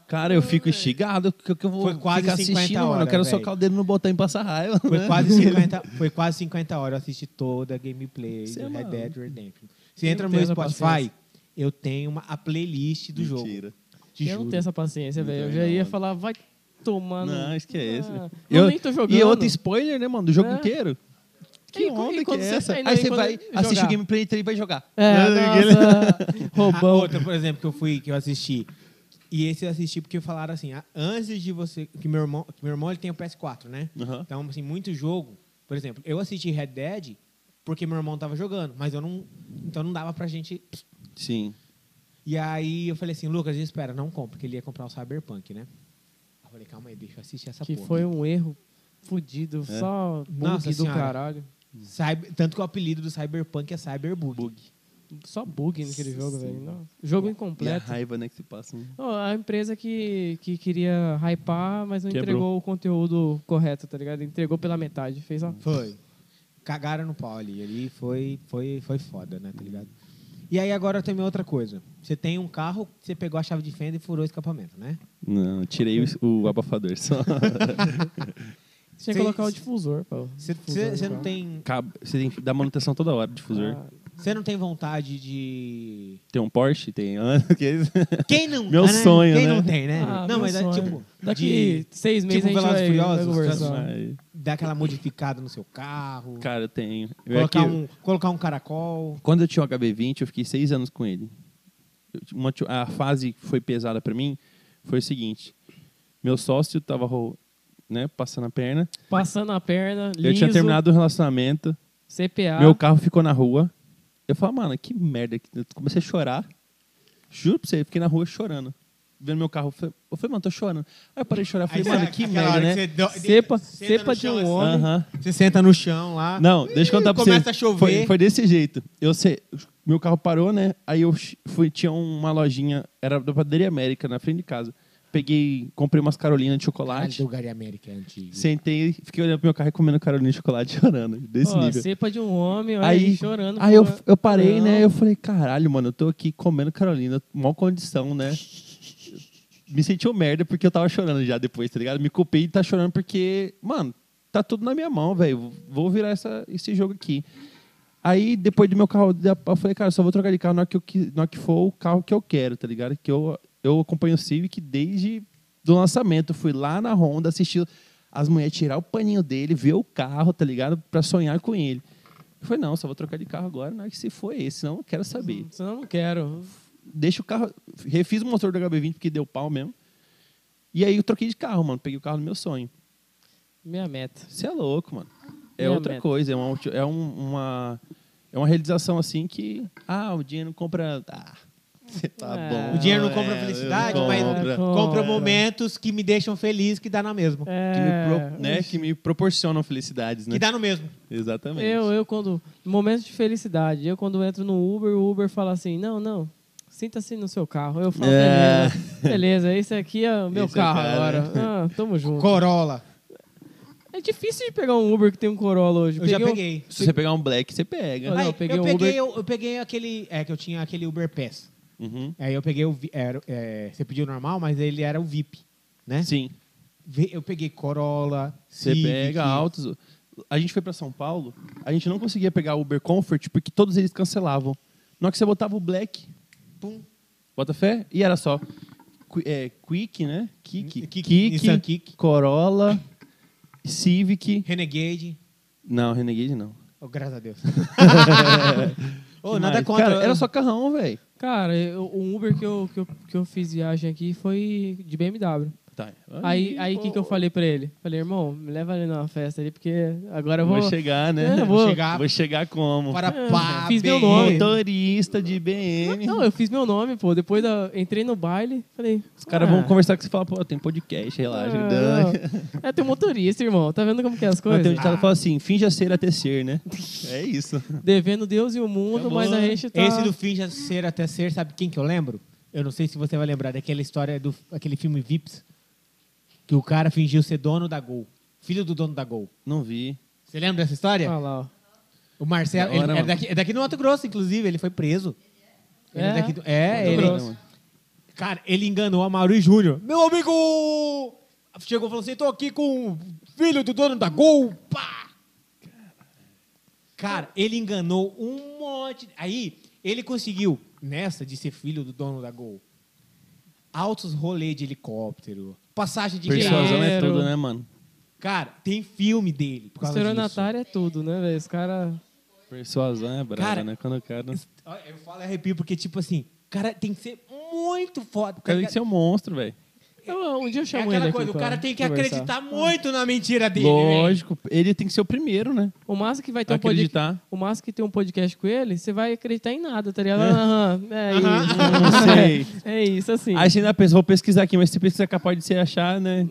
Cara, eu fico instigado. Que, que eu vou
Foi quase
ficar
50
assistindo, mano.
horas,
Eu quero
velho.
socar o dedo no botão e passar raiva.
Foi
né?
quase, 50, foi quase 50 horas, eu assisti toda a gameplay
Cê é
do Red
maluco.
Dead Redemption. Você entra no
tenho
meu
essa
Spotify,
paciência.
eu tenho uma, a playlist do jogo.
Mentira.
Te
eu não
juro.
tenho essa paciência, velho. Eu
também
já
não,
ia
mano.
falar, vai tomar no...
Não, esquece.
Ah,
E
eu
o-
nem tô jogando.
E outro spoiler, né, mano? Do jogo
É.
inteiro. Que
E- e
onda que
quando
é
você-
essa?
ainda
Aí
bem
você
quando
vai,
jogar.
assiste o gameplay inteiro e vai jogar.
É, nossa,
A
Ah,
roubão.
Ah, outra, por exemplo, que eu fui, que eu assisti. E esse eu assisti porque falaram assim, ah, antes de você. Que meu irmão, que meu irmão ele tem o PS4, né?
Aham.
Então, assim, muito jogo. Por exemplo, eu assisti Red Dead porque meu irmão tava jogando, mas eu não. Então não dava pra gente.
Sim.
E aí eu falei assim, Lucas, espera, não compra, porque ele ia comprar o Cyberpunk, né? Eu falei, calma aí, deixa eu assistir essa
Que
porra.
foi um erro fudido,
É.
só bug
Nossa
do
senhora.
caralho.
Cyber- Tanto que o apelido do Cyberpunk é Cyberbug.
Só bug naquele jogo,
Sim.
velho. não. Jogo
E a
incompleto.
raiva, né, que se passa. né?
Ó, a empresa que, que queria hypar, mas não
Quebrou.
entregou o conteúdo correto, tá ligado? Entregou pela metade. Fez
Hum.
ó.
Foi. Cagaram no pau ali. Ali foi, foi, foi foda, né? Tá ligado? E aí agora também outra coisa. Você tem um carro, você pegou a chave de fenda e furou o escapamento, né?
Não, eu tirei o, o abafador só.
Tinha
Cês-
que colocar o difusor, pô.
Você-
Difusor
Você
no
você não
carro.
tem,
Cabo- Você tem que dar manutenção toda hora, difusor.
Ah,
você não tem vontade de
Tem um Porsche, tem... que isso?
Quem não?
Meu
Ah, né?
sonho,
Quem
né?
não tem, né?
Ah,
não,
meu
mas é
sonho.
tipo
Daqui
de
seis meses
tipo
a gente vai, vai
Velozes e Furiosos,
conversar.
Ai,
dar aquela modificada no seu carro,
Cara, eu tenho. Eu
colocar
aqui-
um, colocar um caracol.
Quando eu tinha o HB20, eu fiquei seis anos com ele. Eu ti- uma ti- a fase que foi pesada pra mim foi o seguinte. Meu sócio tava ro- né, passando a perna.
Passando a perna,
Eu tinha
liso,
terminado o relacionamento.
Tá.
CPA.
Meu carro ficou na rua. Eu falei, mano, que merda. que- Eu comecei a chorar. Juro pra você, eu fiquei na rua chorando. Vendo meu carro. Eu falei, eu falei, mano, tô chorando. Aí eu parei de chorar. Falei,
Aí
mano,
sabe
que
aquela
merda,
hora que você
né?
do-
Cepa,
senta
cepa
no
de
chão
um
assim.
homem.
Aham.
Você senta no chão lá.
Não, deixa eu contar pra
Começa
você.
a chover.
Foi, foi desse jeito. Eu sei, meu carro parou, né? Aí eu ch- fui, tinha uma lojinha, era da Padaria América, na frente de casa. Peguei, comprei umas carolinas de
Caralho,
chocolate.
Bulgaria América é antigo.
Sentei, fiquei olhando pro meu carro e comendo carolina de chocolate chorando, desse
Ó,
nível.
cepa de um homem, olha
Aí,
ele chorando.
aí eu,
pô.
eu parei,
Não.
né? Eu falei, caralho, mano, eu tô aqui comendo carolina, mal condição, né? Me senti um merda porque eu tava chorando já depois, tá ligado? Me culpei de estar chorando porque, mano, tá tudo na minha mão, velho. Vou virar essa, esse jogo aqui. Aí, depois do meu carro, eu falei, cara, só vou trocar de carro na hora que, eu, qui- na hora que for o carro que eu quero, tá ligado? Que eu, eu acompanho o Civic desde do lançamento. Fui lá na Honda, assisti as mulheres tirar o paninho dele, ver o carro, tá ligado? Pra sonhar com ele. Eu falei, não, só vou trocar de carro agora na hora que se for esse, senão eu não quero saber.
Senão eu não quero.
Deixa o carro. Refiz o motor do HB20 porque deu pau mesmo. E aí eu troquei de carro, mano. Peguei o carro do meu sonho.
Minha meta.
Você é louco, mano. É
Minha
outra
meta.
coisa. É, uma, é um- uma. É uma realização assim que. Ah, o dinheiro não compra. Ah, você tá
É.
bom.
O dinheiro não
é,
compra felicidade, mas compra
compra.
Compra.
momentos que me deixam feliz, que dá na mesma.
Que
É,
me, pro- né, que me proporcionam felicidades, né?
Que dá no mesmo. né?
Exatamente.
eu, eu quando. Momento de felicidade. Eu quando entro no Uber, o Uber fala assim: não, não. Sinta-se no seu carro. Eu falo,
É.
beleza. Beleza, esse aqui é o meu
Esse é o
carro
cara.
agora.
né?
Ah, tamo junto.
Corolla.
É difícil de pegar um Uber que tem um Corolla hoje.
Eu já
um-
peguei.
Se você pegar um black, você pega.
Não,
Aí,
eu peguei
eu,
um
peguei,
Uber-
eu, eu peguei aquele. É, que eu tinha aquele Uber Pass.
Uhum.
Aí eu peguei o. vi- Era, é, você pediu normal, mas ele era o VIP, né?
Sim.
Ve- Eu peguei Corolla,
Você
Civic.
pega altos. A gente foi pra São Paulo, a gente não conseguia pegar Uber Comfort porque todos eles cancelavam. Na hora que você botava o Black,
Pum.
bota fé, e era só. Qui- é, Quick, né? Kik.
Kick, Uhum. Nissan Kick.
Corolla, Civic.
Renegade.
Não, Renegade não.
Oh, graças a Deus.
Que
oh, nada
mais?
contra.
Cara, era só carrão, velho.
Cara, eu, um Uber que eu, que, eu, que eu fiz viagem aqui foi de BMW.
Tá.
Aí o que, que eu falei pra ele? Falei, irmão, me leva ali numa festa ali, porque agora eu vou.
Vou chegar, né?
É, vou-
chegar-
Vou chegar como?
Para
É,
pá,
fiz meu
bem.
nome.
Motorista de BM.
Não, eu fiz meu nome, pô. Depois da- entrei no baile, falei.
Os caras
"Ah,
vão conversar com você e falar, pô, tem podcast, relaxa.
ah,
dane.
É teu motorista, irmão. Tá vendo como que é as
Não,
coisas?
tem um ditado que fala assim, finja ser até ser, né? É isso.
Devendo Deus e o mundo,
Acabou.
mas a gente tá.
Esse do Finja Ser Até Ser, sabe quem que eu lembro? Eu não sei se você vai lembrar daquela história do aquele filme Vips, que o cara fingiu ser dono da Gol, filho do dono da Gol.
Não vi.
Você lembra dessa
é.
história?
Olha lá, ó.
O Marcelo,
Da hora,
ele, é,
mano.
daqui, é daqui no Mato Grosso, inclusive, ele foi preso. Ele
É?
é, daqui do- é,
Mato
ele,
Grosso.
Cara, ele enganou a Mauri Júnior. Meu amigo! Chegou e falou assim: tô aqui com o filho do dono da Gol. Pá! Cara, ele enganou um monte. Aí, ele conseguiu, nessa de ser filho do dono da Gol, altos rolês de helicóptero, passagem de
Persuasão
graça.
é
Dinheiro.
tudo, né, mano?
Cara, tem filme dele. Por causa disso.
Estelionatário é tudo, né, velho? Os caras.
Persuasão é brava,
Cara,
né? Quando o cara... O
Ó, Eu falo e arrepio porque, tipo assim, cara tem que ser muito foda.
cara tem que ser um monstro, velho.
Um dia eu
É
chamo é ele.
aquela
aqui
coisa, o
pra
cara tem que
conversar.
acreditar muito na mentira dele. né? velho.
Lógico. Ele tem que ser o primeiro, né?
O massa que vai ter um podcast.
Acreditar.
O massa que tem um podcast com ele, você vai acreditar em nada, tá ligado? Aham, é isso.
Não sei.
É isso, assim.
Aí você ainda pensa, vou pesquisar aqui, mas se pesquisar é capaz de você achar, né?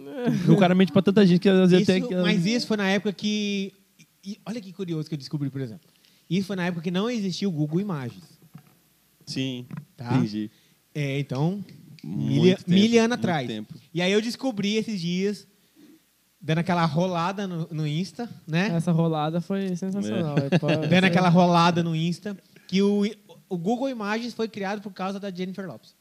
O cara mente pra tanta gente que às vezes
Isso-
até... que-
Mas isso foi na época que. e- olha que curioso que eu descobri, por exemplo. Isso foi na época que não existia o Google Imagens.
Sim,
Tá.
entendi.
É, então,
Muito
milha,
tempo,
milha ano
muito
atrás.
tempo.
E aí eu descobri esses dias, dando aquela rolada no, no Insta, né?
Essa é rolada foi sensacional. velho. Pô,
Dando
você-
aquela rolada no Insta, que o, i- o Google Imagens foi criado por causa da Jennifer Lopes.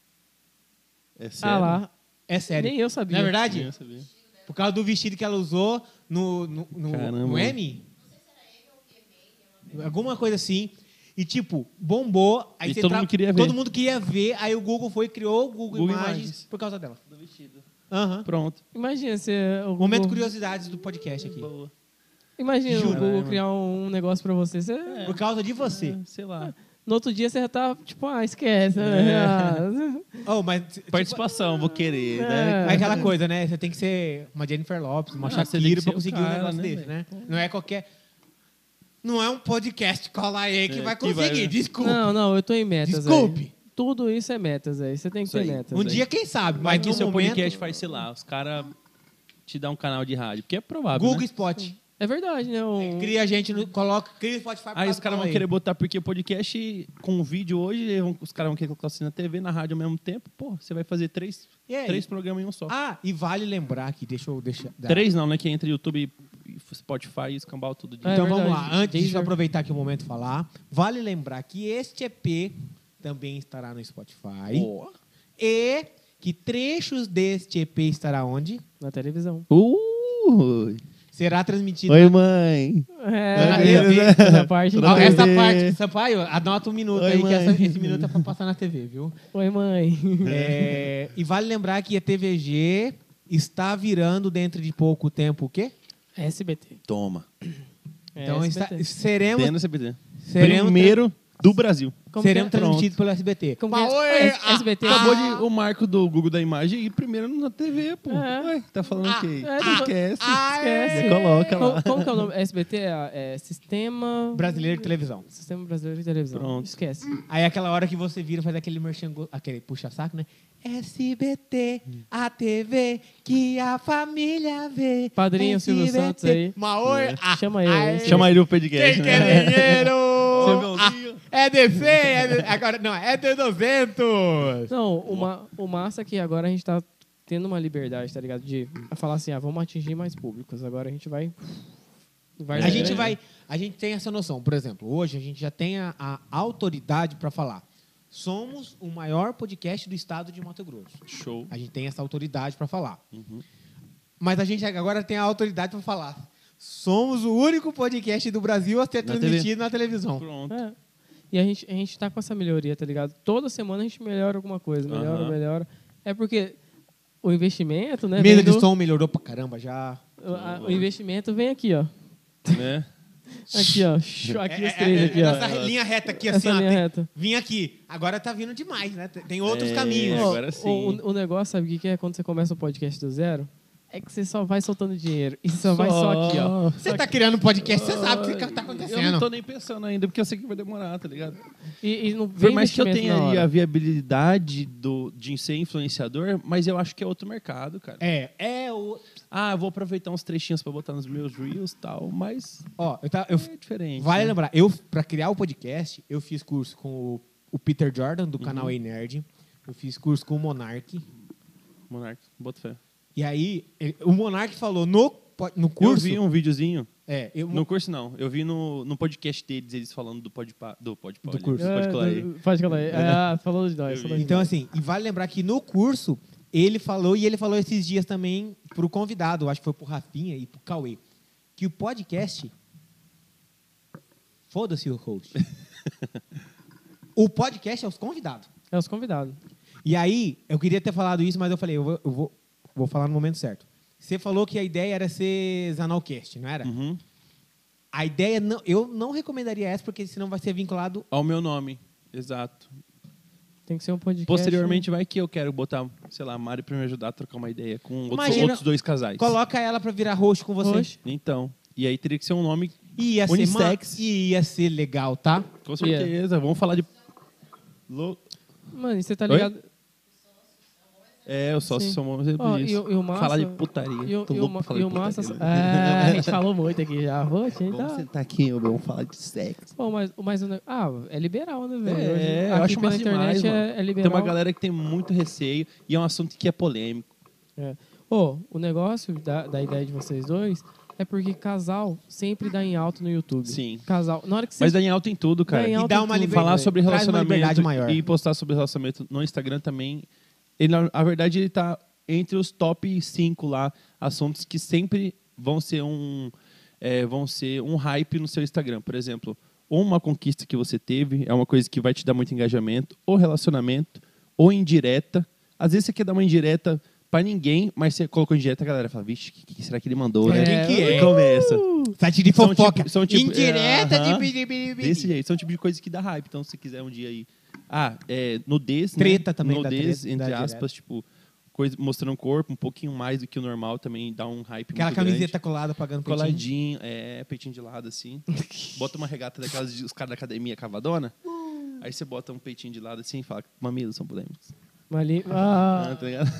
É sério.
Ah lá.
É sério.
Nem eu sabia.
Não é verdade?
Eu sabia.
Por causa do vestido que ela usou no, no, no,
Caramba.
no M? Alguma coisa assim. E, tipo, bombou. Aí
E
você
todo mundo queria ver.
Todo mundo queria ver. Aí o Google foi e criou o Google,
Google
Imagens,
Imagens.
por causa dela. Do vestido. Aham.
Pronto.
Imagina você. O
Momento
Google-
curiosidades do podcast aqui.
Imagina
Juro.
o Google criar um negócio pra você. você-
Por causa de você.
Sei lá.
No outro dia você já tá, tipo, ah, esquece. né? Ah,
É.
Oh, mas, tipo,
Participação, vou querer,
É.
né?
é aquela coisa, né? Você tem que ser uma Jennifer Lopes, uma
Ah, você tem
Shakira
que
pra
ser o
conseguir um
cara,
negócio
né,
desse,
velho?
né? Não é qualquer... Não é um podcast cola aí que
É,
vai
que
conseguir.
vai, né? é,
Desculpa.
Não, não, eu tô em metas.
Desculpe.
velho. Tudo isso é metas aí. Você tem que
Isso
ter
aí.
metas.
um
velho.
dia, quem sabe? Mas,
Mas
no
que seu
momento-
podcast faz, sei lá, os caras te dão um canal de rádio, porque é provável.
Google
né?
Spot.
É verdade, né? Um...
Cria a gente, no, coloca, cria o Spotify. por
Aí os
causa do
caras vão
Cauê.
querer botar, porque o podcast com vídeo hoje, eles vão- os caras vão querer colocar assim na TV, na rádio ao mesmo tempo. Pô, você vai fazer três,
E aí?
três programas em um só.
Ah, e vale lembrar aqui, deixa eu deixar. dar-
Três não, né? Que é entre YouTube, e Spotify e escambau tudo. De...
É.
Então vamos
verdade.
lá, antes
né?
de
Deezer.
aproveitar aqui o momento e falar, vale lembrar que este EP também estará no Spotify.
Ó.
E que trechos deste EP estará onde?
Na televisão.
Uh!
Será transmitido.
Oi, mãe!
beleza,
É,
né?
essa parte.
Ó,
né?
essa parte, Sampaio, anota um minuto
Oi,
aí, que
mãe.
essa- esse minuto é pra passar na TV, viu?
Oi, mãe.
É, e vale lembrar que a TVG está virando dentro de pouco tempo o quê?
É
SBT.
Toma.
É,
Então está-
SBT.
seremos,
Dentro do CBT.
seremos,
É Primeiro do Brasil.
um Como
seremos
que é?
transmitidos pelo SBT.
Como
Mas,
que é?
oi,
S-
a-
SBT.
Ah, Acabou de o marco do Google da imagem e primeiro na TV, pô.
É.
Ué, tá falando o quê?
é, Ah,
Esquece.
Esquece.
Você coloca
Como,
lá.
como que é o nome? SBT é, é Sistema...
Brasileiro de televisão.
Sistema Brasileiro de Televisão.
Pronto.
Esquece.
Aí é aquela hora que você vira, faz aquele merchango, aquele puxa-saco, né? SBT, a TV que a família vê.
Padrinho Silvio Santos aí. É.
Maoi,
ah,
Chama ele.
ai,
esse-
Chama ele o podcast,
Quem quer Ah.
né?
dinheiro?
Levelzinho.
É DC, é de- agora não, é D200.
Não, uma, o massa é que agora a gente tá tendo uma liberdade, tá ligado? De falar assim, ah, vamos atingir mais públicos. Agora a gente vai... vai
É.
A gente
grande.
vai, a gente tem essa noção. Por exemplo, hoje a gente já tem a, a autoridade para falar. Somos o maior podcast do estado de Mato Grosso.
Show.
A gente tem essa autoridade para falar.
Uhum.
Mas a gente agora tem a autoridade para falar. Somos o único podcast do Brasil a ser
Na
transmitido
TV.
na televisão.
Pronto.
É. E a gente, a gente tá com essa melhoria, tá ligado? Toda semana a gente melhora alguma coisa, melhora,
Aham.
melhora. É porque o investimento, né?
Mesa
vem
de
do-
som melhorou pra caramba já.
o- a- o investimento vem aqui, ó.
Né?
Aqui, ó. Shoo,
É,
É,
Aqui os três, aqui,
Essa
ó.
linha reta aqui, assim,
Essa
ó.
linha
tem-
reta.
Vim aqui. Agora tá vindo demais, né? Tem- Tem outros
É.
caminhos.
Ó,
agora sim.
O, o negócio, sabe o que que é? Quando você começa o podcast do zero, é que você só vai soltando dinheiro. E só, vai só aqui, ó.
Você tá criando um podcast, você sabe o que que tá
Eu não
acontecendo.
tô nem pensando ainda, porque eu sei que vai demorar, tá ligado?
E, e não vem
Por mais que eu
investimento
tenha
na
ali
hora.
a viabilidade do, de ser influenciador, mas eu acho que é outro mercado, cara.
É, é o.
Ah, eu vou aproveitar uns trechinhos pra botar nos meus reels e tal, mas
Ó, eu, tá, eu
é diferente.
Vale
né?
lembrar, eu, pra criar o podcast, eu fiz curso com o, o Peter Jordan, do canal
Uhum.
Ei Nerd. Eu fiz curso com o Monark.
Monark, bota fé.
E aí, ele- o Monark falou no, po- no
Eu
curso.
vi um videozinho.
É, eu,
No curso, não. Eu vi no, no podcast deles, eles falando do podpa, do podpa,
Do curso.
É, do- Pode colar aí. É, ah, falou de nós.
Eu
falou de
então,
nós.
assim, e vale lembrar que no curso, ele falou, e ele falou esses dias também pro convidado, acho que foi pro Rafinha e pro Cauê, que o podcast. Foda-se o host. o podcast é os convidados.
É os convidados.
E aí, eu queria ter falado isso, mas eu falei, eu vou, eu vou, vou falar no momento certo. Você falou que a ideia era ser Zanalcast, não era?
Uhum.
A ideia, não, eu não recomendaria essa, porque senão vai ser vinculado.
Ao É meu nome. Exato.
Tem que ser um podcast.
Posteriormente, vai que eu quero botar, sei lá, a Mari pra me ajudar a trocar uma ideia com outros-
Imagina-
outros dois casais.
Coloca ela pra virar roxo com você.
Roxo.
Então. E aí teria que ser um nome,
Ia ser, ma-
Unissex.
ia ser legal, tá?
com certeza. Vamos falar de. Lo-
Mano, e você tá
Oi?
ligado?
É, eu só
Sim.
se somos isso.
Ó, e o- e o massa-
falar de putaria.
E o,
Tô
e o,
louco
ma-
pra falar
e
de
o Massa.
putaria.
Ah, a gente falou muito aqui já. Poxa, então.
É, sentar aqui, eu vou falar de sexo.
Pô, mas, mas o ne- ah, é liberal, né, velho? Hoje,
É, eu
aqui
acho
pela
massa
internet
demais, mano.
é, é
Tem
liberal.
uma galera que tem muito receio e é um assunto que é polêmico.
É. Ô, o negócio da, da ideia de vocês dois é porque casal sempre dá em alto no YouTube.
Sim.
Casal. Na hora que você.
Mas dá em alta em tudo, cara.
Dá em
E dá uma
tudo.
liberdade.
falar sobre
Traz uma
relacionamento
liberdade maior.
e postar sobre relacionamento no Instagram também. Ele, a verdade, ele tá entre os top 5 lá, assuntos que sempre vão ser um é, vão ser um hype no seu Instagram. Por exemplo, ou uma conquista que você teve, é uma coisa que vai te dar muito engajamento, ou relacionamento, ou indireta. Às vezes você quer dar uma indireta pra ninguém, mas você colocou indireta, a galera fala, vixe, o que, que será que ele mandou, né?
É,
Quem que é?
E Começa.
Site de
São
fofoca.
tipo- são tipo-
Indireta
é, aham.
de bidi, bidi, bidi.
Desse jeito. São o tipo de coisa que dá hype. Então, se quiser um dia aí. Ah, é, nudez. né?
Treta também dá
Nudez,
treta, dá
entre
direto.
aspas, tipo, coisa, mostrando o corpo um pouquinho mais do que o normal também dá um hype.
Aquela
muito
camiseta
grande.
colada pagando peitinho.
Coladinho, é, peitinho de lado assim. Bota uma regata daquelas de os caras da academia cavadona.
Hum.
Aí você bota um peitinho de lado assim e fala, mamilos são polêmicos.
Mas ali-
Ah,
Ah,
tá ligado?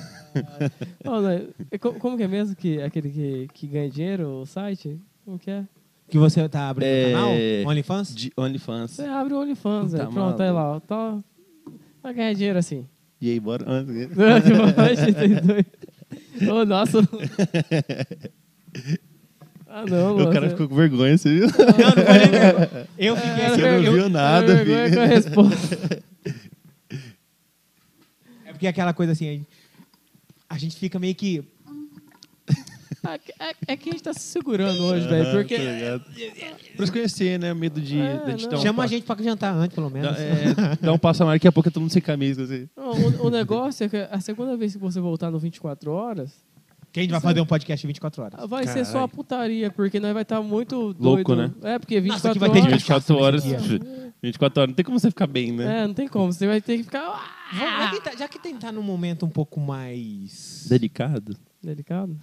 Ô, né, é co- como que é mesmo que aquele que, que ganha dinheiro, o site? Como que é?
Que você tá abrindo o
É.
canal? OnlyFans?
De OnlyFans.
Você abre o OnlyFans,
Tá
velho. Pronto, aí lá, ó. Tá, vai ganhar dinheiro assim.
E aí, bora. ah, tá
Durante o lanche, tem dois. Ô, nossa. Ah, não, mano.
o cara ficou com vergonha, você viu?
Eu fiquei assim,
Você não
eu-
viu nada,
Vergonha
filho.
com a resposta.
É porque é aquela coisa assim, a gente- a gente fica meio que.
Ah, é, é que a gente tá se segurando hoje,
é,
velho. Porque.
Tá ligado? Pra se conhecer, né? Medo de,
É,
de
não.
dar um
Chama a
passo.
gente pra jantar antes, pelo menos.
Dá, é, dá um passo a mais, daqui a pouco é todo mundo sem camisa. Assim.
O, o negócio é que a segunda vez que você voltar no 24 horas,
Que a gente vai fazer um podcast 24 horas.
vai ser só a putaria, porque nós vai estar muito doido.
Louco,
né? É, porque 24
aqui vai ter
horas.
24 horas.
nesse
24 horas, não tem como você ficar bem, né?
É, não tem como. Você vai ter que ficar. ah,
Vamos- vai tentar- já que tem tá num momento um pouco
É.
mais.
Delicado.
Delicado.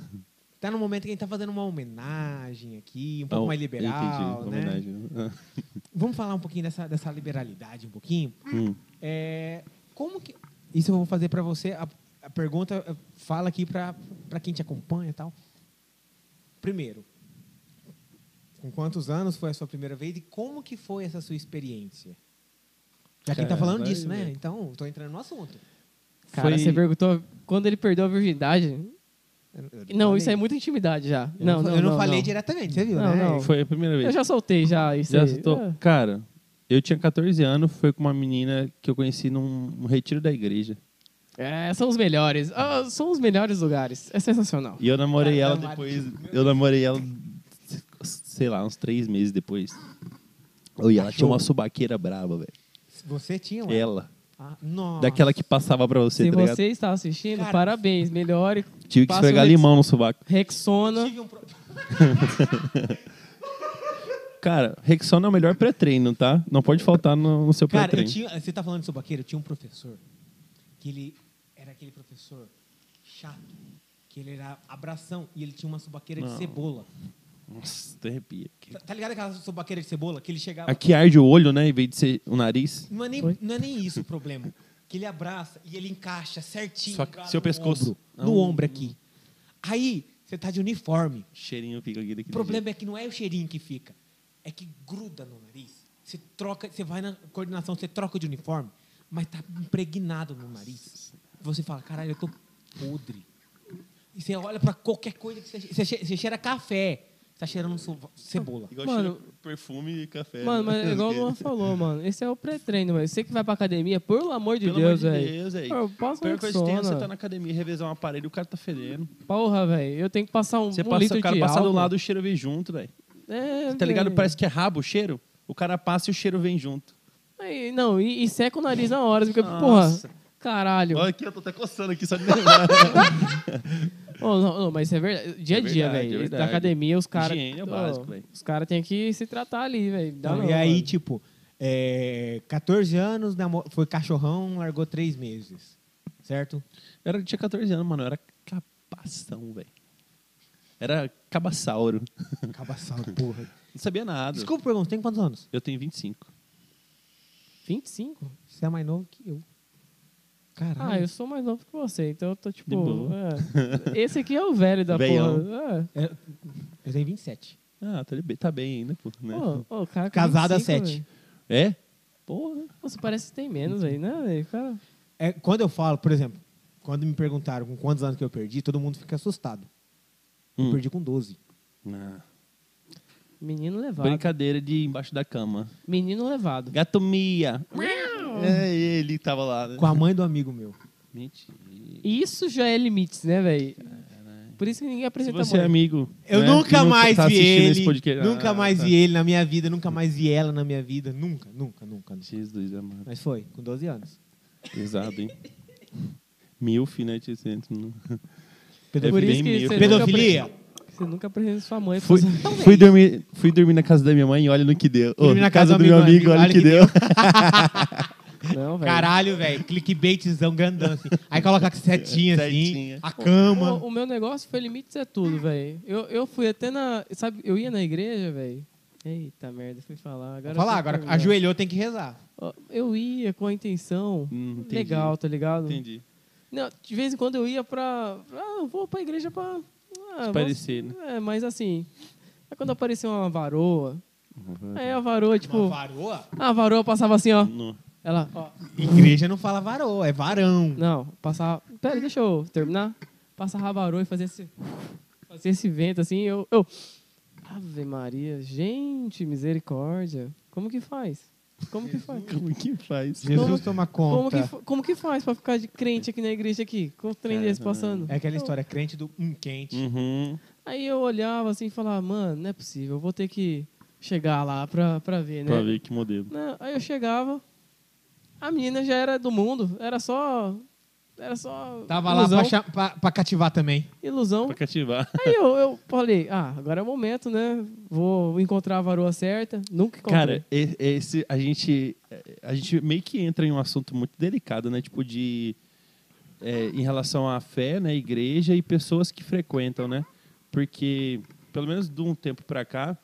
Tá num momento que a gente tá fazendo uma homenagem aqui, um pouco
Ah,
mais liberal.
entendi,
né?
homenagem. Ah,
Vamos falar um pouquinho dessa, dessa liberalidade, um pouquinho.
hum.
É, como que. Isso eu vou fazer pra você. A, a pergunta eh, fala aqui pra pra quem te acompanha e tal. Primeiro, Com quantos anos foi a sua primeira vez e como que foi essa sua experiência? Já que a gente tá
Cara,
falando
vai
disso, né?
ver.
Então, tô entrando no assunto.
Cara,
Foi-
você perguntou quando ele perdeu a virgindade. Não, isso é muita intimidade já.
Eu
não,
fa-
não,
Eu não
não,
falei
não.
diretamente, você viu,
Não,
né?
não.
Foi a primeira vez.
Eu já soltei já isso
Já
aí.
citou?
É.
Cara, eu tinha 14 anos, foi com uma menina que eu conheci num num retiro da igreja.
É, são os melhores. Ah, são os melhores lugares. É sensacional.
E eu namorei ela
Caramba.
depois. Eu namorei ela, sei lá, uns três meses depois. Oi, ela tinha uma subaqueira braba, velho.
Você tinha uma.
Ela.
Ah, nossa.
Daquela que passava pra você,
Se
tá
você
ligado?
está assistindo,
Cara.
parabéns. Melhore.
Tive que
passa
esfregar
o Rex-
limão no sovaco.
Rexona.
Tive um pro-
Cara, Rexona é o melhor pré-treino, tá? Não pode faltar no, no seu
Cara, eu
pré-treino.
tinha, você tá falando de sobaqueiro? Eu tinha um professor que ele era aquele professor chato, que ele era abração e ele tinha uma sobaqueira de
Não.
cebola.
Nossa, tu arrepia. Que-
Tá, tá ligado aquela sobaqueira de cebola que ele chegava.
Aqui arde o olho, né? Em vez de ser o nariz.
Não é, nem,
Oi?
não é nem isso o problema. Que ele abraça e ele encaixa certinho.
Só que
lá
seu
no
pescoço.
ombro, no
Não.
ombro aqui. Aí, você tá de uniforme.
Cheirinho fica aqui daqui.
O problema é que não é o cheirinho que fica, é que gruda no nariz. Você troca, você vai na coordenação, você troca de uniforme, mas tá impregnado no nariz. Você fala, caralho, eu tô podre. E você olha pra qualquer coisa que você, che- você, che- você cheira café, você tá cheirando so- cebola.
Igual
Mano-
cheiro perfume e café. né?
Mano, mas é igual o Luan falou, mano. Esse é o pré-treino, velho. Você que vai pra academia, pelo amor de Deus, velho. Pô, um eu passo
Pior coisa que tem é você
Rexona.
tá na academia, revezar um aparelho, o cara tá fedendo.
Porra, velho. Eu tenho que passar um,
Você
um
passa,
litro
o cara
de
passa
álcool.
do lado, o cheiro vem junto, velho.
É,
Tá ligado?
velho.
Parece que é rabo o cheiro. O cara passa e o cheiro vem junto.
Aí, não, e, e seca o nariz na hora. Fica,
Nossa.
porra, caralho.
Olha aqui, eu tô até coçando aqui, só de lembrar.
Ô, não, não, mas isso é verdade. Dia a
É
dia,
verdade, é
velho.
verdade.
da academia, os caras.
Higiene é o básico, velho.
Os caras têm que se tratar ali, velho. Dá
Então,
não,
e aí,
mano.
tipo, é, 14 anos, namo- foi cachorrão, largou três meses. Certo?
Eu era- tinha 14 anos, mano. Eu era capação, velho. Era cabaçauro.
Cabaçal, porra.
Não sabia nada.
Desculpa, pergunta, tem quantos anos?
Eu tenho 25.
25?
Você é mais novo que eu. Caralho.
Ah, eu sou mais novo que você, então eu tô tipo.
De boa.
é. Esse aqui é o velho da
Velhão.
porra. É.
Eu, eu tenho 27.
Ah, tá, de be- tá bem ainda, pô. Né?
Ô, É. ô, cara, com
Casado há
25,
sete.
velho.
É? Porra. Uhum.
Nossa, parece que tem menos aí, né, velho? Cara,
É, quando eu falo, por exemplo, quando me perguntaram com quantos anos que eu perdi, todo mundo fica assustado. Eu
Hum.
perdi com 12.
Ah,
menino levado.
Brincadeira de embaixo da cama.
Menino levado.
Gato Mia. É, ele tava lá, né?
Com a mãe do amigo meu.
Mentira.
Isso já é limites, né, velho? Por isso que ninguém
É, né? Se
apresenta
você é
muito.
amigo.
Eu
né, que
nunca mais
tá
vi
assistindo esse
ele.
podcast-
Nunca
Ah,
mais
tá.
vi ele na minha vida, nunca mais vi ela na minha vida. Nunca, nunca, nunca. nunca.
Jesus, amado.
Mas foi, com 12 anos.
Pesado, hein? Milf, né? Te sento no- É
Por isso
bem
que
meio.
você
Pedofilia?
Nunca, apre- você nunca apresenta sua mãe.
Fui,
pra você.
fui, dormir, fui dormir na casa da minha mãe e olha no que deu. Ô,
dormir na casa do
meu
amigo,
amigo, olha o que deu.
Não, velho.
Caralho, velho. Clickbaitzão grandão. Assim. Aí coloca a setinha assim,
Setinha.
a cama.
O, o meu negócio foi limites é tudo, velho. Eu, eu fui até na. Sabe, eu ia na igreja, velho. Eita merda, fui falar. Agora
Vou falar,
eu tenho que
agora
terminar.
ajoelhou, tem que rezar.
Ó, Eu ia com a intenção.
Hum, entendi.
legal, tá ligado?
Entendi.
Não, de vez em quando eu ia pra. Ah, eu vou pra igreja pra. Ah, vou-
parecer, né?
É, mas assim. Aí quando apareceu uma varoa.
Uhum.
Aí a varoa, tipo.
varoa?
A varoa passava assim, ó.
No-
Ela, ó.
Igreja não fala varoa, é varão.
Não, passava. Pera, deixa eu terminar. Passava a varoa e fazia esse. Fazia esse vento assim, eu. eu Ave Maria, gente, misericórdia. Como que faz? Como que faz?
Como que faz?
Jesus toma conta.
Como que, fa- como que faz pra ficar de crente aqui na igreja aqui? Com o trem desse passando.
É aquela
Eu-
história crente do um quente.
Uhum.
Aí eu olhava assim e falava, mano, não é possível, eu vou ter que chegar lá pra, pra ver, né?
Pra ver que modelo.
Não, aí eu chegava, a menina já era do mundo, era só. Era só.
Tava lá
ilusão,
pra, cha- pra- pra cativar também.
Ilusão.
Pra cativar.
Aí eu, eu falei, ah, agora é o momento, né? Vou encontrar a varoa certa. Nunca encontrei.
Cara, e- esse, a, gente, a gente meio que entra em um assunto muito delicado, né? Tipo, de. é, em relação à fé, né? Igreja e pessoas que frequentam, né? Porque, pelo menos de um tempo pra cá,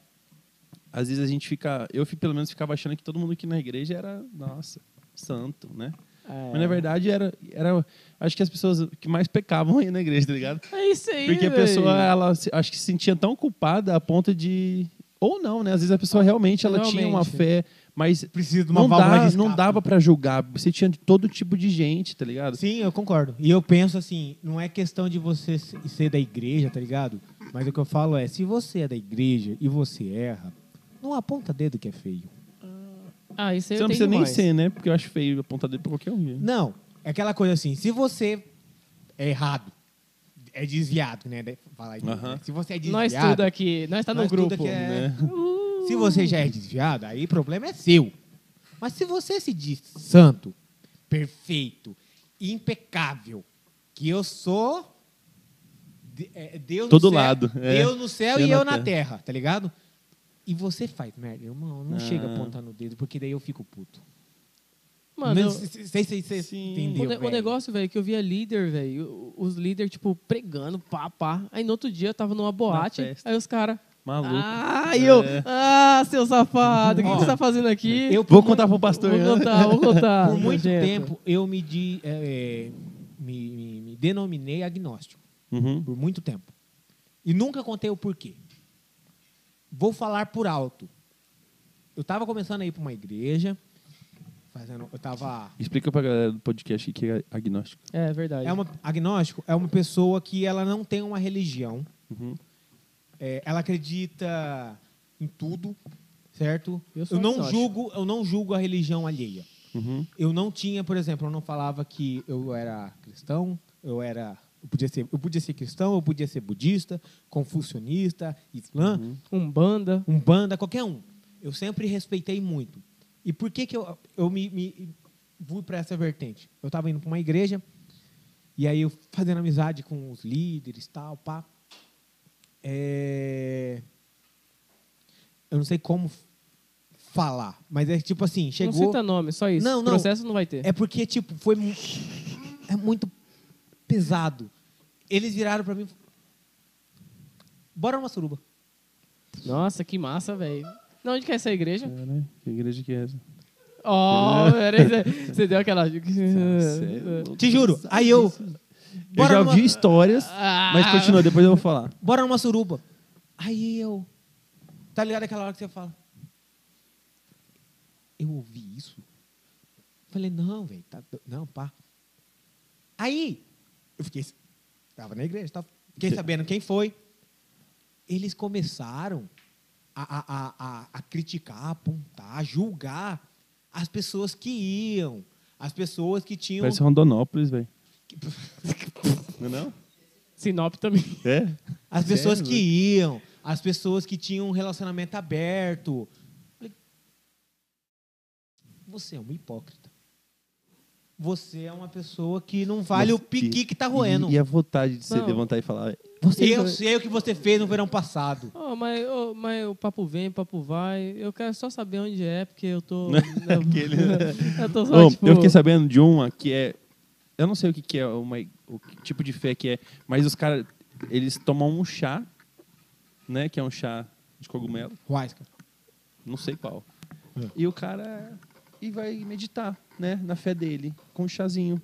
às vezes a gente fica. Eu, fi- pelo menos, ficava achando que todo mundo aqui na igreja era, nossa, santo, né?
É.
Mas, na verdade, era, era. Acho que as pessoas que mais pecavam aí na igreja, tá ligado?
É isso aí.
Porque a
véi.
pessoa, ela se- acho que se sentia tão culpada a ponto de. Ô, Ou não, né? Às vezes a pessoa realmente ela tinha uma
Realmente.
fé, mas
Precisa de uma
não,
válvula de
dá,
escape.
não dava pra julgar. Você tinha de todo tipo de gente, tá ligado?
Sim, eu concordo. E eu penso assim, não é questão de você se- ser da igreja, tá ligado? Mas o que eu falo é, se você é da igreja e você erra, não aponta dedo que é feio.
Ah, isso aí
Você
eu
não precisa
tenho
nem
mais.
ser, né? Porque eu acho feio apontar dele pra qualquer um. né?
Não, é aquela coisa assim, se você é errado, é desviado, né? de- Falar isso,
Aham.
né? Se você é desviado,
Nós tudo aqui, nós tá no
nós tudo
grupo.
aqui é-
né?
se você já é desviado, aí o problema é seu. Mas se você se diz santo, perfeito, impecável, que eu sou de- é, Deus
Todo
no céu,
lado, é.
Deus no céu
Eu
e
na
eu na terra, tá ligado? E você faz merda, irmão, não
Ah.
chega apontando o dedo, porque daí eu fico puto.
Mano,
Mas
eu-
c- c- sei, sei, sei,
Sim.
entendeu,
o, ne- o
velho?
negócio, velho, é que eu via líder, velho, o- os líder, tipo, pregando, pá, pá. Aí no outro dia eu tava numa boate,
festa.
aí os caras.
Maluco.
Ah, e eu.
É.
Ah, seu safado, o que, que
Ó,
você tá fazendo aqui?
eu
Vou
por
contar pro pastor. né?
Vou contar, vou contar.
Por muito
nojento.
tempo eu me, de- é, é, me- me- me denominei agnóstico.
Uhum.
por muito tempo. E nunca contei o porquê. Vou falar por alto. Eu estava começando a ir para uma igreja, fazendo, eu tava
Explica pra galera do podcast que é agnóstico.
É verdade.
é uma agnóstico, é uma pessoa que ela não tem uma religião.
Uhum.
É, ela acredita em tudo, certo?
Eu
Eu,
sou
não
agnóstico.
julgo, eu não julgo a religião alheia.
Uhum.
Eu não tinha, por exemplo, eu não falava que eu era cristão, eu era eu podia ser, eu podia ser cristão, eu podia ser budista, confucionista, islã,
Umbanda.
Umbanda, qualquer um. Eu sempre respeitei muito. E por que, que eu, eu me, me- fui para essa vertente? Eu estava indo para uma igreja, e aí eu fazendo amizade com os líderes, tal, pá. É... Eu não sei como falar, mas é tipo assim,
Não
chegou...
cita nome, só isso.
Não, não.
Processo não vai ter.
É porque, tipo, foi mu- é muito pesado. Eles viraram para mim... e falaram, Bora numa suruba.
Nossa, que massa, velho. Não, onde que é essa igreja?
Caralho, que igreja que é essa?
Oh, peraí, você- você deu aquela. é
Te juro. Aí eu...
é Eu
Bora
já
numa-
ouvi histórias,
Ah.
mas continua, depois eu vou falar.
bora numa suruba. Aí eu. Tá ligado aquela hora que você fala? Eu ouvi isso? Falei, não, velho, tá do- não, pá. Aí, eu fiquei. Tava na igreja, tava, fiquei
Que-
sabendo quem foi. Eles começaram a, a, a, a, a criticar, apontar, julgar as pessoas que iam, as pessoas que
um
tinham.
Parece Rondonópolis, velho. Não é não?
Sinop também.
É?
As pessoas
Sério?
que iam, as pessoas que tinham um relacionamento aberto. Falei, Você é um hipócrita. Você é uma pessoa que não vale o
Nossa,
piqui
e-
que tá roendo.
E, é e a vontade de você
Não.
levantar e falar.
eu sei o que você fez no verão passado.
Oh, mas, ô, mas o papo vem, o papo vai. Eu quero só saber onde é, porque eu tô.
Aquele-
eu tô só,
Bom,
tipo.
eu fiquei sabendo de uma que é. Eu não sei o que, que é, uma, o que tipo de fé que é, mas os caras, eles tomam um chá, né? Que é um chá de cogumelo,
Quais, cara?
não sei qual. E o cara e vai meditar, né? Na fé dele, com um chazinho.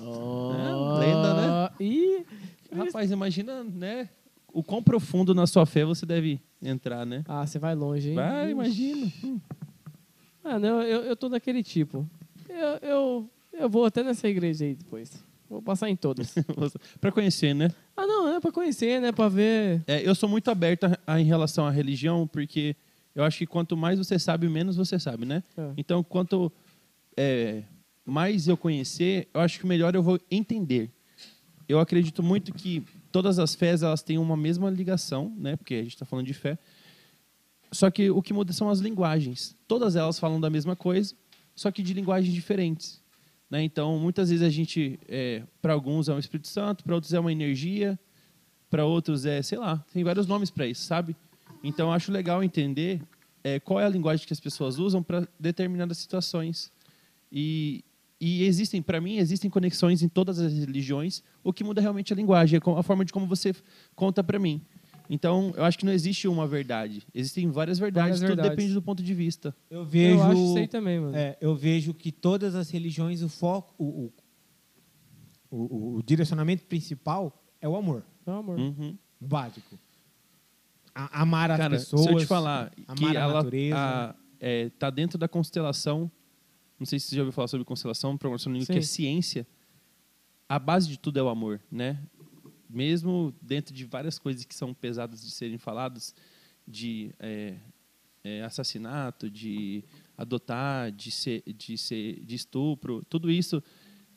Oh,
É,
né?
lenda,
Ih,
Ah.
Rapaz, imagina, né? O quão profundo na sua fé você deve entrar, né?
ah, você vai longe, hein?
Vai,
Ixi.
imagina.
Mano, eu, eu, eu tô daquele tipo. Eu, eu, eu vou até nessa igreja aí depois. Vou passar em todas.
pra conhecer, né?
ah, não, é pra conhecer, né? Pra ver.
É, eu sou muito aberto a- a- em relação à religião, porque eu acho que quanto mais você sabe, menos você sabe, né?
É.
Então, quanto é, mais eu conhecer, eu acho que melhor eu vou entender. Eu acredito muito que todas as fés elas têm uma mesma ligação, né? Porque a gente está falando de fé. Só que o que muda são as linguagens. Todas elas falam da mesma coisa, só que de linguagens diferentes. Né? Então, muitas vezes a gente, é, para alguns é um Espírito Santo, para outros é uma energia, para outros é, sei lá, tem vários nomes para isso, sabe? Então, eu acho legal entender é, qual é a linguagem que as pessoas usam para determinadas situações. E, e existem, para mim, existem conexões em todas as religiões. O que muda realmente é a linguagem, é co- a forma de como você f- conta para mim. Então, eu acho que não existe uma verdade. Existem várias
Várias
verdades, tudo
verdades.
depende do ponto de vista.
Eu vejo.
Eu acho isso aí também, mano.
É, eu vejo que todas as religiões, o foco, o, o, o, o direcionamento principal é o amor.
Não, amor.
Uhum.
básico. a- amar as
Cara,
pessoas.
se eu te falar que
amar a
ela
natureza.
a- é, tá dentro da constelação, não sei se você já ouviu falar sobre constelação, programação
Sim.
linguística, que é ciência, a base de tudo é o amor, né? Mesmo dentro de várias coisas que são pesadas de serem faladas, de é, é, assassinato, de adotar, de ser, de ser, de estupro, tudo isso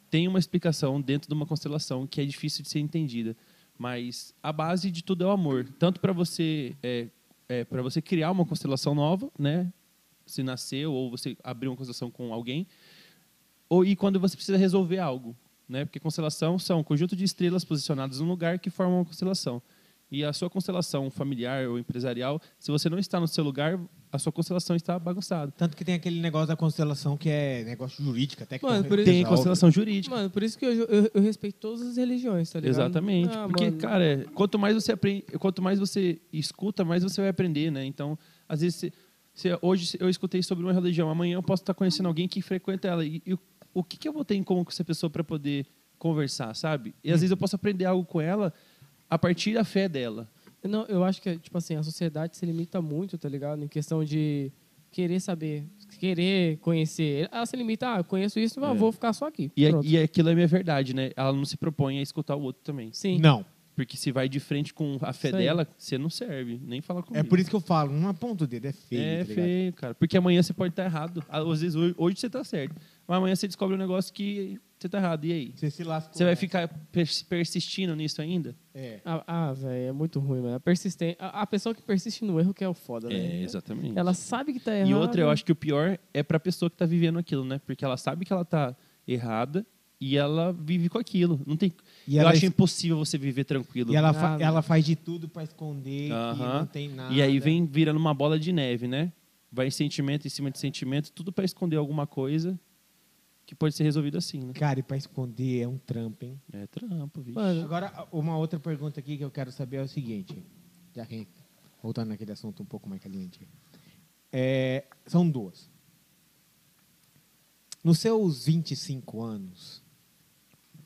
tem uma explicação dentro de uma constelação que é difícil de ser entendida, mas a base de tudo é o amor, tanto para você é, para você criar uma constelação nova, né? Se nasceu ou você abrir uma constelação com alguém, ou e quando você precisa resolver algo, né? Porque constelação são um conjunto de estrelas posicionadas num lugar que formam uma constelação. E a sua constelação familiar ou empresarial, se você não está no seu lugar, a sua constelação está bagunçada.
Tanto que tem aquele negócio da constelação que é negócio jurídico, até que
Mano,
tão
por isso-
Tem
resolve.
constelação jurídica.
Mano, por isso que eu, eu, eu respeito todas as religiões, tá ligado?
Exatamente.
Ah,
Porque,
mano,
cara, é, quanto mais você aprende, quanto mais você escuta, mais você vai aprender, né? Então, às vezes, você- você- hoje eu escutei sobre uma religião, amanhã eu posso estar conhecendo alguém que frequenta ela. E, e o, o que, que eu vou ter em comum com essa pessoa para poder conversar, sabe?
Hum.
E às vezes eu posso aprender algo com ela a partir da fé dela.
Não, eu acho que, tipo assim, a sociedade se limita muito, tá ligado? Em questão de querer saber, querer conhecer. Ela se limita, ah, eu conheço isso, mas
É.
vou ficar só aqui.
E, a-
Pronto.
e aquilo é minha verdade, né? Ela não se propõe a escutar o outro também.
Sim.
Não.
Porque se vai de frente com a fé
Isso aí.
dela, você não serve, nem fala comigo.
É por isso que eu falo, não aponta o dedo, é feio.
é
tá ligado?
feio, cara. Porque amanhã você pode estar errado. Ah, Às vezes hoje, hoje você tá certo. Mas amanhã você descobre um negócio que você tá errado. E aí?
Você se lascou.
Você vai
né?
ficar pers- persistindo nisso ainda?
É.
Ah, ah, velho, é muito ruim, mano. A, persisten- a, a pessoa que persiste no erro que é o foda, né?
exatamente.
Ela sabe que tá errado.
E outra, eu acho que o pior é pra pessoa que tá vivendo aquilo, né? Porque ela sabe que ela tá errada e ela vive com aquilo. Não tem...
E
eu
ela,
acho impossível você viver tranquilo.
e ela, fa-
Nada.
ela faz de tudo pra esconder e
Aham.
não tem nada.
E aí vem virando uma bola de neve, né? Vai sentimento em cima de sentimento, tudo pra esconder alguma coisa que pode ser resolvido assim, né?
Cara, e pra esconder é um trampo, hein?
É trampo, vixe.
Mano,
Agora, uma outra pergunta aqui que eu quero saber é o seguinte. Já que voltando naquele assunto um pouco mais caliente. É, são duas. Nos seus 25 anos,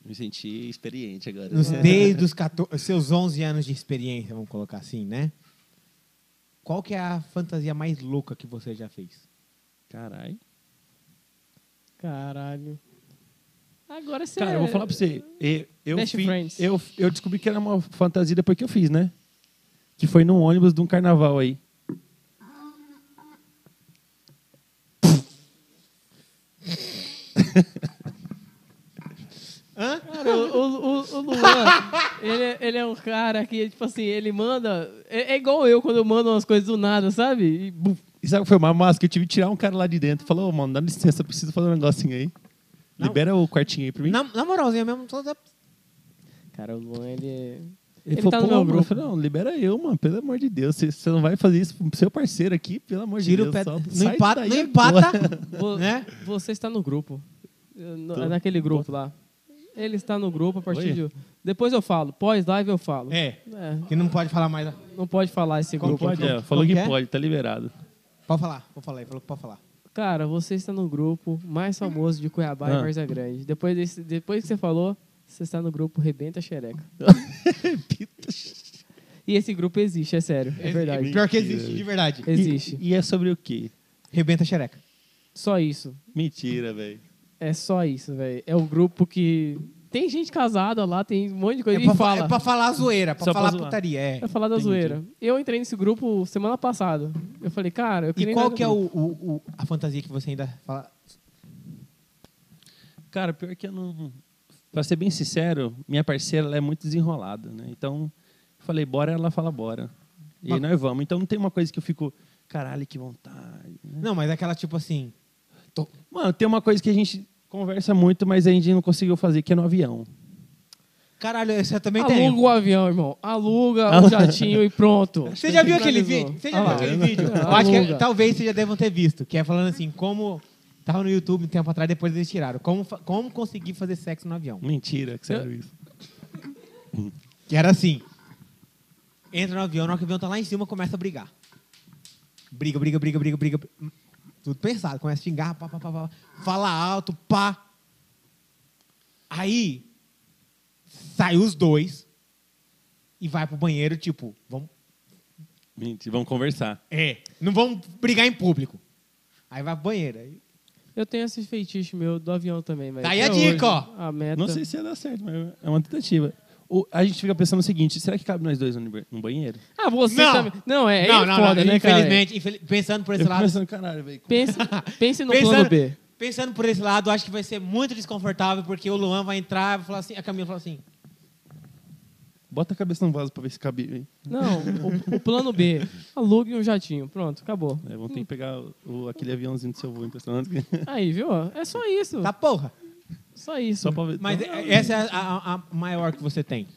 Me senti experiente agora.
nos- desde os 14, seus 11 anos de experiência, vamos colocar assim, né? Qual que é a fantasia mais louca que você já fez?
Caralho.
Caralho. Agora você
Cara, eu vou falar pra você. Eu, eu,
Best
fiz-
friends.
eu, eu descobri que era uma fantasia depois que eu fiz, né? Que foi num ônibus de um carnaval aí.
Cara, o, o, o- o Luan, ele, é- ele é um cara que, tipo assim, ele manda. É, é igual eu quando eu mando umas coisas do nada, sabe? E, bum.
E sabe o que foi uma massa que eu tive que tirar um cara lá de dentro? Falou, ô, mano, dá licença, eu preciso fazer um negocinho aí.
Não.
Libera o quartinho aí pra mim.
Na, na moralzinha mesmo, só dá-
Cara, o Luan, ele.
Ele,
Ele
falou,
tá no
pô,
meu
mano, eu
grupo.
falei, não, libera eu, mano, pelo amor de Deus. Você você não vai fazer isso pro seu parceiro aqui, pelo amor
tira
de
o
Deus.
pé.
só
Não
sai
empata,
daí
não
agora."
empata,
Vo-
né?
Você está no grupo. Eu- no-
Tô.
Naquele grupo lá. Ele está no grupo a partir
Oi?
de. Depois eu falo. Pós-live eu falo.
É,
É,
que não pode falar mais.
não pode falar esse
Como
grupo
pode?
aqui.
É, falou
Como
que
que é?
pode, tá liberado.
Pode falar, vou falar aí, falou que pode falar.
Cara, você está no grupo mais famoso de Cuiabá
Ah.
e Varza Grande. Depois, desse- depois que você falou, você está no grupo Rebenta Xereca. E esse grupo existe, é sério. É verdade.
Pior que existe, de verdade.
Existe.
E, e é sobre o quê?
Rebenta a xereca.
Só isso.
Mentira, velho.
É só isso, velho. É o grupo que. Tem gente casada lá, tem um monte de coisa.
É
e
pra,
fala.
é pra falar zoeira, pra
Só pra
falar
zoar.
putaria. É.
Pra falar da
Entendi.
zoeira. Eu entrei nesse grupo semana passada. Eu falei, cara, eu queria.
E qual
entrar
que é
no
o,
grupo.
o- o- a fantasia que você ainda fala?
Cara, pior que eu não. Pra ser bem sincero, minha parceira ela é muito desenrolada, né? Então, eu falei, bora, ela fala bora. E aí nós vamos. Então não tem uma coisa que eu fico, caralho, que vontade. né?
Não, mas aquela tipo assim.
Mano, tem uma coisa que a gente conversa muito, mas a gente não conseguiu fazer, que é no avião.
Caralho, essa eu também
Tá
Aluga
tem.
o avião, irmão. Aluga o jatinho e pronto.
Você já viu aquele
Finalizou.
vídeo? Você já
Ah
viu
lá.
aquele vídeo?
Ah,
Eu acho que é
aluga.
talvez vocês já devam ter visto, que é falando assim, como. Tava no YouTube um tempo atrás, depois eles tiraram. Como, fa- como conseguir fazer sexo no avião?
Mentira, que sério isso.
Que era assim. Entra no avião, na hora que o avião tá lá em cima, começa a brigar. Briga, briga, briga, briga, briga. Tudo pensado. Começa a xingar, pá, pá, pá, pá. Fala alto, pá. Aí, sai os dois e vai pro banheiro, tipo, vamos...
Mentira, vamos conversar.
É. Não vamos brigar em público. Aí vai pro banheiro. Aí...
Eu tenho esses feitiços meu do avião também, mas.
Tá aí a
até hoje,
dica, ó.
A meta.
Não sei se ia dar certo, mas é uma tentativa. O- a gente fica pensando o seguinte: será que cabe nós dois no ba- no banheiro?
Ah, você
Não.
também. Não, é, é foda, né, cara?
infelizmente, infeli- pensando por esse
eu fico
lado.
pensando, caralho, velho.
Pense, pense no
Pensando-
plano B.
Pensando por esse lado, acho que vai ser muito desconfortável, porque o Luan vai entrar e vai falar assim, a Camila fala assim,
Bota a cabeça no vaso pra ver se cabe. né? hein?
Não, o, o plano B. Alugue um jatinho. Pronto, acabou.
É, vão ter que pegar o- o- aquele aviãozinho do seu voo impressionante.
Aí, viu? É só isso.
tá porra.
Só isso.
Só pra ver.
Mas
Não,
é- essa é a, a- a maior que você tem.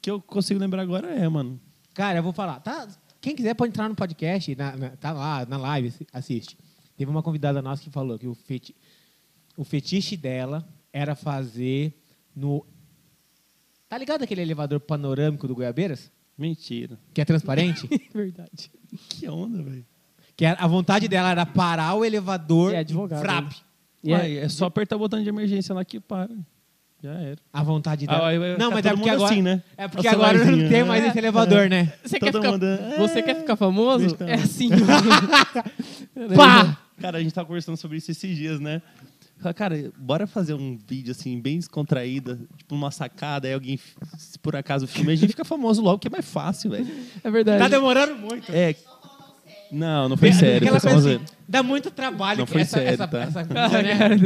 que eu consigo lembrar agora é, mano.
Cara, eu vou falar, tá? Quem quiser pode entrar no podcast, na- na- tá lá, na live, assi- assiste. Teve uma convidada nossa que falou que o, feti- o fetiche dela era fazer no... Tá ligado aquele elevador panorâmico do Goiabeiras?
Mentira.
Que é transparente?
Verdade.
Que onda, velho.
que é, a, a vontade dela era parar o elevador
E é advogado,
frap.
né? E é-
Uai, é só apertar o botão de emergência lá que para. Já era.
A vontade
Ah,
dela.
aí vai
não,
ficar
mas é
todo
porque
mundo
agora
assim, né?
É porque
O
agora não
celularzinho,
tem
né?
mais
É.
esse elevador, né?
Você,
Todo
quer ficar,
mundo, é,
você quer ficar famoso?
então.
É assim. É.
Pá!
Cara, a gente tava conversando sobre isso esses dias, né? Fala, Cara, bora fazer um vídeo assim, bem descontraído, tipo uma sacada, aí alguém, se por acaso, filme, a gente fica famoso logo, que é mais fácil, velho.
É verdade.
Tá demorando muito.
É. Não, não foi
Aquela
sério, foi só uma
coisa
zoeira.
assim, dá muito trabalho
Não
que
foi
essa,
sério,
essa,
tá?
essa
Ah,
coisa, né?
cara.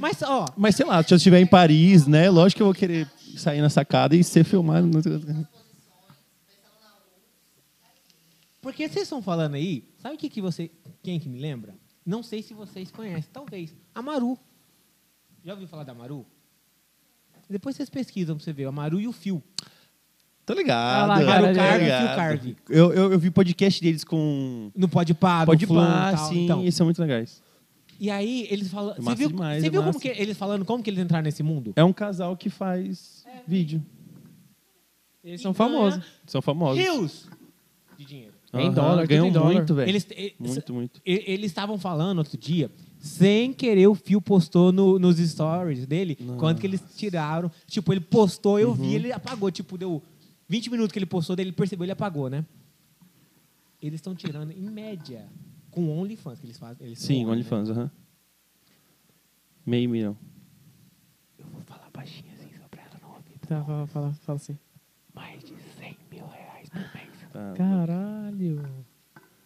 Mas, ó,
Mas sei lá, se eu estiver em Paris, né? Lógico que eu vou querer sair na sacada e ser filmado.
porque vocês estão falando aí, sabe o que, que você. Quem que me lembra? Não sei se vocês conhecem, talvez. A Maru. Já ouviu falar da Maru? Depois vocês pesquisam pra você ver. A Maru e o Fio.
Tô ligado.
Ah lá, cara,
tô
Maru Carve,
ligado.
Phil Carve.
Eu, eu, eu vi podcast deles com.
No Pode Pá,
Pode
no Flow,
pá,
tal.
sim.
Então,
Eles são muito legais.
E aí, eles falam. Você
massa
viu,
demais,
você
é
viu como
massa.
que eles falando como que eles entraram nesse mundo?
É um casal que faz vídeo.
Eles são famosos.
São famosos.
Rios de dinheiro.
Em
Aham,
dólar, tudo
ganham
em dólar.
muito, velho.
Eles, eh, e-
Muito, muito.
e- eles estavam falando outro dia, sem querer, o Fio postou no- nos stories dele, quanto que eles tiraram. Tipo, ele postou, eu
Uhum.
vi, ele apagou. Tipo, deu 20 minutos que ele postou, daí ele percebeu, ele apagou, né? Eles estão tirando, em média, com OnlyFans que eles fazem. Eles
Sim,
são né?
OnlyFans, aham. Meio milhão.
Eu vou falar baixinho assim, só pra ela não ouvir.
Tá, fala, fala, fala assim.
Mais de 100 mil reais por mês.
Tá.
Caralho.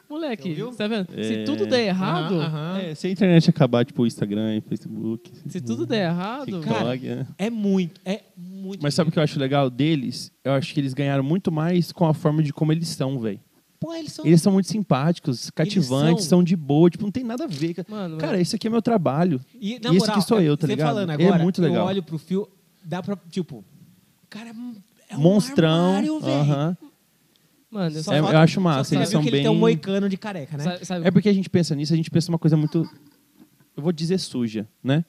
Moleque,
Você ouviu?
tá vendo?
É.
Se tudo der errado,
É, se a internet acabar, tipo, o Instagram, Facebook,
se tudo der errado,
TikTok, né?
É muito, é muito.
Mas sabe o que eu acho legal deles? Eu acho que eles ganharam muito mais com a forma de como eles são, velho.
Pô, eles são.
Eles são muito simpáticos, cativantes,
são-
são... de boa, tipo, não tem nada a ver. cara.
Mano,
cara,
é-
isso aqui é meu trabalho.
E,
esse que sou eu, tá
você
ligado?
falando
É
agora,
muito legal.
eu olho pro fio, dá pra, tipo, o cara é um- é um
Monstrão.
armário, velho.
aham.
mano,
Só
É,
falta-
eu acho
Só
massa,
que
eles
você
são
viu que
bem...
ele tem um moicano de careca, né?
sabe, sabe-
É porque a gente pensa nisso, a gente pensa uma coisa muito. Eu vou dizer suja, né?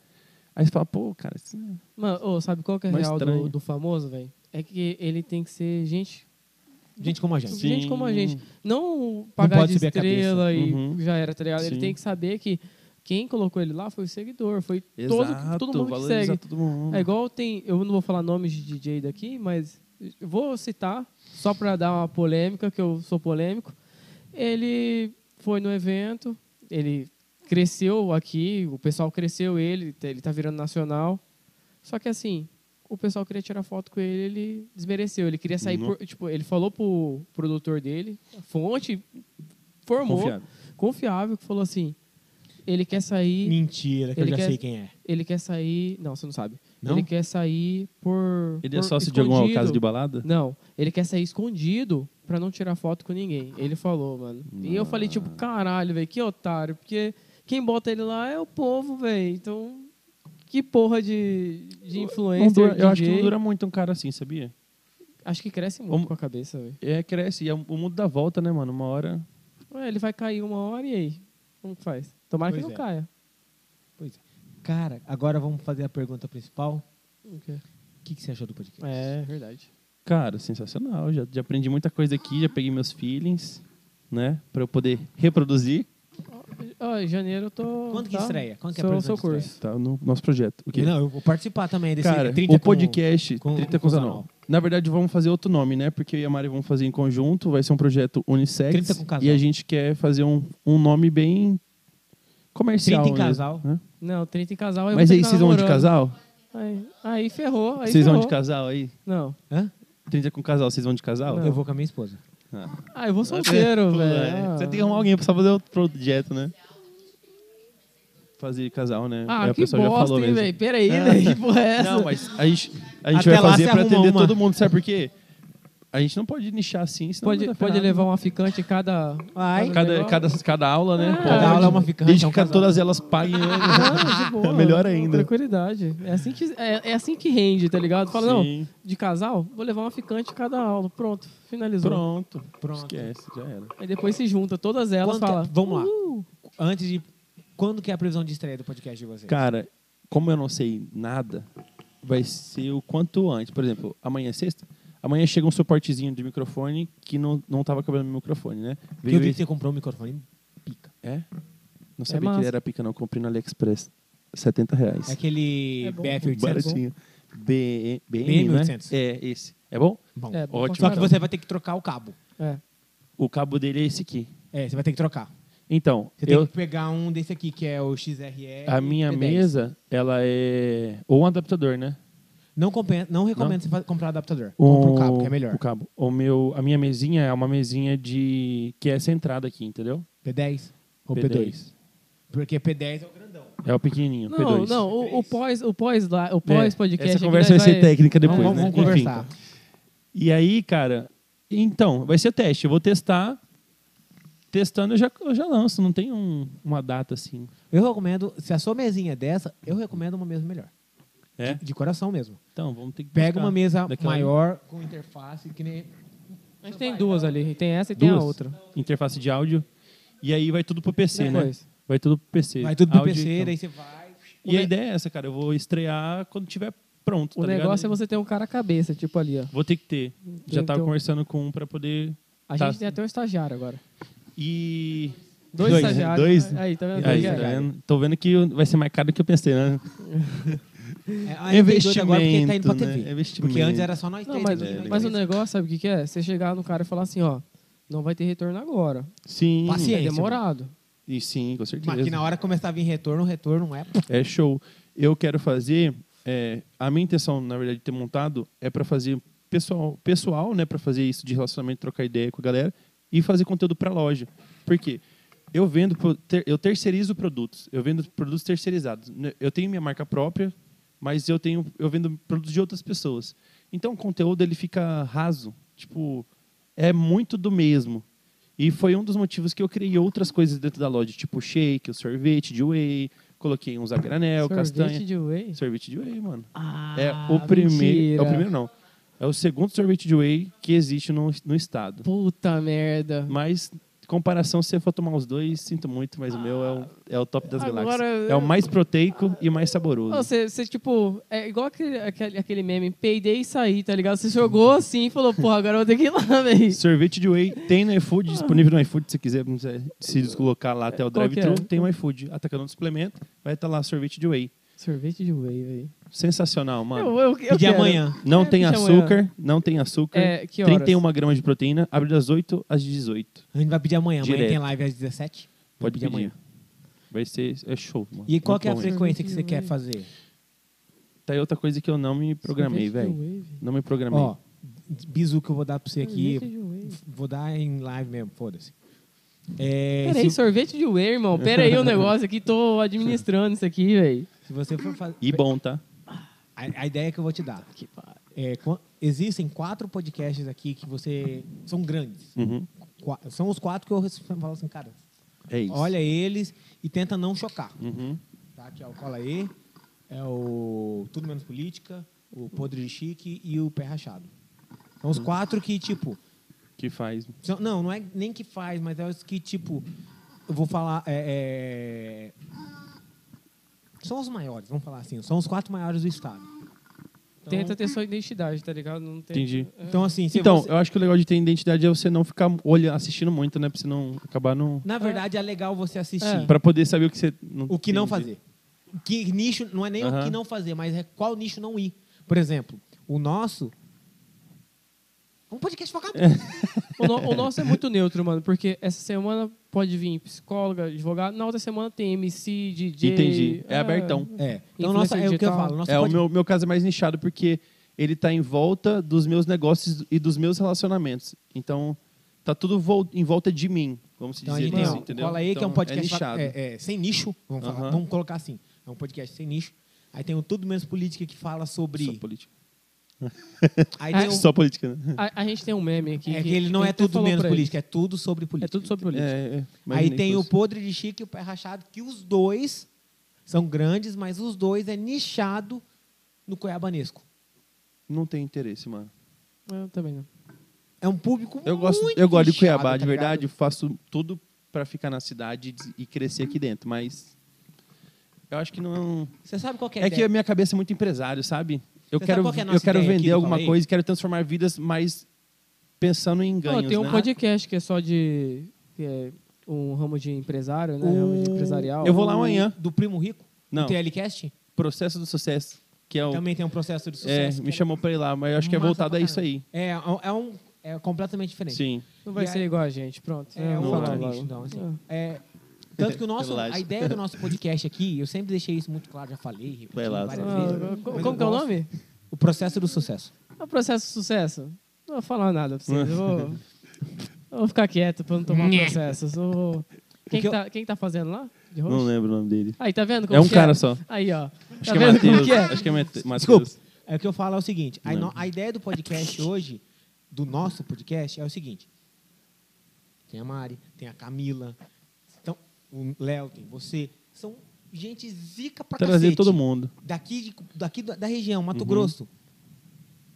Aí você fala, pô, cara, isso não é-
mano, ô, sabe qual que é a
Mas
real do,
estranho.
do famoso, velho? É que ele tem que ser gente,
Gente como a gente.
Sim.
gente como a gente. Não pagar
pode
de
subir a cabeça.
estrela e
Uhum.
já era, tá ligado? Ele
Sim.
tem que saber que quem colocou ele lá foi o seguidor, foi
Exato,
todo, todo mundo que
valorizar
segue.
todo mundo.
É igual tem. Eu não vou falar nomes de DJ daqui, mas eu vou citar, só para dar uma polêmica, que eu sou polêmico. Ele foi no evento, ele cresceu aqui, o pessoal cresceu ele, tá- ele tá virando nacional. Só que assim, o pessoal queria tirar foto com ele, ele desmereceu. Ele queria sair
No-
por. Tipo, ele falou pro produtor dele, a fonte, formou, confiável.
Confiável.
que falou assim. Ele quer sair
Mentira, que eu
Ele
já
quer-
sei quem é.
ele quer sair. Não, você não sabe.
Não?
Ele quer sair por.
Ele é
por
sócio de alguma
escondido.
casa de balada?
Não, ele quer sair escondido pra não tirar foto com ninguém. Ele falou, mano. E eu falei, tipo, caralho, velho, que otário. Porque quem bota ele lá é o povo, velho. Então, que porra de, de
Não
influencer.
dura- eu acho que não
DJ.
dura muito um cara assim, sabia?
Acho que cresce muito
Vamos-
com a cabeça, velho.
É, cresce. E é o mundo dá volta, né, mano? Uma hora.
Ué, ele vai cair uma hora e aí? Como que faz? Tomara que
Pois
não
é.
caia.
Pois é. Cara, agora vamos fazer a pergunta principal. O que, que você achou do podcast?
É, verdade.
Cara, sensacional. Já, já aprendi muita coisa aqui, já peguei meus feelings, né? Pra eu poder reproduzir
Ó, em janeiro eu tô.
Quando que
tá?
estreia? Quando que é a
Sou-
previsão
sou
de estreia?
curso.
tá, no nosso projeto. O quê?
Não, eu vou participar também desse
Cara,
30 com-
o
um.
podcast
com-
30
com
com
Zanol.
Zanol. Na verdade, vamos fazer outro nome, né? Porque eu e a Mari vamos fazer em conjunto, vai ser um projeto unissex.
Trinta com casal.
e a gente quer fazer um, um nome bem comercial.
Trinta em
mesmo,
casal.
né?
Não, 30 em casal. eu
Mas
vou
aí
ter que
vocês vão de
namorando.
casal?
Aí, aí ferrou. né? Aí
Vocês vão
ferrou.
de casal aí?
Não.
Hã?
Trinta com casal, vocês vão de casal?
Eu vou com a minha esposa.
Ah, eu vou solteiro,
é, Pô,
velho.
Você tem que arrumar alguém pra só fazer outro projeto, né? Fazer casal, né?
Ah,
É, o
que
pessoal já
bosta,
falou
hein,
mesmo.
velho. Pera aí, velho. Que porra é essa?
Não, mas a gente, a gente
Até
vai
lá
fazer
você
pra
arruma
atender
uma.
todo mundo, sabe por quê? A gente não pode nichar assim, senão
Pode,
não vai dar
pode
nada.
levar uma ficante em cada...
Vai.
Cada,
negócio.
cada, cada aula, né? Pode.
Cada aula é uma ficante,
Desde
é um
que
casal.
todas elas paguem. né?
Ah, de boa.
Melhor
com
ainda.
Tranquilidade. É assim que, é, é assim que rende, tá ligado? Fala,
Sim.
não, de casal, vou levar uma ficante em cada aula. Pronto, finalizou.
Pronto. é?
Pronto.
um Esquece, já era.
Aí depois se junta, todas elas
Quando que- é?
falam.
vamos lá. Antes de. Quando que é a previsão de estreia do podcast de vocês?
Cara, como eu não sei nada, vai ser o quanto antes. Por exemplo, amanhã é sexta. Amanhã chega um suportezinho de microfone que não, não tava cabendo no microfone, né?
eu vi que
esse-
você comprou um microfone pica.
É? Não sabia que
massa.
ele era pica, não. Comprei no AliExpress. 70 reais.
É aquele
É bom.
BF800.
Baratinho. B, BM,
BM800.
né? É, esse. É bom?
Bom.
É, bom pra
Ótimo.
Só que
caramba.
você vai ter que trocar o cabo.
É.
O cabo dele é esse aqui.
É, você vai ter que trocar.
Então,
Você
eu,
tem que pegar um desse aqui, que é o XRE.
a minha
P10.
mesa, ela é... Ou um adaptador, né?
Não, compen- não recomendo você
Não?
fa- comprar adaptador.
O-
Compra um cabo, que é melhor.
O cabo. O meu, a minha mesinha é uma mesinha de... Que é essa entrada aqui, entendeu?
P10 ou
P2.
P2. Porque P10 é o grandão.
É o pequenininho,
Não,
P2.
não, o, o pós, o pós, lá- o
É,
pós podcast.
Essa conversa vai ser técnica depois,
vamos,
né?
vamos
Enfim.
conversar.
E aí, cara, então, vai ser teste. Eu vou testar. Testando, eu já, eu já lanço. Não tem um- uma data assim.
Eu recomendo, se a sua mesinha é dessa, eu recomendo uma mesa melhor. De, de coração mesmo.
Então, vamos ter que
Pega
É? buscar
uma mesa
daquela-
maior, com interface, que nem...
A gente tem duas ali, tem essa e
duas,
tem a outra.
Interface de áudio. E aí vai tudo pro PC, né?
Depois.
Vai tudo pro PC.
Vai tudo pro
Áudio,
PC,
então.
daí você vai...
E a ideia é essa, cara. Eu vou estrear quando tiver pronto,
O
tá ligado?
negócio é você ter um cara cabeça, tipo ali, ó.
Vou ter que ter. Já tava
Então-
conversando com um pra poder...
A
Tá.
gente tem até um estagiário agora.
E...
Dois,
Dois, né?
estagiários.
Dois.
Aí, tá vendo?
Aí,
Tá
tá
ligado?
vendo? Tô vendo que vai ser mais caro do que eu pensei, né?
É, a gente tem dois agora porque ele tá indo pra
Investimento,
TV.
né? Investimento.
Porque antes era só nós
Não,
três.
mas, é,
aqui, né?
É,
nós
mas o
três.
negócio, sabe o que, que é? Você chegar no cara e falar assim, ó, não vai ter retorno agora.
Sim.
Paciência.
É demorado.
E sim, com certeza.
Mas que na hora que começar a vir retorno, retorno é...
É show. Eu quero fazer. é, a minha intenção, na verdade, de ter montado é para fazer pessoal, pessoal, né? Para fazer isso de relacionamento, trocar ideia com a galera e fazer conteúdo para loja. Por quê? Eu vendo, pro- ter- eu terceirizo produtos. Eu vendo produtos terceirizados. Né, Eu tenho minha marca própria, mas eu tenho, eu vendo produtos de outras pessoas. Então, o conteúdo ele fica raso. Tipo, é muito do mesmo. E foi um dos motivos que eu criei outras coisas dentro da loja, tipo shake, o sorvete de whey, coloquei uns a granel,
Sorvete
é, castanha.
de whey?
Sorvete de whey, mano.
Ah,
é o primeiro.
mentira.
É o primeiro, não. É o segundo sorvete de whey que existe no, no estado.
Puta merda.
Mas, em comparação, se você for tomar os dois, sinto muito, mas o meu é o, é o top das
Ah, Agora-
galáxias. É o mais proteico e mais saboroso.
Não, Você, você, tipo, é igual aquele, aquele, aquele meme, peidei e saí, tá ligado? Você jogou assim e falou, porra, agora eu vou ter que ir lá, velho.
Sorvete de whey tem no iFood, disponível no iFood, se você quiser não precisa se deslocar lá até o
Ah. Qual que
drive-thru,
é?
tem o iFood. Atacando um suplemento, vai estar lá sorvete de whey.
Sorvete de whey, velho.
Sensacional, mano.
Eu, eu, eu
Pedir
quero.
amanhã.
Não
É,
tem
deixa
açúcar, não tem açúcar.
É, que horas?
31 gramas de proteína, abre das 8 às 18.
A gente vai pedir amanhã. Amanhã
Direto.
tem live às 17.
Pode
pedir
pedir.
amanhã.
Vai ser é show, mano.
E qual
Muito
que é a
bom,
frequência que você
Sorvete de
quer
whey.
fazer?
Tá aí outra coisa que eu não me programei,
Sorvete de
velho.
whey, velho.
Não me programei.
Ó, bizu que eu vou dar pra você aqui.
Sorvete de whey.
Vou dar em live mesmo, foda-se. É,
Peraí,
se,
sorvete de whey, irmão. Peraí o negócio aqui, tô administrando isso aqui, velho.
se você for fazer.
E bom, tá?
A, a ideia que eu vou te dar.
Que pariu.
É, qu- existem quatro podcasts aqui que você. São grandes.
Uhum.
Qua- são os quatro que eu res- falo assim, cara,
É isso.
olha eles e tenta não chocar.
Uhum.
Tá? Que é o Cola E, é o Tudo Menos Política,
Hum.
o Podre de Chique e o Pé Rachado. São
Hum.
os quatro que, tipo,
Que faz.
São- Não, não é nem que faz, mas é os que, tipo, eu vou falar. é, é, São os maiores, vamos falar assim. São os quatro maiores do estado. Então,
Tenta ter sua identidade, tá ligado? Não tem...
Entendi.
então assim, se
Então,
você-
eu acho que o legal de ter identidade é você não ficar olhando, assistindo muito, né? Pra você não acabar não.
na verdade é legal você assistir
É.
Pra poder saber o que você. Não
o que não
entende.
fazer. Que nicho, não é nem o
Aham.
que não fazer, mas é qual nicho não ir. Por exemplo, o nosso É
Um podcast focado.
É.
O, no- o nosso é muito neutro, mano, porque essa semana pode vir psicóloga, advogado, na outra semana tem MC, DJ.
Entendi.
Ah,
É abertão.
É. Então, nossa, é o que eu
digital.
falo. Nossa,
é,
pode-
o meu, meu caso é mais nichado porque ele tá em volta dos meus negócios e dos meus relacionamentos. Então, tá tudo vol- em volta de mim, vamos se
Então, a
dizer
gente tem
isso,
um-
entendeu?
cola aí, que é
Então,
um podcast
nichado.
é, é, sem nicho, vamos, falar,
Aham.
vamos colocar assim. É um podcast sem nicho. Aí tem o Tudo Menos Política que fala
Só
sobre.
política.
Aí
Ah,
tem o,
Só política, né?
A, a gente tem um meme aqui.
é que ele não
a
é
gente até
tudo
falou
menos
pra ele.
política, é tudo sobre
É
política.
tudo sobre política.
É, é,
aí
imaginei
tem
que
o
fosse.
Podre de Chique e o Pé Rachado, que os dois são grandes, mas os dois é nichado no Cuiabanesco.
Não tem interesse, mano.
Ah, Eu também não.
É um público
Eu gosto,
muito
eu gosto de
nichado,
Cuiabá,
tá
de
ligado?
verdade. Eu faço tudo pra ficar na cidade e crescer aqui dentro, mas eu acho que não. um,
Você sabe qual que é a
É que a minha cabeça é muito empresário, sabe? Eu
Você
quero,
sabe qual que é a
eu
nossa
quero
ideia
vender
aqui do
alguma
Falei?
coisa, quero transformar vidas, mas pensando em ganhos,
Não, tem um
né?
podcast que é só de. que é um ramo de empresário, né? Ramo de empresarial.
Eu vou lá amanhã.
Do Primo Rico?
Não.
Do TLCast?
Processo do sucesso, que é o
Também tem um processo de
é,
sucesso.
me
que é-
chamou pra ir lá, mas eu acho que é
Massa
voltado
pra
a isso
caramba.
aí.
É, é um- é um é completamente diferente.
Sim.
Não vai
E
ser
aí-
igual a gente, pronto.
É,
Eu vou
um outro
falar logo.
nicho, então, assim.
É.
É, tanto que o nosso, a
Relaxa.
ideia do nosso podcast aqui, eu sempre deixei isso muito claro, já falei, repeti
Vai lá,
várias
Ah,
vezes.
co-
mas eu
como que é o
gosto.
nome?
O processo do sucesso.
É o processo de sucesso. Não vou falar nada pra vocês. Eu vou, eu vou ficar quieto pra não tomar processos. Eu vou- Quem,
O que
que
eu-
tá, quem que tá fazendo lá? De host?
Não lembro o nome dele.
Aí, tá vendo? como
É um
que
cara só.
Aí, ó.
Acho
tá
que é
vendo como
Matheus.
que é?
Acho que é Mate- Matheus.
Desculpa. É, o que eu falo é o seguinte, a,
Não.
no- a ideia do podcast hoje, do nosso podcast, é o seguinte. Tem a Mari, tem a Camila, então, o Léo, tem você. São gente zica pra
Trazer
cacete.
todo mundo.
daqui, de- daqui da, da região, Mato
Uhum.
Grosso.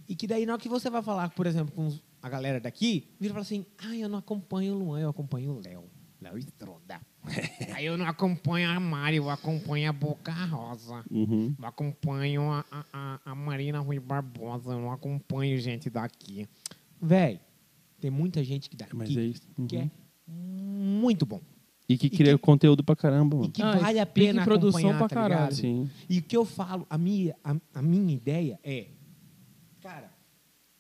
E que daí, na hora que você vai falar, por exemplo, com os- a galera daqui, vira e fala assim: ah, eu não acompanho o Luan, eu acompanho o Léo. Léo Estroda. Aí eu não acompanho a Mari, eu acompanho a Boca Rosa.
Uhum.
Eu acompanho a, a- a, a Marina Rui Barbosa, eu não acompanho gente daqui.
Véi, tem muita gente que daqui
Mas é isso. Uhum.
que é muito bom.
E que cria conteúdo pra caramba,
E
mano.
que
uhum. Ah,
vale a
pique
pena
produção
acompanhar,
pra
tá
caralho.
ligado?
Sim.
E o que eu falo, a minha, a, a minha ideia é, cara,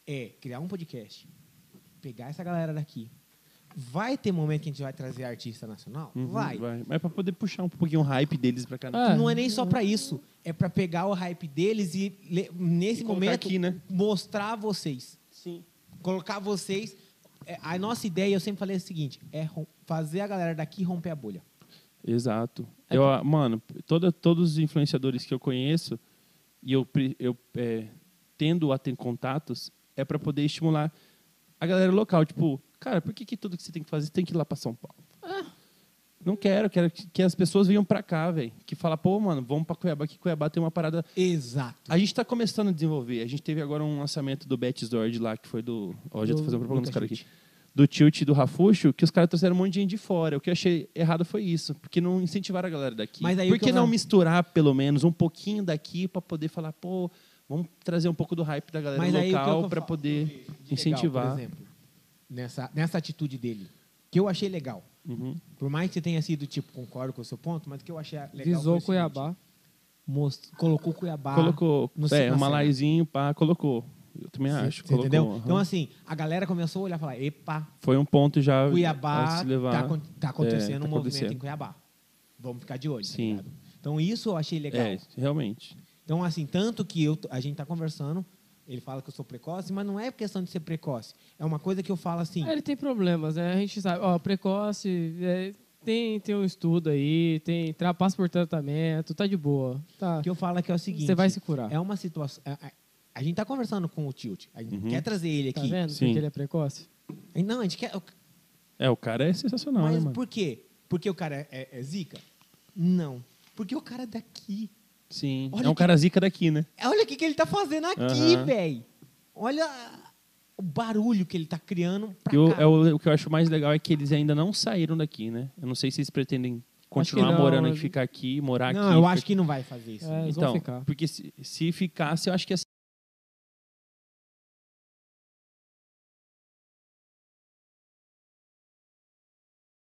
é criar um podcast, pegar essa galera daqui. Vai ter momento que a gente vai trazer artista nacional?
Uhum,
vai.
Mas pra poder puxar um pouquinho o hype deles pra um. caramba.
Ah,
Não é nem só pra isso, é pra pegar o hype deles e le- nesse
E colocar
momento
aqui, né?
mostrar vocês,
Sim.
colocar vocês. é, A nossa ideia, eu sempre falei o seguinte, é rom- fazer a galera daqui romper a bolha.
Exato. Eu, ah, mano, toda, todos os influenciadores que eu conheço e eu, pre- eu é, tendo a ter contatos é para poder estimular a galera local. Tipo, cara, por que, que tudo que você tem que fazer você tem que ir lá para São Paulo? Não quero, quero que, que as pessoas venham para cá, velho. Que fala, pô, mano, vamos para Cuiabá, que Cuiabá tem uma parada
Exato.
a gente está começando a desenvolver. A gente teve agora um lançamento do Betts Dord lá, que foi do. Ó, já tô fazendo propaganda dos caras aqui. Do Tilt e do Rafuxo, que os caras trouxeram um monte de gente de fora. O que eu achei errado foi isso, porque não incentivaram a galera daqui.
Mas aí o
Por
que
que
eu-
não misturar, pelo menos, um pouquinho daqui para poder falar, pô, vamos trazer um pouco do hype da galera
Mas aí o que eu
local
fa-
para poder
de
incentivar.
legal, por exemplo, nessa, nessa atitude dele, que eu achei legal.
Uhum.
Por mais que você tenha sido, tipo, concordo com o seu ponto, mas que eu achei é legal. foi o
visou
seguinte,
Cuiabá.
most- colocou Cuiabá.
colocou.
Ah, no
é,
na
uma
cena.
livezinho, pá, colocou. Eu também
Cê-
acho.
cê
colocou,
entendeu?
aham.
Então, assim, a galera começou a olhar e falar: epa,
foi um ponto já a
Cuiabá,
se levar.
tá, acon- tá acontecendo
É, tá
um movimento
acontecendo.
em Cuiabá. Vamos ficar de olho. tá
Sim.
ligado? então, isso eu achei legal.
É, realmente.
Então, assim, tanto que eu, a gente tá conversando, ele fala que eu sou precoce, mas não é questão de ser precoce. É uma coisa que eu falo assim.
Ah, ele tem problemas, né? A gente sabe. Ó, precoce. é, tem, tem um estudo aí, tem, tra- passa por tratamento, tá de boa. Tá.
O que eu falo é que é o seguinte.
Você vai se curar.
É uma situação. A, a- a gente tá conversando com o Tilt. A
Uhum.
gente quer trazer ele
Tá
aqui.
vendo?
Sim.
Porque ele é precoce.
E Não, a gente quer.
É, o cara é sensacional, né,
Mas
mano?
por quê? Porque o cara é, é- é zica? Não. Porque o cara é daqui.
Sim.
Olha
é um
que-
cara zica daqui, né?
Olha o que, que ele tá fazendo aqui,
Aham.
véi. Olha o barulho que ele tá criando pra
E o,
cá.
é o, o que eu acho mais legal é que eles ainda não saíram daqui, né? Eu não sei se eles pretendem continuar
não,
morando
eu-
aqui, ficar aqui, morar
não,
aqui.
eu
ficar
acho
aqui.
que não vai fazer isso.
É, eles
Então,
vão ficar.
porque se, se ficasse, eu acho que ia ser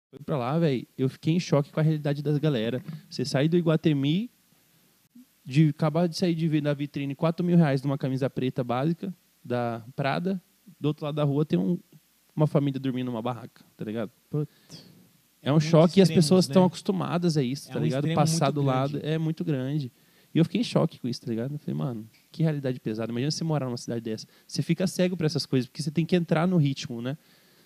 Foi pra lá, velho. Eu fiquei em choque com a realidade das galera. Você sai do Iguatemi, de acabar de sair de ver na vitrine 4 mil reais numa camisa preta básica da Prada, do outro lado da rua tem um- uma família dormindo numa barraca, tá ligado?
Putz.
É um
Muitos
choque e as
extremos,
pessoas estão
né?
acostumadas a isso,
É
tá
um
ligado?
extremo
Passar
muito
do lado
grande.
é muito grande. E eu fiquei em choque com isso, tá ligado? Eu falei, mano, que realidade pesada. Imagina você morar numa cidade dessa. Você fica cego pra essas coisas, porque você tem que entrar no ritmo, né?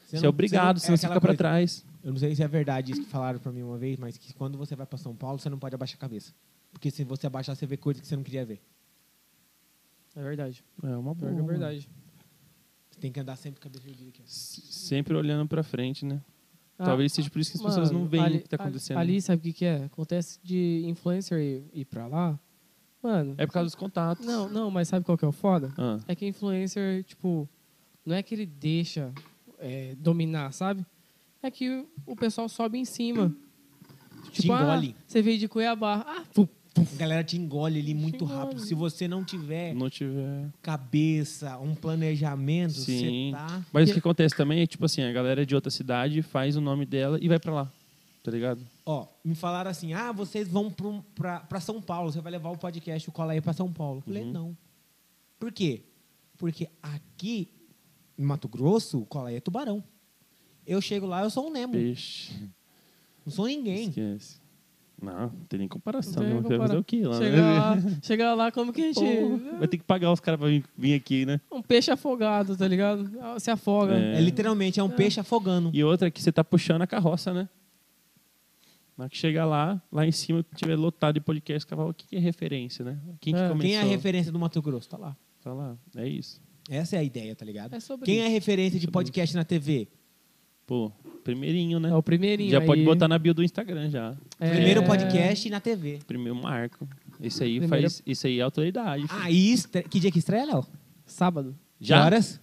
Você, é obrigado, senão você
aquela
fica pra
coisa.
trás.
Eu não sei se é verdade isso que falaram pra mim uma vez, mas que quando você vai pra São Paulo, você não pode abaixar a cabeça. Porque se você abaixar, você vê coisas que você não queria ver.
É verdade.
É uma
Pior que é verdade.
Você tem que andar sempre com a cabeça erguida aqui. ó.
S- Sempre olhando pra frente, né?
Ah,
Talvez seja por isso que as pessoas
mano,
não veem
ali-
o que tá acontecendo.
Ali, sabe o que, que é? Acontece de influencer ir, ir pra lá. Mano.
É por causa dos contatos.
Não, não, mas sabe qual que é o foda?
Ah,
É que influencer, tipo, não é que ele deixa é, dominar, sabe? É que o pessoal sobe em cima.
Te
Tipo, ah,
engole.
você veio de Cuiabá. Ah, pum.
A galera te engole ali muito
engole.
rápido. Se você não tiver
não tiver.
cabeça, um planejamento,
Sim.
você tá.
Mas o que acontece também é, tipo assim, a galera de outra cidade faz o nome dela e vai pra lá. Tá ligado?
Ó, me falaram assim: ah, vocês vão pra, um- pra, pra São Paulo, você vai levar o podcast, o Cola aí pra São Paulo. Eu falei:
Uhum.
não. Por quê? Porque aqui, em Mato Grosso, o Cola aí é tubarão. Eu chego lá, eu sou um Nemo.
Peixe.
Não sou ninguém.
Esquece. Não, não tem nem comparação.
Não tem nem
né? Vai fazer
compara-
o quê lá?
Chega lá, chega lá, como que a gente.
Porra, Vai ter que pagar os caras pra vir, vir aqui, né?
Um peixe afogado, tá ligado? Ah, Se afoga.
É.
É, literalmente, é um peixe afogando.
E outra é que você tá puxando a carroça, né? Na hora que chegar lá, lá em cima, que tiver lotado de podcast, o cara fala, o que que é referência, né? Quem que
É,
começou?
Quem é a referência do Mato Grosso? Tá lá.
Tá lá, é isso.
Essa é a ideia, tá ligado?
É sobre
Quem
isso.
é a referência de podcast na TV?
Pô, primeirinho, né?
É o primeirinho.
já
aí-
pode botar na bio do Instagram já.
É.
Primeiro podcast na TV.
Primeiro marco. Esse aí
Primeiro-
faz. Isso aí é autoridade. filho.
Aí, estre- que dia que estreia, Léo?
Sábado.
Que
já
horas?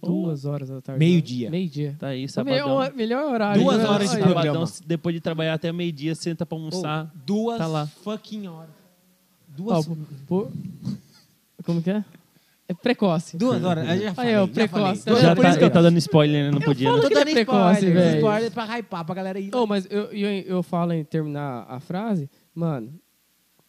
Duas horas da tarde. né?
Meio-dia.
Meio-dia.
tá aí,
O Melhor,
sabadão.
melhor horário.
Duas
né?
horas de
Aí,
programa.
Sabadão, se- depois de trabalhar até meio-dia, senta pra almoçar.
Oh, duas
Tá lá.
fucking horas.
ó,
Duas,
pô- pô- Como que é? É precoce.
duas horas. Eu já falei, Então
Aí, ó,
já
precoce.
falei.
Tá
Já
por isso
tá,
que eu-
já tá dando spoiler, né? Não podia,
falo
né?
Tô
que ele é
dando spoiler,
precoce, velho.
spoiler pra hypar, pra galera ir.
Oh, mas eu, eu, eu falo em terminar a frase, mano,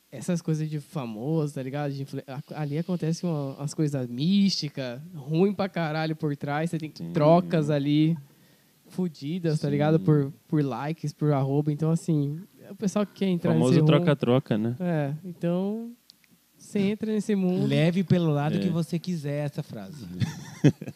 essas coisas de famoso, tá ligado? De influ- a- Ali acontecem uma- umas coisas místicas, ruim pra caralho por trás, você tem trocas ali fudidas, tá ligado? Por, por likes, por arroba. Então, assim, o pessoal que quer entrar nesse
Famoso
rumo-
troca-troca, né?
É, então, você entra nesse mundo.
Leve pelo lado
É.
que você quiser essa frase.
Uhum.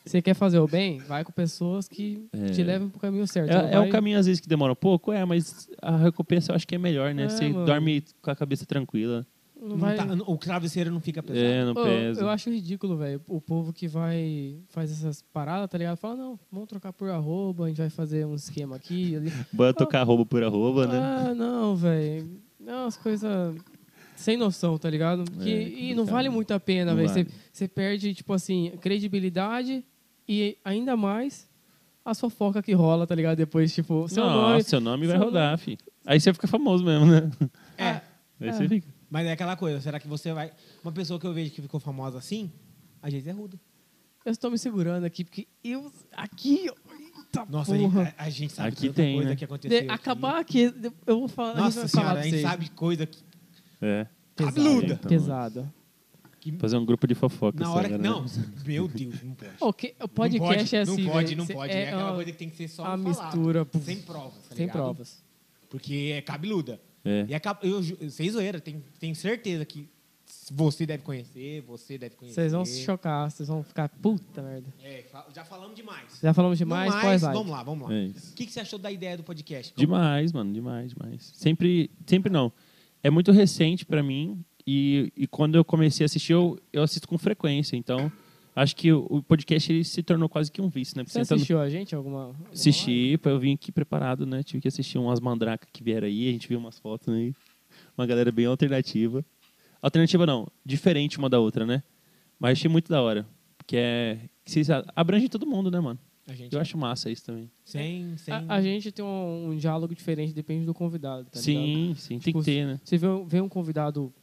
Você quer fazer o bem? Vai com pessoas que
É.
te levam pro caminho certo. Você não
É, é um
vai-
caminho, às vezes, que demora um pouco, é, mas a recompensa eu acho que é melhor, né?
É,
Você
mano.
dorme com a cabeça tranquila.
não
Não
vai-
tá- o travesseiro não fica pesado.
É, não
Ô,
pesa.
Eu acho ridículo, velho. O povo que vai faz essas paradas, tá ligado? Fala, não, vamos trocar por arroba, a gente vai fazer um esquema aqui. Ali.
Bora tocar arroba por arroba, né?
Ah, não, velho. Não, as coisas sem noção, tá ligado? Que, e não
É, complicado.
vale muito a pena,
Não
velho.
vale.
Você você perde, tipo assim, credibilidade e ainda mais a fofoca que rola, tá ligado? Depois, tipo, seu
Nossa,
nome.
seu nome vai
seu
rodar, fi. Aí você fica famoso mesmo, né?
É,
Aí
É.
você fica.
mas é aquela coisa. Será que você vai... Uma pessoa que eu vejo que ficou famosa assim, às vezes é ruda.
Eu estou me segurando aqui, porque eu. Aqui. Eita
Nossa, a
porra.
gente, é a- a gente sabe
Aqui
tanta
tem,
coisa
né?
que aconteceu.
De,
aqui.
acabar aqui, de- eu vou falar. a gente
Nossa
vai
senhora,
falar
a
pra
gente
vocês.
sabe coisa que,
É.
Cabeluda.
Então,
Pesada.
Fazer um grupo de fofoca.
na hora que.
sabe, né?
Não, meu Deus, não pode.
O que- o podcast é
não
assim.
Não pode,
velho.
não
Cê-
pode.
É,
É, aquela
ó,
coisa que tem que ser só
a
falado,
mistura, puf.
Sem provas, tá
sem
ligado?
provas.
Porque é cabeluda.
É.
E é cab... eu, ju- sem zoeira, tenho, tenho certeza que você deve conhecer, você deve conhecer.
Vocês vão se chocar, vocês vão ficar puta merda.
É, fa- já falamos demais.
Já falamos demais,
Não
pós
mais,
like.
vamos lá, vamos lá.
É isso.
O que, que você achou da ideia do podcast?
Demais, mano, demais, demais. Sempre, sempre não. É muito recente pra mim e, e quando eu comecei a assistir, eu, eu assisto com frequência. Então, acho que o, o podcast ele se tornou quase que um vício, né? Porque
Você
você entra no-
assistiu a gente alguma? alguma
Assisti, pô, eu vim aqui preparado, né? Tive que assistir umas mandracas que vieram aí, a gente viu umas fotos aí. Uma galera bem alternativa. Alternativa não, diferente uma da outra, né? Mas achei muito da hora. Porque é. que se- Abrange todo mundo, né, mano?
A gente
é.
Eu acho massa isso também.
sem, sem...
live? A, a gente tem um, um diálogo diferente, depende do convidado, tá ligado?
sim, sim, tem
Tipo,
que ter, né?
Você vê, um- vê um convidado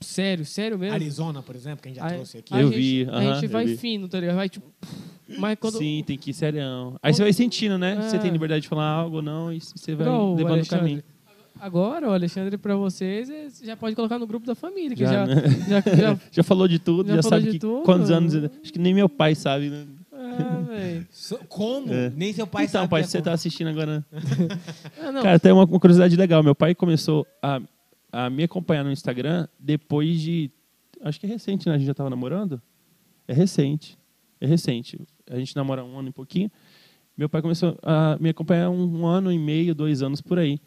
sério, sério mesmo?
Arizona, por exemplo, que a gente já
Aí-
trouxe aqui.
a
Eu
gente-
vi,
A
aham,
gente
eu
vai
vi.
fino, tá ligado? Vai tipo... Mas quando...
Sim, tem que ir serião. Aí você vai sentindo, né?
É.
Você tem liberdade de falar algo ou não, e você vai
Igual o
levando o
Alexandre.
caminho.
Agora, o Alexandre, pra vocês, é- já pode colocar no grupo da família, que já,
Já, né?
já, já
Já falou de tudo,
Já
já,
falou
sabe
de
que
tudo.
quantos anos. Acho que nem meu pai sabe, né?
É, Ah, velho.
So- Como?
É.
Nem seu pai
então,
sabe.
pai,
que é
você
como.
tá assistindo agora. né?
Ah, não.
Cara, tem uma, uma curiosidade legal. Meu pai começou a, a me acompanhar no Instagram depois de. Acho que é recente, né? A gente já tava namorando? É recente. É recente. A gente namora um ano e pouquinho. Meu pai começou a me acompanhar um, um ano e meio, dois anos por aí.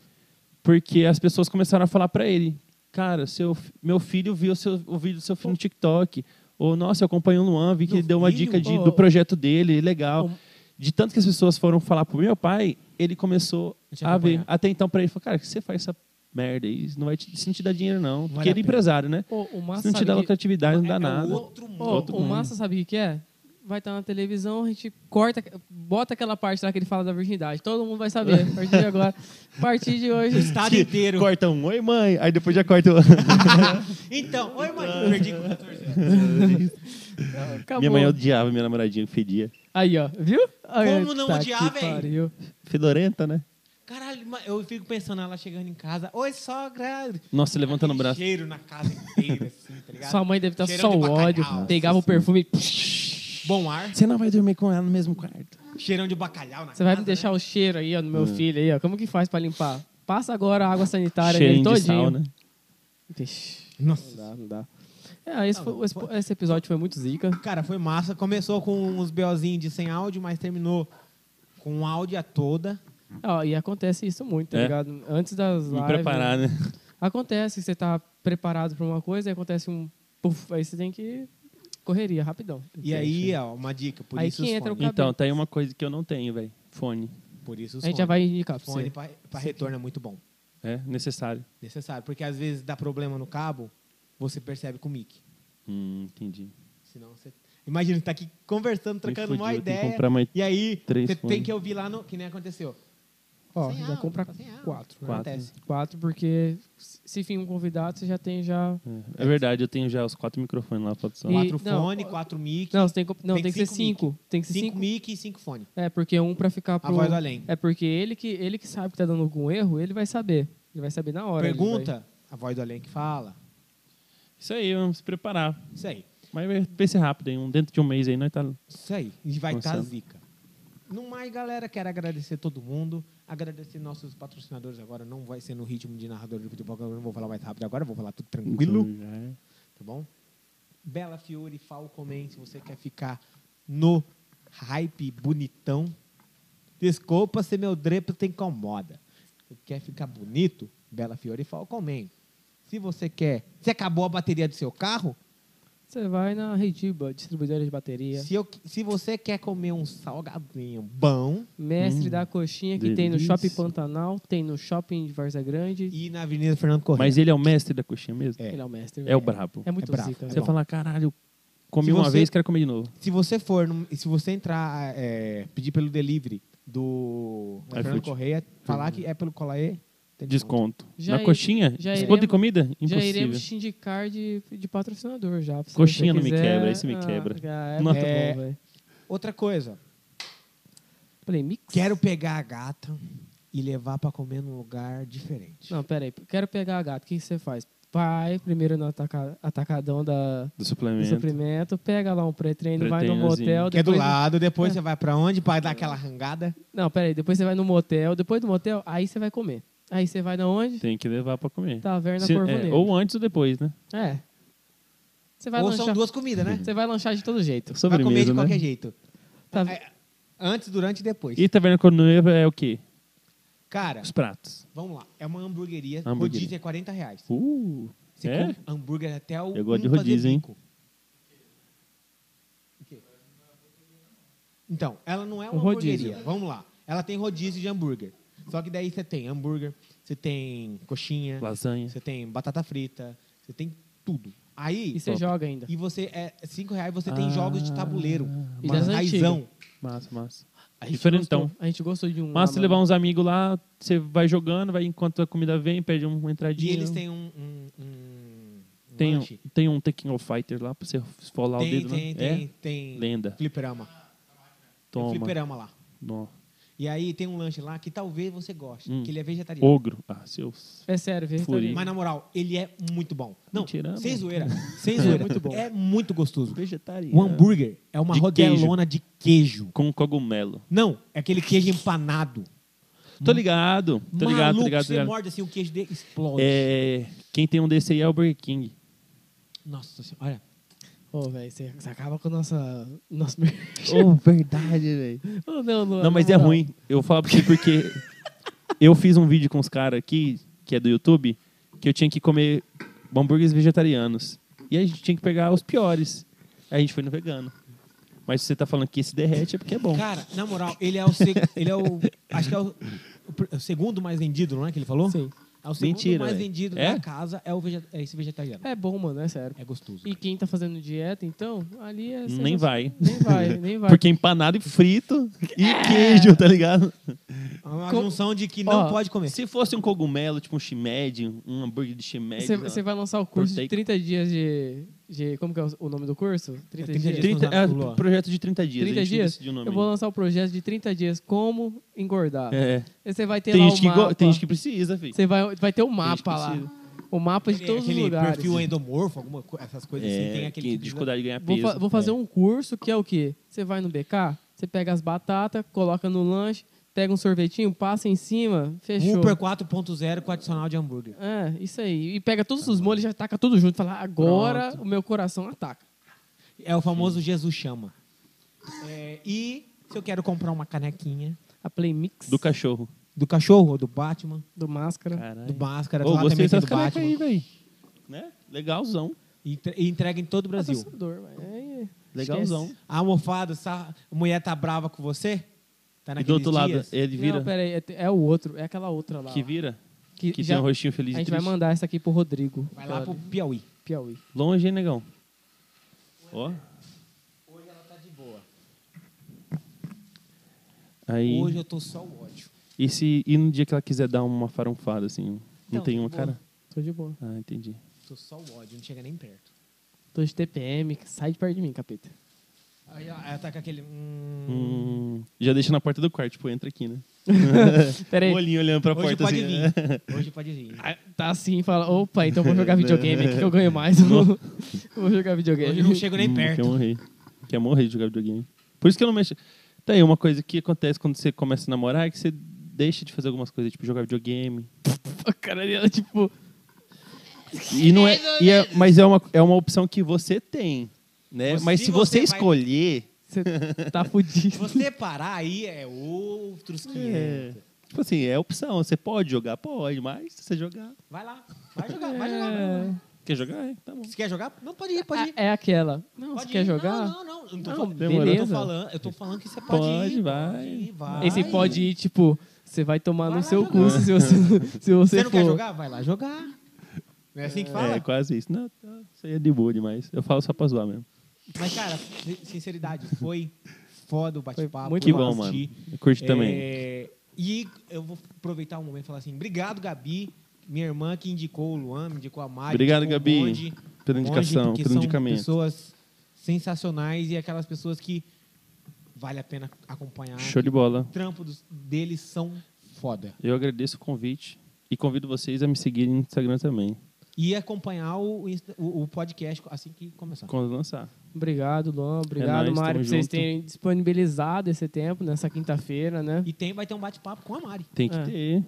Porque as pessoas começaram a falar para ele: Cara, seu, fi- meu filho viu seu, o vídeo do seu filho no TikTok. Ou, nossa, eu acompanho o Luan, vi que
Meu
ele deu uma
filho?
dica de-
Ô,
do
ô.
projeto dele, legal.
Ô.
De tanto que as pessoas foram falar pro meu pai, ele começou
Te
a ver.
acompanhar.
Até então, para ele, falou, cara, que você faz essa merda aí? Isso não vai te, isso não te dar dinheiro, não. Porque
Vale a
ele é
pena.
empresário, né?
Ô, o
Se
Massa
não te dá
sabe que-
lucratividade, não dá
É
nada.
Outro mundo.
Ô,
Outro
o
mundo.
Massa sabe o que que é? Vai estar na televisão, a gente corta, bota aquela parte lá que ele fala da virgindade. Todo mundo vai saber, a partir de agora. A partir de hoje.
O estado inteiro.
Corta um, oi mãe, aí depois já corta o...
Então, oi, mãe. eu Perdi com 14 anos.
Acabou.
minha mãe odiava minha namoradinha, que fedia.
Aí, ó, viu? Aí,
Como não
tá
odiar,
que
velho?
pariu.
Fedorenta, né?
Caralho, ma- eu fico pensando ela chegando em casa. Oi, sogra.
Nossa, levantando o braço.
Cheiro na casa inteira, assim, tá ligado?
Sua mãe deve estar
Cheirão de
só o
bacalhau.
ódio.
Nossa
Pegava o perfume. Você
Bom ar,
Você não vai dormir com ela no mesmo quarto.
cheirão de bacalhau na casa. né?
vai me deixar o cheiro aí, ó, no
É.
meu filho aí, ó. Como que faz pra limpar? Passa agora a água sanitária nele
Cheirinho de
todinho.
sal, né?
Vixe,
Nossa.
não dá, não dá. É,
Tá
esse, foi- esse- esse episódio foi muito zica.
Cara, foi massa. Começou com uns BOzinhos de sem áudio, mas terminou com áudio a toda.
Ó, e acontece isso muito, tá
É.
ligado? Antes das lives.
Me preparar, né?
Acontece, você tá preparado pra uma coisa, aí acontece um puff, aí você tem que correria rapidão.
E aí, ó, uma dica. Por
Aí
isso
que
os
entra o
fones.
Então, tá aí uma coisa que eu não tenho, velho. Fone.
Por isso os
A gente
fones.
já vai indicar pra
Fone
você.
pra, pra retorno é muito bom.
É necessário.
Necessário. Porque às vezes dá problema no cabo, você percebe com o mic.
Hum, entendi.
Senão você... Imagina, você tá aqui conversando, trocando
fudi,
uma
eu tenho que
ideia.
comprar mais
E aí,
três
você tem
fones.
que ouvir lá no... Que nem aconteceu.
Ó,
Sem
já
áudio,
compra
tá sem áudio.
quatro. né?
Não
Quatro.
Acontece.
Quatro, porque se se vir um convidado, você já tem já.
É, é verdade, eu tenho já os quatro microfones lá pra
E-
funcionar.
Quatro
não,
fone,
ó,
quatro mic.
Não, você tem, que- não,
Tem
tem, que ser
cinco
cinco. Tem que ser
cinco,
cinco.
mic e cinco fone.
É, porque um pra ficar
A
pro.
voz do além.
É porque ele que, ele que sabe que tá dando algum erro, ele vai saber. Ele vai saber na hora. ele vai-
Pergunta, a voz do além que fala.
Isso aí, vamos se preparar.
Isso aí.
Mas vai- vai ser rápido, hein? Um- Dentro de um mês aí, nós tá.
Isso aí. E vai estar
Lançando.
zica. No mais, galera, quero agradecer todo mundo. Agradecer nossos patrocinadores agora. Não vai ser no ritmo de narrador de futebol, que eu não vou falar mais rápido agora, vou falar tudo tranquilo. Tá bom? Bela Fiore, Falcomen, se você quer ficar no hype bonitão. Desculpa se meu drepo te incomoda. Se quer ficar bonito, Bela Fiore, Falcomen. Se você quer... Se acabou a bateria do seu carro,
Você vai na Rediba, distribuidora de bateria.
se, eu- se você quer comer um salgadinho bom...
Mestre
Hum.
da coxinha que tem no
delícia.
Shopping Pantanal, tem no Shopping de Varza Grande.
E na Avenida Fernando Correia.
Mas ele é o mestre da coxinha mesmo?
É.
Ele é o mestre.
É o brabo.
É
É
muito
brabo.
zica.
Você
bom.
fala, caralho, comi
Se
uma
você-
vez, quero comer de novo.
Se você for, num- se você entrar, é, pedir pelo delivery do
iFood.
Fernando Correia, falar que é pelo Colaê, tem
Desconto.
Já
Na
i-
coxinha?
já
Desconto de
iremos-
comida?
Já
Impossível.
iremos te indicar de, de patrocinador já. se
Coxinha
você
não me
quiser.
quebra, esse me quebra.
Ah, é,
Nossa.
muito
É.
bom, velho.
Outra coisa,
Falei, mix?
quero pegar a gata e levar pra comer num lugar diferente.
Não, pera aí. Quero pegar a gata. O que que você faz? Vai primeiro no ataca- atacadão da,
Do
do
suplemento.
suprimento, pega lá um pré-treino, vai no
Pré-treinozinho.
motel.
que é do
depois- É.
lado, depois você vai pra onde? Pra dar aquela arrangada.
Não, pera aí. Depois você vai no motel. Depois do motel, aí você vai comer. Aí você vai na onde?
Tem que levar pra comer.
Taverna
Se-
Corvo
é,
Negro.
ou antes ou depois, né?
É. Você vai
Ou são
lanchar.
duas comidas, né?
Você vai lanchar de todo jeito.
Vai comer de
Sobremesa,
qualquer
né?
jeito.
Tá-
É, Antes, durante e depois.
E Taverna Corneiro é o quê?
Cara,
Os pratos.
vamos lá. É uma hamburgueria.
Hamburgueria.
Rodízio é 40 reais.
Uh,
Você
é?
come hambúrguer até o. um
Eu gosto de
fazer
rodízio, hein?
bico. O quê? Então, ela não é uma
Um rodízio.
hamburgueria. Vamos lá. Ela tem rodízio de hambúrguer. Só que daí você tem hambúrguer, você tem coxinha,
Lasanha.
você tem batata frita, você tem tudo. Aí.
E você joga ainda.
E você é 5 reais você tem jogos de
Ah, é
tabuleiro.
E
Uma
das antigas.
raizão.
Massa, massa.
A gente
Diferentão.
gostou- a gente gostou de um.
então. Massa
lá,
levar
mano.
uns amigos lá, você vai jogando, vai enquanto a comida vem, pede uma
E
entradinha.
eles têm um. um, um- um
Tem,
lanche.
um- tem um Tekken of Fighter lá pra você esfolar o
tem,
dedo,
tem,
né?
tem,
É?
tem.
Lenda.
Fliperama. Tem
Toma.
fliperama lá.
Nó.
E E aí tem um lanche lá que talvez você goste,
Hum.
que ele é vegetariano.
Ogro. Ah, seus.
É sério, vegetariano.
Furinho.
Mas na moral, ele é muito bom. Não,
Mentira,
sem
mano.
zoeira. Sem zoeira. É
muito
muito
bom.
bom. É muito gostoso.
Vegetariano.
O hambúrguer é uma
De
rodelona de queijo.
Um Com cogumelo.
Não, é aquele queijo empanado.
Tô ligado. Tô ligado, tô
Maluco,
ligado. Tô
você
ligado.
morde assim, o queijo dele explode.
É, quem tem um desse aí é o Burger King.
Nossa senhora, olha.
Ô, velho, você você acaba com a nossa... Nosso... merchan.
Oh, verdade, velho.
Ô, não, Luan,
Não, mas é
na moral.
ruim. Eu falo pra você porque eu fiz um vídeo com os caras aqui, que é do YouTube, que eu tinha que comer hambúrgueres vegetarianos. E a gente tinha que pegar os piores. Aí a gente foi no vegano. Mas se você tá falando que esse derrete é porque é bom.
Cara, na moral, ele é o. seg- ele é o acho que é o, o pr- o segundo mais vendido, não é que ele falou?
Sim.
É o segundo
Mentira,
mais
velho.
vendido
É?
da casa, é, o vege- é esse vegetariano.
É bom, mano, é sério.
É gostoso.
E quem tá fazendo dieta, então, ali é...
Nem vai.
Nem vai, nem vai.
Porque é empanado e frito e queijo, tá ligado?
É uma
Com-
junção de que não
Ó,
pode comer.
Se fosse um cogumelo, tipo um shimed, um hambúrguer de shimed.
Você-
sei lá.
Você vai lançar o curso de
Proteico.
30 dias de... de- como que é o- o nome do curso? 30
É 30
dias.
dias.
Trinta- é
Lua.
um projeto de 30 dias.
30
a gente não
dias?
decidiu o nome
Eu vou
ainda.
lançar o projeto de 30 dias, como engordar.
É.
E Você vai ter
Tem
lá
gente,
o
que go-
mapa.
tem gente que precisa, filho.
Você vai, vai ter o
gente que
mapa lá.
precisa.
O mapa de
É,
Aquele-
todos os
aquele
lugares.
perfil endomorfo, alguma co- essas coisas assim, tem aquele
que
tipo de-
dificuldade de ganhar
Vou,
peso.
fa- vou fazer um curso que é o quê? Você vai no BK, você pega as batatas, coloca no lanche, pega um sorvetinho, passa em cima, fechou.
Uber 4.0 com adicional de hambúrguer.
É, isso aí. E pega todos os molhos, já taca tudo junto. Fala, agora o meu coração ataca.
É o famoso Jesus chama. É, e se eu quero comprar uma canequinha
A Play Mix
um
Do É, cachorro.
do cachorro, do Batman,
do Máscara.
do Máscara,
Ô,
lá também
gostei
tem
dessas
do
canecas
Batman.
aí, velho. Né? Legalzão.
E entre- e entrega em todo o Brasil.
Patrocinador, mas aí-
Legalzão.
esquece.
A almofada, sa- a mulher tá brava com você? Tá
E do
naqueles
outro lado,
dias?
ele vira.
Não, peraí, é, é o outro, é aquela outra lá.
que
ó.
vira.
Que
Que
já-
tem um rostinho feliz
A
e
gente vai
triste.
mandar essa aqui pro Rodrigo.
Vai
tá-
lá pro Piauí.
Piauí.
Longe, hein, negão? Ó.
Hoje ela tá de boa.
Aí.
Hoje eu tô só o ódio.
E, se, e no dia que ela quiser dar uma farofada, assim?
Então,
não tem uma
boa.
cara?
Tô de boa.
Ah, entendi.
Tô só o ódio, não chega nem perto.
Tô de TPM, sai de perto de mim, capeta.
Aí ela, ela tá com aquele. Hum,
Hum, já deixa na porta do quarto, tipo, entra aqui, né?
Pera aí.
O olhinho olhando pra
hoje
porta,
pode
assim. né?
vir. Hoje pode vir.
Ah, Tá assim e fala, opa, então vou jogar videogame aqui que eu ganho mais. vou jogar videogame.
Hoje eu não chego nem
Hum, Quer
perto.
morrer. Quer morrer de jogar videogame. Por isso que eu não mexo. Tá aí, uma coisa que acontece quando você começa a namorar é que você deixa de fazer algumas coisas, tipo jogar videogame.
A cara dela, tipo,
E não é, e é- mas é uma, é uma opção que você tem, né?
Você-
mas se
você
você,
vai-
escolher,
você tá fudido.
Se você parar aí, é outros 500.
é, tipo assim, é opção. Você pode jogar? Pode, mas se você jogar...
Vai lá. Vai jogar, vai jogar.
É,
Quer jogar? É, tá bom.
Se quer jogar? Não, pode ir, pode ir.
é aquela. Não,
Pode
você
ir.
quer jogar?
Não, não, não. Eu não tô,
Não,
falando, eu
demorou.
tô
beleza.
falando, eu tô falando que você pode,
Pode,
ir.
vai.
Pode ir, vai.
Esse pode ir, tipo, você vai tomar
Vai
no
lá
seu
jogar.
curso se você, se você,
Você, não
for.
quer jogar? Vai lá jogar. Não é assim que fala?
É, quase isso. Não, tá, isso aí é de boa demais. Eu falo só pra zoar mesmo.
Mas, cara, sin- sinceridade, foi foda o
Foi
bate-papo.
muito
Que
eu
bom, mano.
assisti.
Eu curto também.
É, E eu vou aproveitar um momento e falar assim: obrigado, Gabi, minha irmã que indicou o Luan, me indicou a Mari.
Obrigado,
indicou o
Gabi,
Bonde,
pela
Bonde,
indicação,
porque
pelo
são
indicamento.
pessoas sensacionais e aquelas pessoas que vale a pena acompanhar.
Show de bola.
O trampo dos- deles são foda.
Eu agradeço o convite e convido vocês a me seguirem no Instagram também,
E acompanhar o, Insta- o- o podcast assim que começar.
quando lançar.
Obrigado, Luan. Obrigado,
nóis,
Mário,
tamo
por vocês
junto.
terem disponibilizado esse tempo nessa quinta-feira, né?
E tem, vai ter um bate-papo com a Mari.
Tem que
É.
ter.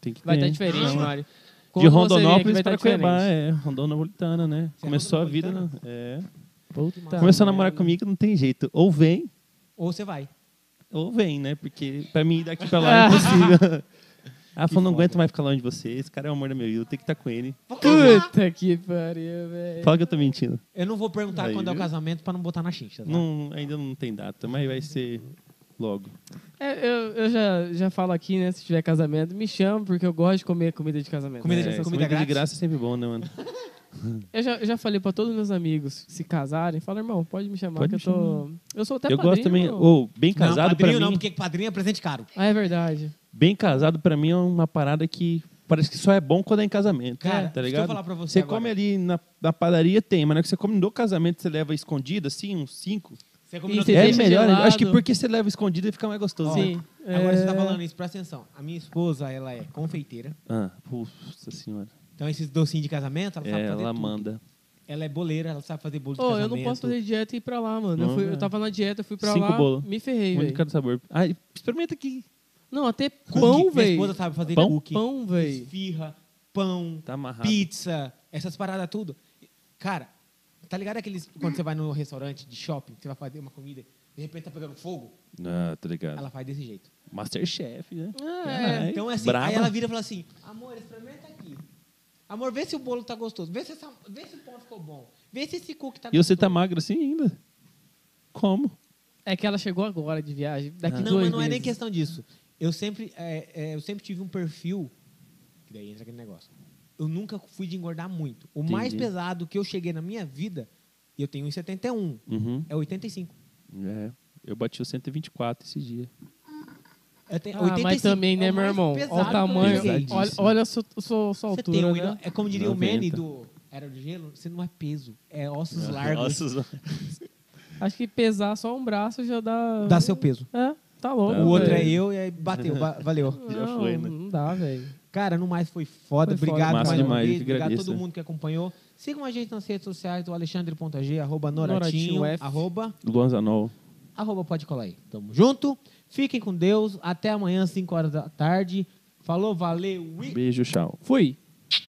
Tem que
Vai
ter.
estar diferente, Mário.
de
Quando você vier aqui,
Rondonópolis
vai
para
tá diferente.
Cuiabá, é. Rondônia né?
Você é
Começou a vida. Né?
Napolitana?
É.
Tá,
Puta
Começou
merda.
a namorar comigo, não tem jeito. Ou vem,
Ou você vai.
ou vem, né? Porque pra mim ir daqui pra lá é impossível. Ela falou, não
foda.
aguento mais ficar longe de você. Esse cara é o amor da minha vida, eu tenho que estar com ele.
Puta que pariu, velho.
Fala que eu tô mentindo.
Eu não vou perguntar
Aí,
quando é o
viu?
casamento pra não botar na xincha. tá?
Não, ainda não tem data, mas vai ser logo.
É, eu eu já, já falo aqui, né? Se tiver casamento, me chama, porque eu gosto de comer comida de casamento.
Comida de-
É,
É,
comida
de
grátis?
graça é sempre bom, né, mano?
Eu já, eu já falei pra todos os meus amigos se casarem, fala, irmão, pode me chamar,
Pode
que
me
eu tô. Eu sou até
eu gosto também.
padrinho,
Ou bem
Tá não,
casado pra
padrinho
mim.
não, porque padrinho é presente caro.
Ah, é verdade.
Bem casado pra mim é uma parada que parece que só é bom quando é em casamento.
Cara, deixa
tá
eu
ligado?
falar pra você
Você
agora.
come ali na, na padaria, tem, mas na hora que você come no casamento, você leva escondida, assim, uns cinco.
Você Você
combinou
combinou
Você
é
deixa
melhor, né?
gelado.
acho que porque você leva escondido e fica mais gostoso. né?
Sim.
Agora
é,
você tá falando isso, presta atenção. A minha esposa, ela é confeiteira.
Ah, puxa senhora.
Então, esses docinhos de casamento, ela sabe
É,
fazer
ela
tudo.
manda.
Ela é boleira, ela sabe fazer bolo de
Ô, eu
casamento.
não posso fazer dieta e ir pra lá, mano. Eu,
Não,
fui- eu
é.
tava na dieta, fui pra
Cinco
lá,
bolo.
me ferrei,
Muito
velho.
cada sabor. Ah, experimenta aqui.
Não, até
Cookie.
pão,
Minha esposa tá- sabe
velho.
fazer
Pão?
cookie.
Pão, velho.
Esfirra, pão,
Tá amarrado.
pizza, essas paradas tudo. Cara, tá ligado aqueles... Quando você vai no restaurante de shopping, você vai fazer uma comida, de repente tá pegando fogo,
Ah, tá ligado.
ela faz desse jeito.
Masterchef, né?
Ah,
Caralho,
Então é assim,
braba.
aí ela vira e fala assim, amor, experimenta aqui. Amor, vê se o bolo tá gostoso. Vê se, essa, vê se o pão ficou bom. Vê se esse cookie tá
E
gostoso.
você tá magro assim ainda? Como?
É que ela chegou agora de viagem. Daqui
Não,
dois
mas não é nem
meses.
questão disso. Eu sempre, é, é, eu sempre tive um perfil, que daí entra aquele negócio. Eu nunca fui de engordar muito. O mais
Entendi.
pesado que eu cheguei na minha vida, e eu tenho 1,71,
Uhum.
é 85.
É. Eu bati o 124 esse dia.
Eu tenho,
Ah, mas também,
é
né, meu irmão? Olha o tamanho.
Pesadíssimo.
Olha, olha a sua, sua, sua
Você
altura,
tem um,
né?
É como diria o
90.
Manny do Era de Gelo, você não é peso, é ossos largos.
Ossos-
Acho que pesar só um braço já dá...
Dá seu peso.
É, tá louco,
Tá.
O outro
velho.
é eu e aí bateu, va- valeu.
Não,
Já foi, né?
Não dá, velho.
Cara, no mais foi foda.
Foi foda.
obrigado
Massa
mais uma
demais,
vez.
eu que
Obrigado a
agradeço.
todo mundo que acompanhou. Sigam a gente nas redes sociais do alexandre.g, arroba noratinho,
Noratinho F.
arroba,
Guanzanol.
arroba pode colar aí. Tamo junto. Fiquem com Deus. Até amanhã, 5 horas da tarde. Falou, valeu. e-
Beijo, tchau.
Fui.